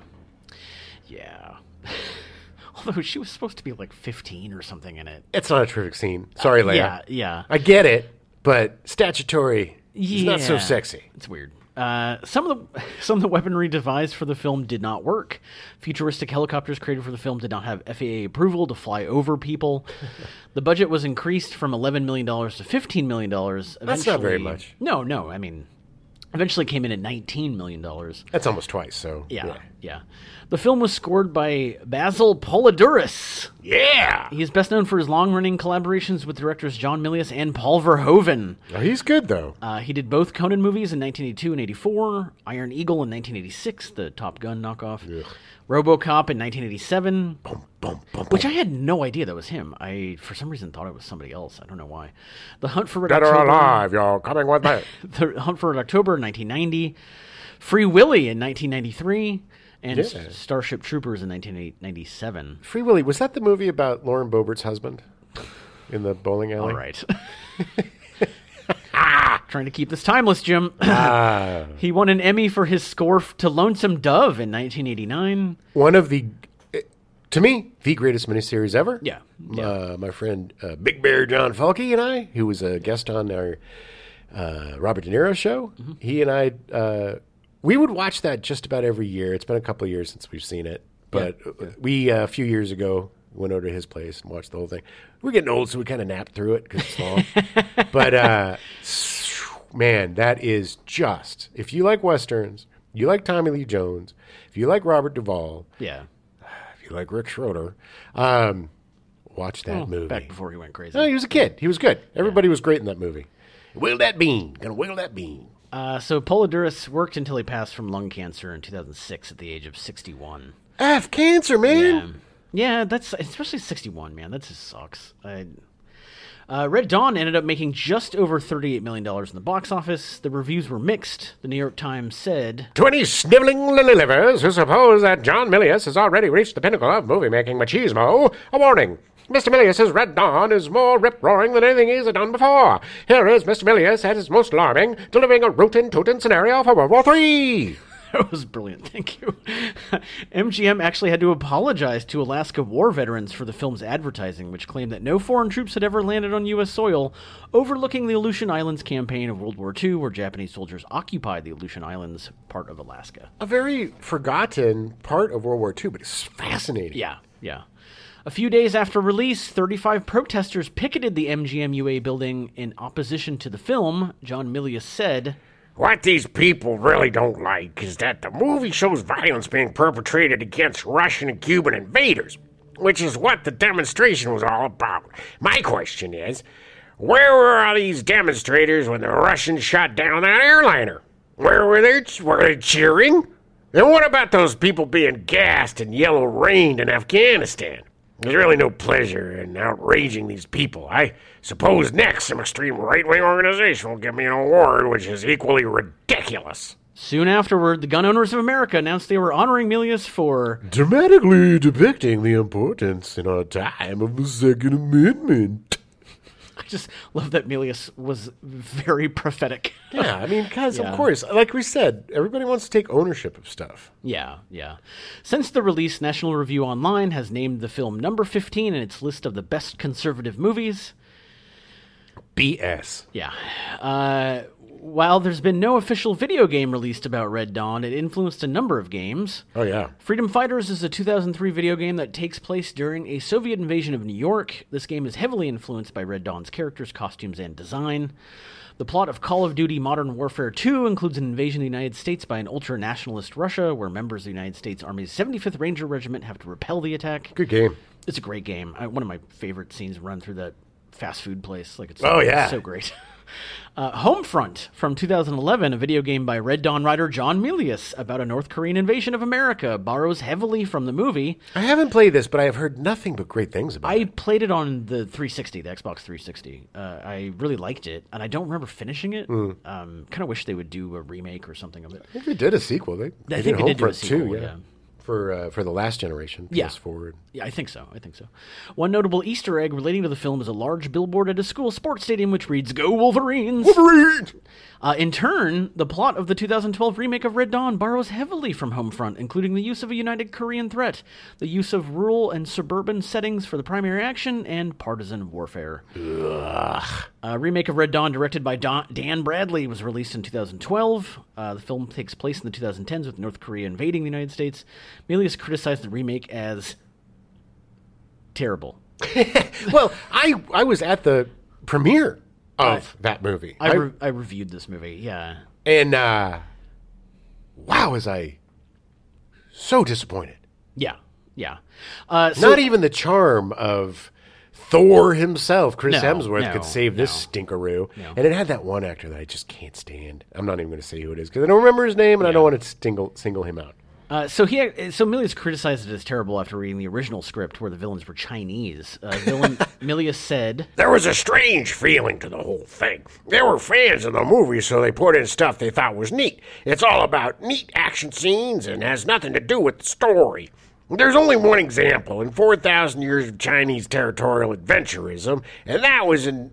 [SPEAKER 2] Yeah. [LAUGHS] Although she was supposed to be like 15 or something in it.
[SPEAKER 1] It's not a terrific scene. Sorry, Leia.
[SPEAKER 2] Yeah, yeah.
[SPEAKER 1] I get it, but statutory is not so
[SPEAKER 2] Yeah.
[SPEAKER 1] sexy.
[SPEAKER 2] It's weird. Uh, some of the [LAUGHS] some of the weaponry devised for the film did not work. Futuristic helicopters created for the film did not have FAA approval to fly
[SPEAKER 1] [LAUGHS]
[SPEAKER 2] over people. the budget was increased from eleven million dollars to fifteen million dollars.
[SPEAKER 1] That's not very much.
[SPEAKER 2] No, no. I mean, eventually came in at nineteen million dollars.
[SPEAKER 1] That's almost twice, so.
[SPEAKER 2] Yeah, yeah, The film was scored by Basil Poliduris.
[SPEAKER 1] Yeah!
[SPEAKER 2] He is best known for his long-running collaborations with directors John Milius and Paul Verhoeven.
[SPEAKER 1] Oh, he's good, though.
[SPEAKER 2] Uh, he did both Conan movies in 1982 and 84, Iron Eagle in 1986, the Top Gun knockoff, RoboCop in 1987,
[SPEAKER 1] Bum, bum, bum,
[SPEAKER 2] which
[SPEAKER 1] bum.
[SPEAKER 2] I had no idea that was him. I, for some reason, thought it was somebody else. I don't know why. The Hunt for Red
[SPEAKER 1] Dead or
[SPEAKER 2] October,
[SPEAKER 1] alive, y'all coming with me.
[SPEAKER 2] The Hunt for Red October in 1990, Free Willy in 1993, and S-
[SPEAKER 1] Yeah.
[SPEAKER 2] Starship Troopers in 1997.
[SPEAKER 1] [LAUGHS] Free Willy, was that the movie about Lauren Bobert's husband in the bowling alley?
[SPEAKER 2] All right. [LAUGHS] Trying to keep this timeless, Jim.
[SPEAKER 1] Ah.
[SPEAKER 2] he won an Emmy for his score f- to Lonesome Dove in 1989.
[SPEAKER 1] one of the, to me, the greatest miniseries ever.
[SPEAKER 2] Yeah,
[SPEAKER 1] Uh, my friend uh, Big Bear John Falke and I, who was a guest on our uh, Robert De Niro show,
[SPEAKER 2] Mm-hmm.
[SPEAKER 1] he and I, uh, we would watch that just about every year. It's been a couple of years since we've seen it, but we uh, a few years ago went over to his place and watched the whole thing. We're getting old, so we kind of napped through it because it's
[SPEAKER 2] [LAUGHS]
[SPEAKER 1] long. but uh, [LAUGHS] man, that is just if you like westerns, you like Tommy Lee Jones, if you like Robert Duvall,
[SPEAKER 2] Yeah.
[SPEAKER 1] if you like Rick Schroeder, um, watch that movie.
[SPEAKER 2] Back before he went crazy.
[SPEAKER 1] No, he was a kid. He was good. Everybody was great in that movie. Wiggle that bean. Gonna wiggle that bean.
[SPEAKER 2] Uh, so Poliduris worked until he passed from lung cancer in 2006 at the age of 61.
[SPEAKER 1] I have cancer, man.
[SPEAKER 2] Um, yeah, that's especially 61, man. That just sucks. I, uh, Red Dawn ended up making just over 38 million dollars in the box office. The reviews were mixed. The New York Times said
[SPEAKER 1] Twenty sniveling lily livers who suppose that John Milius has already reached the pinnacle of movie making machismo. A warning. Mr. Milius's Red Dawn is more rip roaring than anything he's done before. Here is Mr. Milius at his most alarming, delivering a rootin' tootin' scenario for World War Three.
[SPEAKER 2] [LAUGHS] That was brilliant. Thank you. [LAUGHS] MGM actually had to apologize to Alaska war veterans for the film's advertising, which claimed that no foreign troops had ever landed on U.S. soil, overlooking the Aleutian Islands campaign of World War II, where Japanese soldiers occupied the Aleutian Islands, part of Alaska.
[SPEAKER 1] A very forgotten part of World War II, but it's fascinating.
[SPEAKER 2] Yeah, yeah. A few days after release, 35 protesters picketed the MGM UA building in opposition to the film. John Milius said,
[SPEAKER 3] What these people really don't like is that the movie shows violence being perpetrated against Russian and Cuban invaders, which is what the demonstration was all about. My question is where were all these demonstrators when the Russians shot down that airliner? Where were they? Were they cheering? And what about those people being gassed and yellow rained in Afghanistan? There's really no pleasure in outraging these people. I suppose next some extreme right wing organization will give me an award which is equally ridiculous.
[SPEAKER 2] Soon afterward, the Gun Owners of America announced they were honoring Milius for
[SPEAKER 1] dramatically depicting the importance in our time of the Second Amendment.
[SPEAKER 2] I just love that Melius was very prophetic.
[SPEAKER 1] Yeah, I mean, guys,
[SPEAKER 2] Yeah.
[SPEAKER 1] of course, like we said, everybody wants to take ownership of stuff.
[SPEAKER 2] yeah, yeah. Since the release, National Review Online has named the film number 15 in its list of the best conservative movies.
[SPEAKER 1] BS.
[SPEAKER 2] Yeah. Uh, While there's been no official video game released about Red Dawn, it influenced a number of games.
[SPEAKER 1] Oh yeah.
[SPEAKER 2] Freedom Fighters is a 2003 video game that takes place during a Soviet invasion of New York. This game is heavily influenced by Red Dawn's characters, costumes, and design. The plot of Call of Duty Modern Warfare 2 includes an invasion of the United States by an ultra nationalist Russia, where members of the United States Army's 75th Ranger Regiment have to repel the attack.
[SPEAKER 1] Good game.
[SPEAKER 2] It's a great game. I, one of my favorite scenes run through that fast food place. Like it's
[SPEAKER 1] Oh, yeah.
[SPEAKER 2] so great. [LAUGHS] Uh, Homefront from 2011, a video game by Red Dawn writer John Milius about a North Korean invasion of America, borrows heavily from the movie.
[SPEAKER 1] I haven't played this, but I have heard nothing but great things about it.
[SPEAKER 2] I played it on the 360, the Xbox 360. Uh, I really liked it, and I don't remember finishing it.
[SPEAKER 1] Hmm.
[SPEAKER 2] Um, kind of wish they would do a remake or something of it.
[SPEAKER 1] I think they did a sequel. They, they
[SPEAKER 2] think they did do a
[SPEAKER 1] Homefront
[SPEAKER 2] sequel,
[SPEAKER 1] 2,
[SPEAKER 2] yeah.
[SPEAKER 1] For uh, for the last generation,
[SPEAKER 2] Yeah.
[SPEAKER 1] PS4.
[SPEAKER 2] Yeah, I think so. I think so. One notable Easter egg relating to the film is a large billboard at a school sports stadium which reads "Go Wolverines." Uh, in turn, the plot of the 2012 remake of Red Dawn borrows heavily from Homefront, including the use of a united Korean threat, the use of rural and suburban settings for the primary action, and partisan warfare. A remake of Red Dawn, directed by Don- Dan Bradley, was released in 2012. Uh, the film takes place in the 2010s with North Korea invading the United States. Melius criticized the remake as terrible.
[SPEAKER 1] well, I I was at the premiere of that movie.
[SPEAKER 2] I,
[SPEAKER 1] I-
[SPEAKER 2] re- I reviewed this movie. Yeah,
[SPEAKER 1] and uh, wow, was I so disappointed.
[SPEAKER 2] yeah, yeah. Uh, so
[SPEAKER 1] Not even the charm of Thor himself, Chris
[SPEAKER 2] No,
[SPEAKER 1] Hemsworth,
[SPEAKER 2] no,
[SPEAKER 1] could save this stinkeroo. And it had that one actor that I just can't stand. I'm not even going to say who it is because I don't remember his name and I don't want to single single him out.
[SPEAKER 2] Uh, so he, so Milius criticized it as terrible after reading the original script where the villains were Chinese. Uh, villain Milius said,
[SPEAKER 3] There was a strange feeling to the whole thing. They were fans of the movie, so they put in stuff they thought was neat. It's all about neat action scenes and has nothing to do with the story. There's only one example in 4,000 years of Chinese territorial adventurism, and that was in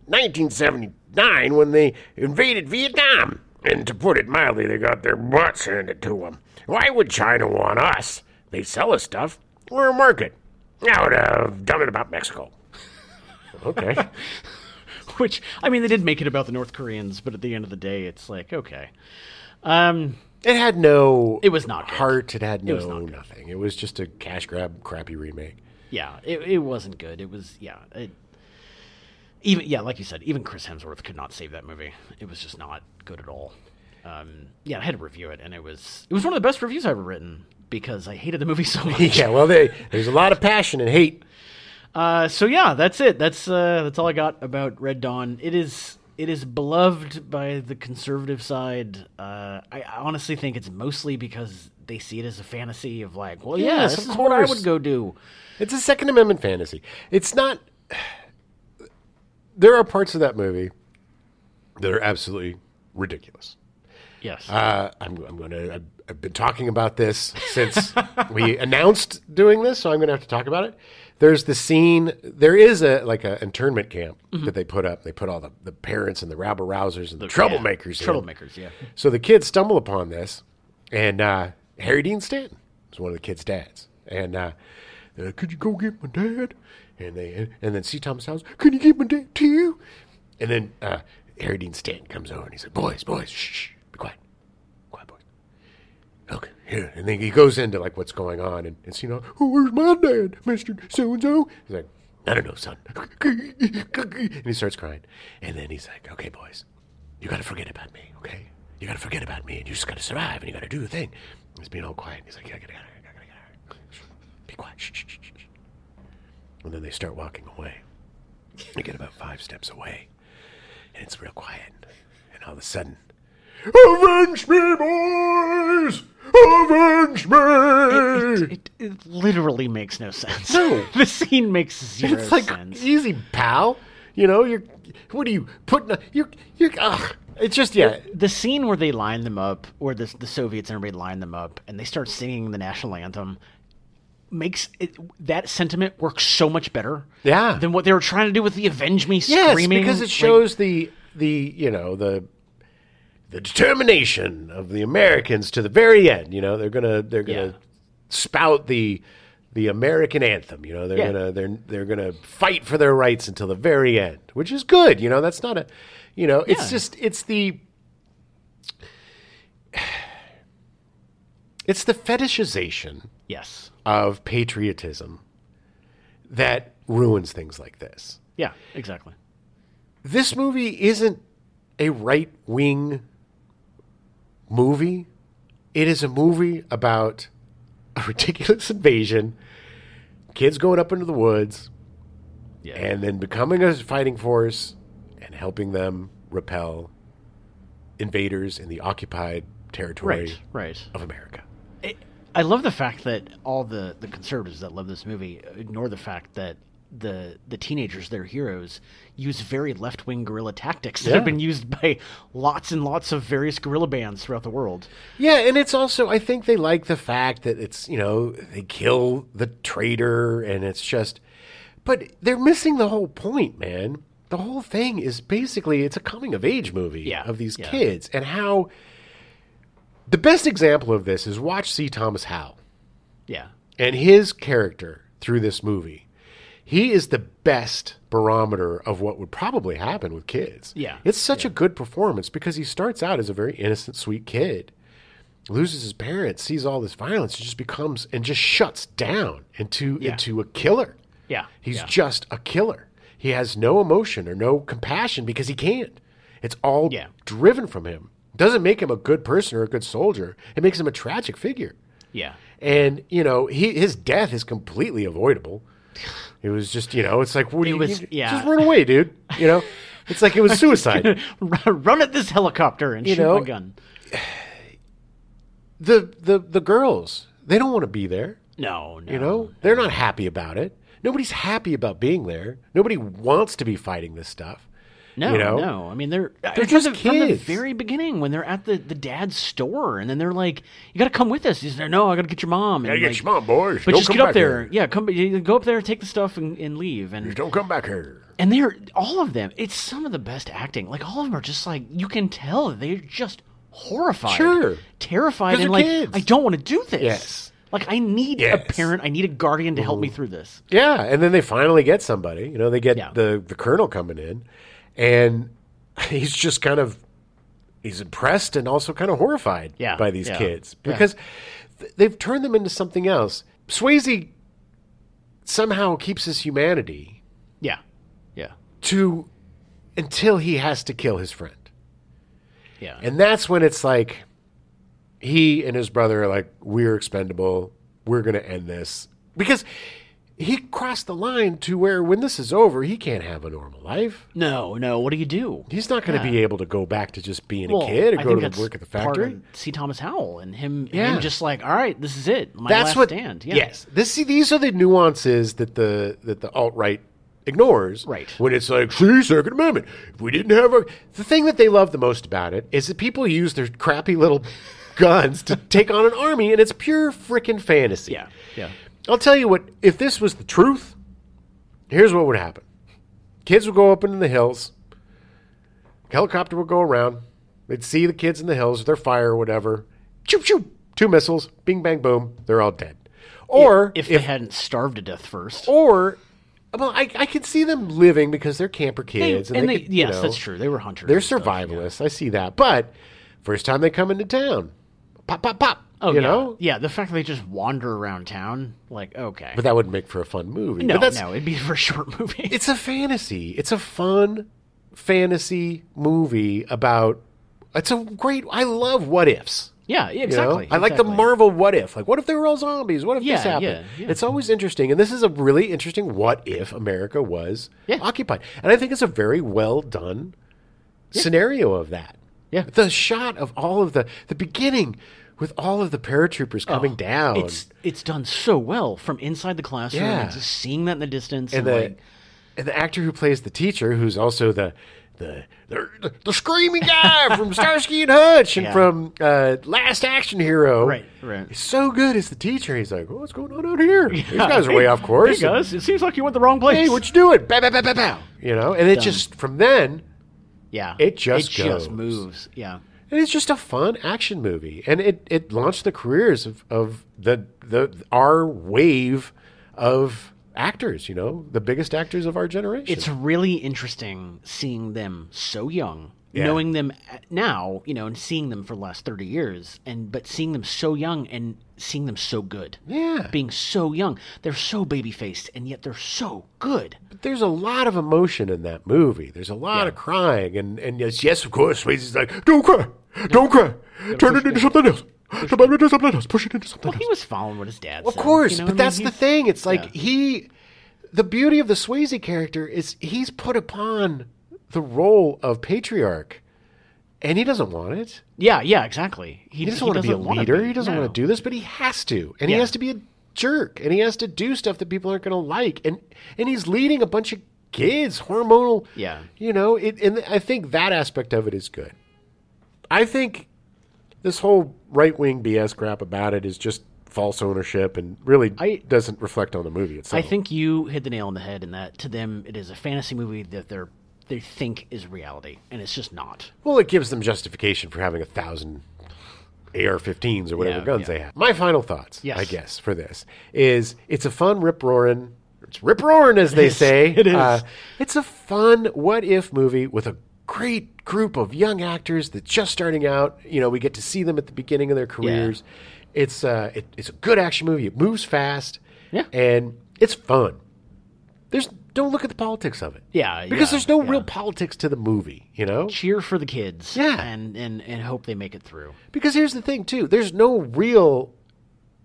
[SPEAKER 3] 1979 when they invaded Vietnam. And to put it mildly, they got their butts handed to them. Why would China want us? They sell us stuff. We're a market. I would have done it about Mexico. [LAUGHS]
[SPEAKER 1] Okay.
[SPEAKER 2] which I mean they did make it about the North Koreans, but at the end of the day, it's like okay, um,
[SPEAKER 1] It had no.
[SPEAKER 2] It was not good.
[SPEAKER 1] heart. It had no
[SPEAKER 2] was not good.
[SPEAKER 1] nothing. It was just a cash grab, crappy remake.
[SPEAKER 2] yeah, it, it wasn't good. It was yeah, it, even yeah, like you said, even Chris Hemsworth could not save that movie. It was just not good at all. Um, yeah, I had to review it, and it was it was one of the best reviews I've ever written because I hated the movie so much.
[SPEAKER 1] Yeah. Well, they, there's a lot of passion and hate.
[SPEAKER 2] Uh, so yeah, that's it. That's uh, that's all I got about Red Dawn. It is it is beloved by the conservative side. Uh, I I honestly think it's mostly because they see it as a fantasy of like, well, yeah,
[SPEAKER 1] Yes,
[SPEAKER 2] this
[SPEAKER 1] of
[SPEAKER 2] is what I
[SPEAKER 1] course.
[SPEAKER 2] would go do.
[SPEAKER 1] It's a Second Amendment fantasy. It's not. There are parts of that movie that are absolutely ridiculous.
[SPEAKER 2] Yes.
[SPEAKER 1] Uh, I'm, I'm going to. I've been talking about this
[SPEAKER 2] [LAUGHS]
[SPEAKER 1] since we announced doing this, so I'm going to have to talk about it. There's the scene. There is a like an internment camp that they put up. They put all the, the parents and the rabble rousers and the, troublemakers.
[SPEAKER 2] Mm-hmm. Yeah.
[SPEAKER 1] in.
[SPEAKER 2] Troublemakers. Yeah.
[SPEAKER 1] So the kids stumble upon this, and uh, Harry Dean Stanton is one of the kids' dads. And uh, they're like, could you go get my dad? And they and then C. Thomas Howes, could you get my dad too? And then uh, Harry Dean Stanton comes over and he's like, boys, boys, shh, shh be quiet, quiet, boys. Okay, here. And then he goes into like what's going on, and, and so, you know, oh, where's my dad, Mister So and So? He's like, I don't know, son. and he starts crying, and then he's like, okay, boys, you gotta forget about me, okay? You gotta forget about me, and you just gotta survive, and you gotta do the thing. He's being all quiet. and He's like, yeah, I gotta, I gotta, I gotta, I gotta, Shh, be quiet. Shh, shh, shh, shh, shh. And then they start walking away. They get about five steps away, and it's real quiet. And all of a sudden, avenge me, boys! Avenge me!
[SPEAKER 2] It, it, it literally makes no sense.
[SPEAKER 1] No.
[SPEAKER 2] [LAUGHS] the scene makes zero
[SPEAKER 1] it's like
[SPEAKER 2] sense.
[SPEAKER 1] easy, pal. You know, you're. What are you putting? a- You're. You're. Ugh. It's just yeah.
[SPEAKER 2] the scene where they line them up, where the the Soviets and everybody line them up, and they start singing the national anthem, makes it, that sentiment work so much better.
[SPEAKER 1] Yeah.
[SPEAKER 2] Than what they were trying to do with the "Avenge Me"
[SPEAKER 1] Yes,
[SPEAKER 2] screaming.
[SPEAKER 1] because it
[SPEAKER 2] like-
[SPEAKER 1] shows the the you know the the determination of the Americans to the very end. You know, they're gonna they're gonna
[SPEAKER 2] Yeah.
[SPEAKER 1] spout the the American anthem. You know, they're
[SPEAKER 2] Yeah.
[SPEAKER 1] gonna they're they're gonna fight for their rights until the very end, which is good. You know, that's not a you know, it's
[SPEAKER 2] Yeah.
[SPEAKER 1] just it's the It's the fetishization
[SPEAKER 2] Yes.
[SPEAKER 1] of patriotism that ruins things like this.
[SPEAKER 2] Yeah, exactly.
[SPEAKER 1] This movie isn't a right wing movie, it is a movie about a ridiculous [LAUGHS] invasion, kids going up into the woods,
[SPEAKER 2] Yeah.
[SPEAKER 1] and then becoming a fighting force and helping them repel invaders in the occupied territory
[SPEAKER 2] right, right.
[SPEAKER 1] of America.
[SPEAKER 2] I- I love the fact that all the, the conservatives that love this movie ignore the fact that the the teenagers, their heroes, use very left wing guerrilla tactics that
[SPEAKER 1] Yeah.
[SPEAKER 2] have been used by lots and lots of various guerrilla bands throughout the world.
[SPEAKER 1] Yeah, and it's also I think they like the fact that it's, you know, they kill the traitor and it's just but they're missing the whole point, man. The whole thing is basically it's a coming of age movie
[SPEAKER 2] Yeah,
[SPEAKER 1] of these
[SPEAKER 2] yeah.
[SPEAKER 1] kids and how the best example of this is watch C. Thomas Howe
[SPEAKER 2] Yeah,
[SPEAKER 1] and his character through this movie. He is the best barometer of what would probably happen with kids.
[SPEAKER 2] Yeah.
[SPEAKER 1] It's such a good performance because he starts out as a very innocent, sweet kid, loses his parents, sees all this violence, and just becomes and just shuts down into
[SPEAKER 2] Yeah.
[SPEAKER 1] into a killer.
[SPEAKER 2] yeah.
[SPEAKER 1] He's
[SPEAKER 2] yeah.
[SPEAKER 1] just a killer. He has no emotion or no compassion because he can't. It's all
[SPEAKER 2] Yeah.
[SPEAKER 1] driven from him. Doesn't make him a good person or a good soldier. It makes him a tragic figure.
[SPEAKER 2] yeah.
[SPEAKER 1] And you know, he his death is completely avoidable. It was just you know, it's like what do
[SPEAKER 2] It
[SPEAKER 1] you,
[SPEAKER 2] was-
[SPEAKER 1] you-
[SPEAKER 2] yeah.
[SPEAKER 1] just run away, dude. You know, it's like it was
[SPEAKER 2] [LAUGHS]
[SPEAKER 1] suicide.
[SPEAKER 2] Run at this helicopter and shoot
[SPEAKER 1] know,
[SPEAKER 2] my gun.
[SPEAKER 1] the the the girls they don't want to be there.
[SPEAKER 2] No, no.
[SPEAKER 1] You know, they're not happy about it. Nobody's happy about being there. Nobody wants to be fighting this stuff.
[SPEAKER 2] No,
[SPEAKER 1] you know?
[SPEAKER 2] no. I mean, they're uh,
[SPEAKER 1] They're
[SPEAKER 2] from
[SPEAKER 1] just
[SPEAKER 2] the, from the
[SPEAKER 1] kids.
[SPEAKER 2] very beginning when they're at the, the dad's store, and then they're like, "You got to come with us." He's like, "No, I got to get your mom." And
[SPEAKER 3] Gotta get
[SPEAKER 2] like,
[SPEAKER 3] your mom, boys.
[SPEAKER 2] But
[SPEAKER 3] Don't
[SPEAKER 2] just
[SPEAKER 3] come
[SPEAKER 2] get up
[SPEAKER 3] back
[SPEAKER 2] there.
[SPEAKER 3] here.
[SPEAKER 2] Yeah, come you go up there, take the stuff, and, and leave. And
[SPEAKER 3] Don't come back here.
[SPEAKER 2] and they're all of them. It's some of the best acting. Like all of them are just like you can tell they're just horrified,
[SPEAKER 1] Sure.
[SPEAKER 2] terrified,
[SPEAKER 1] 'Cause
[SPEAKER 2] and
[SPEAKER 1] they're
[SPEAKER 2] like
[SPEAKER 1] kids.
[SPEAKER 2] I don't want to do this.
[SPEAKER 1] Yes.
[SPEAKER 2] Like I need a
[SPEAKER 3] Yes.
[SPEAKER 2] parent. I need a guardian to help me through this.
[SPEAKER 1] Yeah, and then they finally get somebody. You know, they get
[SPEAKER 2] Yeah.
[SPEAKER 1] the the colonel coming in, and [LAUGHS] he's just kind of he's impressed and also kind of horrified
[SPEAKER 2] Yeah,
[SPEAKER 1] by these
[SPEAKER 2] yeah,
[SPEAKER 1] kids
[SPEAKER 2] yeah.
[SPEAKER 1] because th- they've turned them into something else. Swayze somehow keeps his humanity
[SPEAKER 2] Yeah, yeah,
[SPEAKER 1] to until he has to kill his friend,
[SPEAKER 2] yeah.
[SPEAKER 1] and that's when it's like he and his brother are like, "We're expendable. We're going to end this." Because he crossed the line to where, when this is over, he can't have a normal life.
[SPEAKER 2] no, no. What do you do?
[SPEAKER 1] He's not going to be able to go back to just being
[SPEAKER 2] Well,
[SPEAKER 1] a kid
[SPEAKER 2] I
[SPEAKER 1] or go
[SPEAKER 2] think
[SPEAKER 1] to
[SPEAKER 2] that's
[SPEAKER 1] the work at the
[SPEAKER 2] part
[SPEAKER 1] factory.
[SPEAKER 2] of See Thomas Howell and him,
[SPEAKER 1] Yeah.
[SPEAKER 2] him just like, all right, this is it. My
[SPEAKER 1] that's
[SPEAKER 2] last
[SPEAKER 1] what.
[SPEAKER 2] stand. Yeah.
[SPEAKER 1] Yes, this see these are the nuances that the that the alt right ignores.
[SPEAKER 2] Right.
[SPEAKER 1] when it's like, see, Second Amendment. If we didn't have a the thing that they love the most about it is that people use their crappy little guns
[SPEAKER 2] [LAUGHS]
[SPEAKER 1] to take on an army, and it's pure freaking fantasy.
[SPEAKER 2] yeah, yeah,
[SPEAKER 1] I'll tell you what, if this was the truth, here's what would happen. Kids would go up into the hills, helicopter would go around, they'd see the kids in the hills, with their fire or whatever. Choop choop, two missiles, bing bang boom, they're all dead. Or
[SPEAKER 2] If, they hadn't starved to death first,
[SPEAKER 1] or well, I, I can see them living because they're camper kids.
[SPEAKER 2] and, they,
[SPEAKER 1] could, you
[SPEAKER 2] yes,
[SPEAKER 1] know,
[SPEAKER 2] that's true. They were hunters.
[SPEAKER 1] They're
[SPEAKER 2] and stuff.
[SPEAKER 1] survivalists. I see that. But first time they come into town, pop, pop, pop.
[SPEAKER 2] Oh,
[SPEAKER 1] you
[SPEAKER 2] yeah.
[SPEAKER 1] know?
[SPEAKER 2] yeah. The fact that they just wander around town, like, okay,
[SPEAKER 1] But that wouldn't make for a fun movie.
[SPEAKER 2] no,
[SPEAKER 1] but that's,
[SPEAKER 2] no, it'd be for a [LAUGHS] short movie.
[SPEAKER 1] it's a fantasy. It's a fun fantasy movie about. It's a great. I love what ifs.
[SPEAKER 2] yeah, yeah,
[SPEAKER 1] you know?
[SPEAKER 2] exactly.
[SPEAKER 1] I like the
[SPEAKER 2] exactly.
[SPEAKER 1] Marvel what if. Like, what if they were all zombies? What if
[SPEAKER 2] Yeah,
[SPEAKER 1] this happened?
[SPEAKER 2] yeah, yeah.
[SPEAKER 1] It's always interesting, and this is a really interesting what if America was
[SPEAKER 2] Yeah.
[SPEAKER 1] occupied, and I think it's a very well done scenario of that.
[SPEAKER 2] Yeah.
[SPEAKER 1] the shot of all of the the beginning with all of the paratroopers coming down.
[SPEAKER 2] Oh, It's it's done so well from inside the classroom.
[SPEAKER 1] Yeah.
[SPEAKER 2] and just seeing that in the distance
[SPEAKER 1] and
[SPEAKER 2] and,
[SPEAKER 1] the
[SPEAKER 2] like,
[SPEAKER 1] and the actor who plays the teacher, who's also the the the, the screaming
[SPEAKER 2] [LAUGHS]
[SPEAKER 1] guy from Starsky and Hutch and
[SPEAKER 2] Yeah.
[SPEAKER 1] from uh, Last Action Hero,
[SPEAKER 2] Right, right.
[SPEAKER 1] He's so good as the teacher. He's like, what's going on out
[SPEAKER 2] [LAUGHS]
[SPEAKER 1] here? These guys are way off course.
[SPEAKER 2] Hey guys, it seems like you went the wrong place.
[SPEAKER 1] Hey, what you doing? Bow, bow, bow, bow, bow. You know, and it just from then,
[SPEAKER 2] yeah,
[SPEAKER 1] it just
[SPEAKER 2] it
[SPEAKER 1] goes.
[SPEAKER 2] just moves. Yeah.
[SPEAKER 1] and it's just a fun action movie, and it it launched the careers of of the the our wave of actors. You know, the biggest actors of our generation.
[SPEAKER 2] It's really interesting seeing them so young knowing them at- now, you know, and seeing them for the last 30 years and but seeing them so young and seeing them so good.
[SPEAKER 1] Yeah.
[SPEAKER 2] Being so young. They're so baby-faced and yet they're so good.
[SPEAKER 1] But there's a lot of emotion in that movie. There's a lot of crying, and and yes, yes, of course, Swayze's like, don't cry, don't cry, turn it into something else, turn it into something else, push it into something
[SPEAKER 2] He
[SPEAKER 1] else.
[SPEAKER 2] was following what his dad
[SPEAKER 1] Of course, but that's the thing. It's like
[SPEAKER 2] Yeah.
[SPEAKER 1] he, the beauty of the Swayze character is he's put upon the role of patriarch, and he doesn't want it.
[SPEAKER 2] Yeah, yeah, exactly. He,
[SPEAKER 1] He doesn't want to be a leader. He doesn't want to do this, but he has to, and he
[SPEAKER 2] Yeah.
[SPEAKER 1] has to be a jerk, and he has to do stuff that people aren't going to like, and and he's leading a bunch of kids, hormonal.
[SPEAKER 2] Yeah.
[SPEAKER 1] you know, it, and I think that aspect of it is good. I think this whole right wing BS crap about it is just false ownership, and really
[SPEAKER 2] I-
[SPEAKER 1] doesn't reflect on the movie itself.
[SPEAKER 2] I think you hit the nail on the head in that to them it is a fantasy movie that they're they think is reality and it's just not.
[SPEAKER 1] Well, it gives them justification for having a thousand AR-15s or whatever
[SPEAKER 2] Yeah,
[SPEAKER 1] guns
[SPEAKER 2] yeah.
[SPEAKER 1] they have. My final thoughts,
[SPEAKER 2] Yes.
[SPEAKER 1] I guess, for this is it's a fun rip roaring. It's rip roaring, as they say.
[SPEAKER 2] [LAUGHS]
[SPEAKER 1] Uh,
[SPEAKER 2] It is.
[SPEAKER 1] it's a fun what if movie with a great group of young actors that's just starting out. You know, we get to see them at the beginning of their careers. It's uh, it, it's a good action movie. It moves fast.
[SPEAKER 2] Yeah.
[SPEAKER 1] and it's fun. There's don't look at the politics of it.
[SPEAKER 2] Yeah,
[SPEAKER 1] because
[SPEAKER 2] yeah,
[SPEAKER 1] there's no
[SPEAKER 2] yeah.
[SPEAKER 1] real politics to the movie. You know,
[SPEAKER 2] Cheer for the kids
[SPEAKER 1] Yeah.
[SPEAKER 2] and, and and hope they make it through.
[SPEAKER 1] because here's the thing, too. There's no real,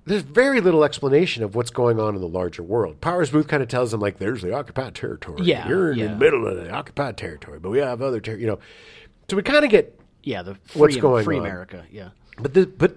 [SPEAKER 1] there's very little explanation of what's going on in the larger world. Powers Booth kind of tells them, like, there's the occupied territory. and
[SPEAKER 2] Yeah,
[SPEAKER 1] You're in
[SPEAKER 2] yeah.
[SPEAKER 1] the middle of the occupied territory, but we have other territory, you know. So we kind of get,
[SPEAKER 2] Yeah, the free,
[SPEAKER 1] What's going
[SPEAKER 2] free
[SPEAKER 1] on?
[SPEAKER 2] America, yeah.
[SPEAKER 1] but the, but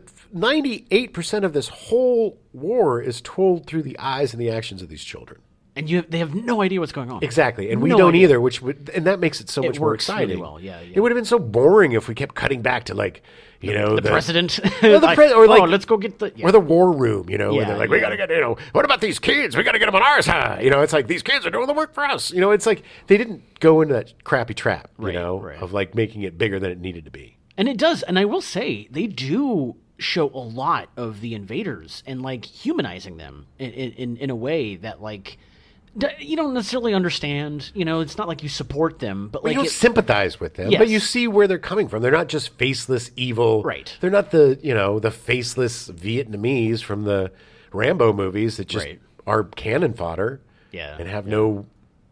[SPEAKER 1] 98% of this whole war is told through the eyes and the actions of these children.
[SPEAKER 2] And you have, they have no idea what's going on.
[SPEAKER 1] Exactly, and we
[SPEAKER 2] No
[SPEAKER 1] don't
[SPEAKER 2] idea.
[SPEAKER 1] either, which would, and that makes it so much more
[SPEAKER 2] works really
[SPEAKER 1] exciting.
[SPEAKER 2] well, yeah, yeah.
[SPEAKER 1] It would have been so boring if we kept cutting back to like, you know,
[SPEAKER 2] The president
[SPEAKER 1] Or the
[SPEAKER 2] [LAUGHS]
[SPEAKER 1] pres- or like,
[SPEAKER 2] oh, let's go get the yeah.
[SPEAKER 1] or the war room, you know, where
[SPEAKER 2] Yeah,
[SPEAKER 1] they're like, we
[SPEAKER 2] yeah.
[SPEAKER 1] got to get, you know, what about these kids? We got to get them on our side. You know, it's like, these kids are doing the work for us. You know, it's like they didn't go into that crappy trap, you
[SPEAKER 2] Right,
[SPEAKER 1] know,
[SPEAKER 2] right.
[SPEAKER 1] of like making it bigger than it needed to be.
[SPEAKER 2] And it does, and I will say they do show a lot of the invaders and like humanizing them in in, in, in a way that like d- you don't necessarily understand. You know, it's not like you support them, but
[SPEAKER 1] But
[SPEAKER 2] like
[SPEAKER 1] you don't
[SPEAKER 2] it-
[SPEAKER 1] sympathize with them, but
[SPEAKER 2] Yes.
[SPEAKER 1] you see where they're coming from. They're not just faceless evil.
[SPEAKER 2] Right.
[SPEAKER 1] They're not the, you know, the faceless Vietnamese from the Rambo movies that just
[SPEAKER 2] Right.
[SPEAKER 1] are cannon fodder
[SPEAKER 2] Yeah,
[SPEAKER 1] and have no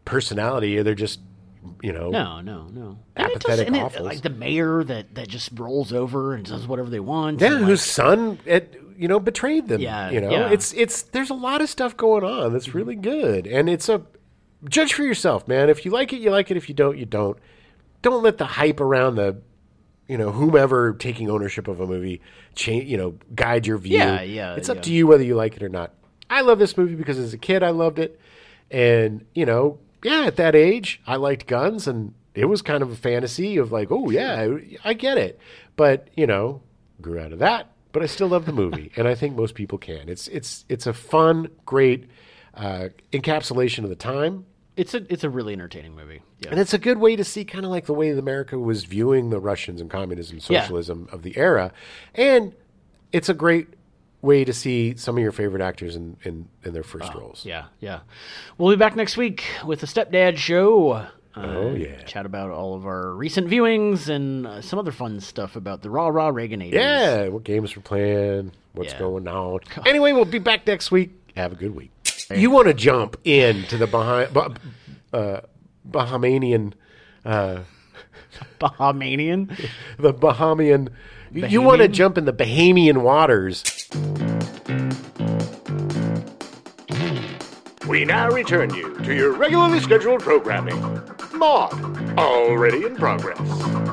[SPEAKER 1] personality. They're just, you know,
[SPEAKER 2] no, no, no.
[SPEAKER 1] Apathetic
[SPEAKER 2] and it does, and it,
[SPEAKER 1] offals.
[SPEAKER 2] like the mayor that that just rolls over and does whatever they want.
[SPEAKER 1] Yeah,
[SPEAKER 2] and, like,
[SPEAKER 1] whose son it you know betrayed them.
[SPEAKER 2] Yeah,
[SPEAKER 1] you know
[SPEAKER 2] yeah.
[SPEAKER 1] it's it's there's a lot of stuff going on that's really good, and it's a judge for yourself, man. If you like it, you like it. If you don't, you don't. Don't let the hype around the you know whomever taking ownership of a movie change you know guide your view.
[SPEAKER 2] Yeah, yeah,
[SPEAKER 1] It's up
[SPEAKER 2] yeah.
[SPEAKER 1] to you whether you like it or not. I love this movie because as a kid I loved it, and you know yeah at that age I liked guns and. It was kind of a fantasy of like, oh yeah, I I get it, but you know, grew out of that, but I still love the
[SPEAKER 2] [LAUGHS]
[SPEAKER 1] movie, and I think most people can. It's it's it's a fun, great uh, encapsulation of the time,
[SPEAKER 2] it's a it's a really entertaining movie. Yeah.
[SPEAKER 1] and it's a good way to see kind of like the way that America was viewing the Russians and communism,
[SPEAKER 2] Yeah.
[SPEAKER 1] socialism of the era, and it's a great way to see some of your favorite actors in in, in their first roles.
[SPEAKER 2] Yeah, yeah. We'll be back next week with the Stepdad Show. Uh,
[SPEAKER 1] Oh, yeah.
[SPEAKER 2] Chat about all of our recent viewings and uh, some other fun stuff about the raw, raw Reagan 80s.
[SPEAKER 1] Yeah, what games we're playing, what's
[SPEAKER 2] Yeah.
[SPEAKER 1] going on. Anyway, we'll be back next week. Have a good week. You want to jump into the Baham- bah- uh, Bahamian, uh,
[SPEAKER 2] [LAUGHS] Bahamian.
[SPEAKER 1] the Bahamian. You want to jump in the Bahamian waters.
[SPEAKER 3] We now return you to your regularly scheduled programming. Maud, already in progress.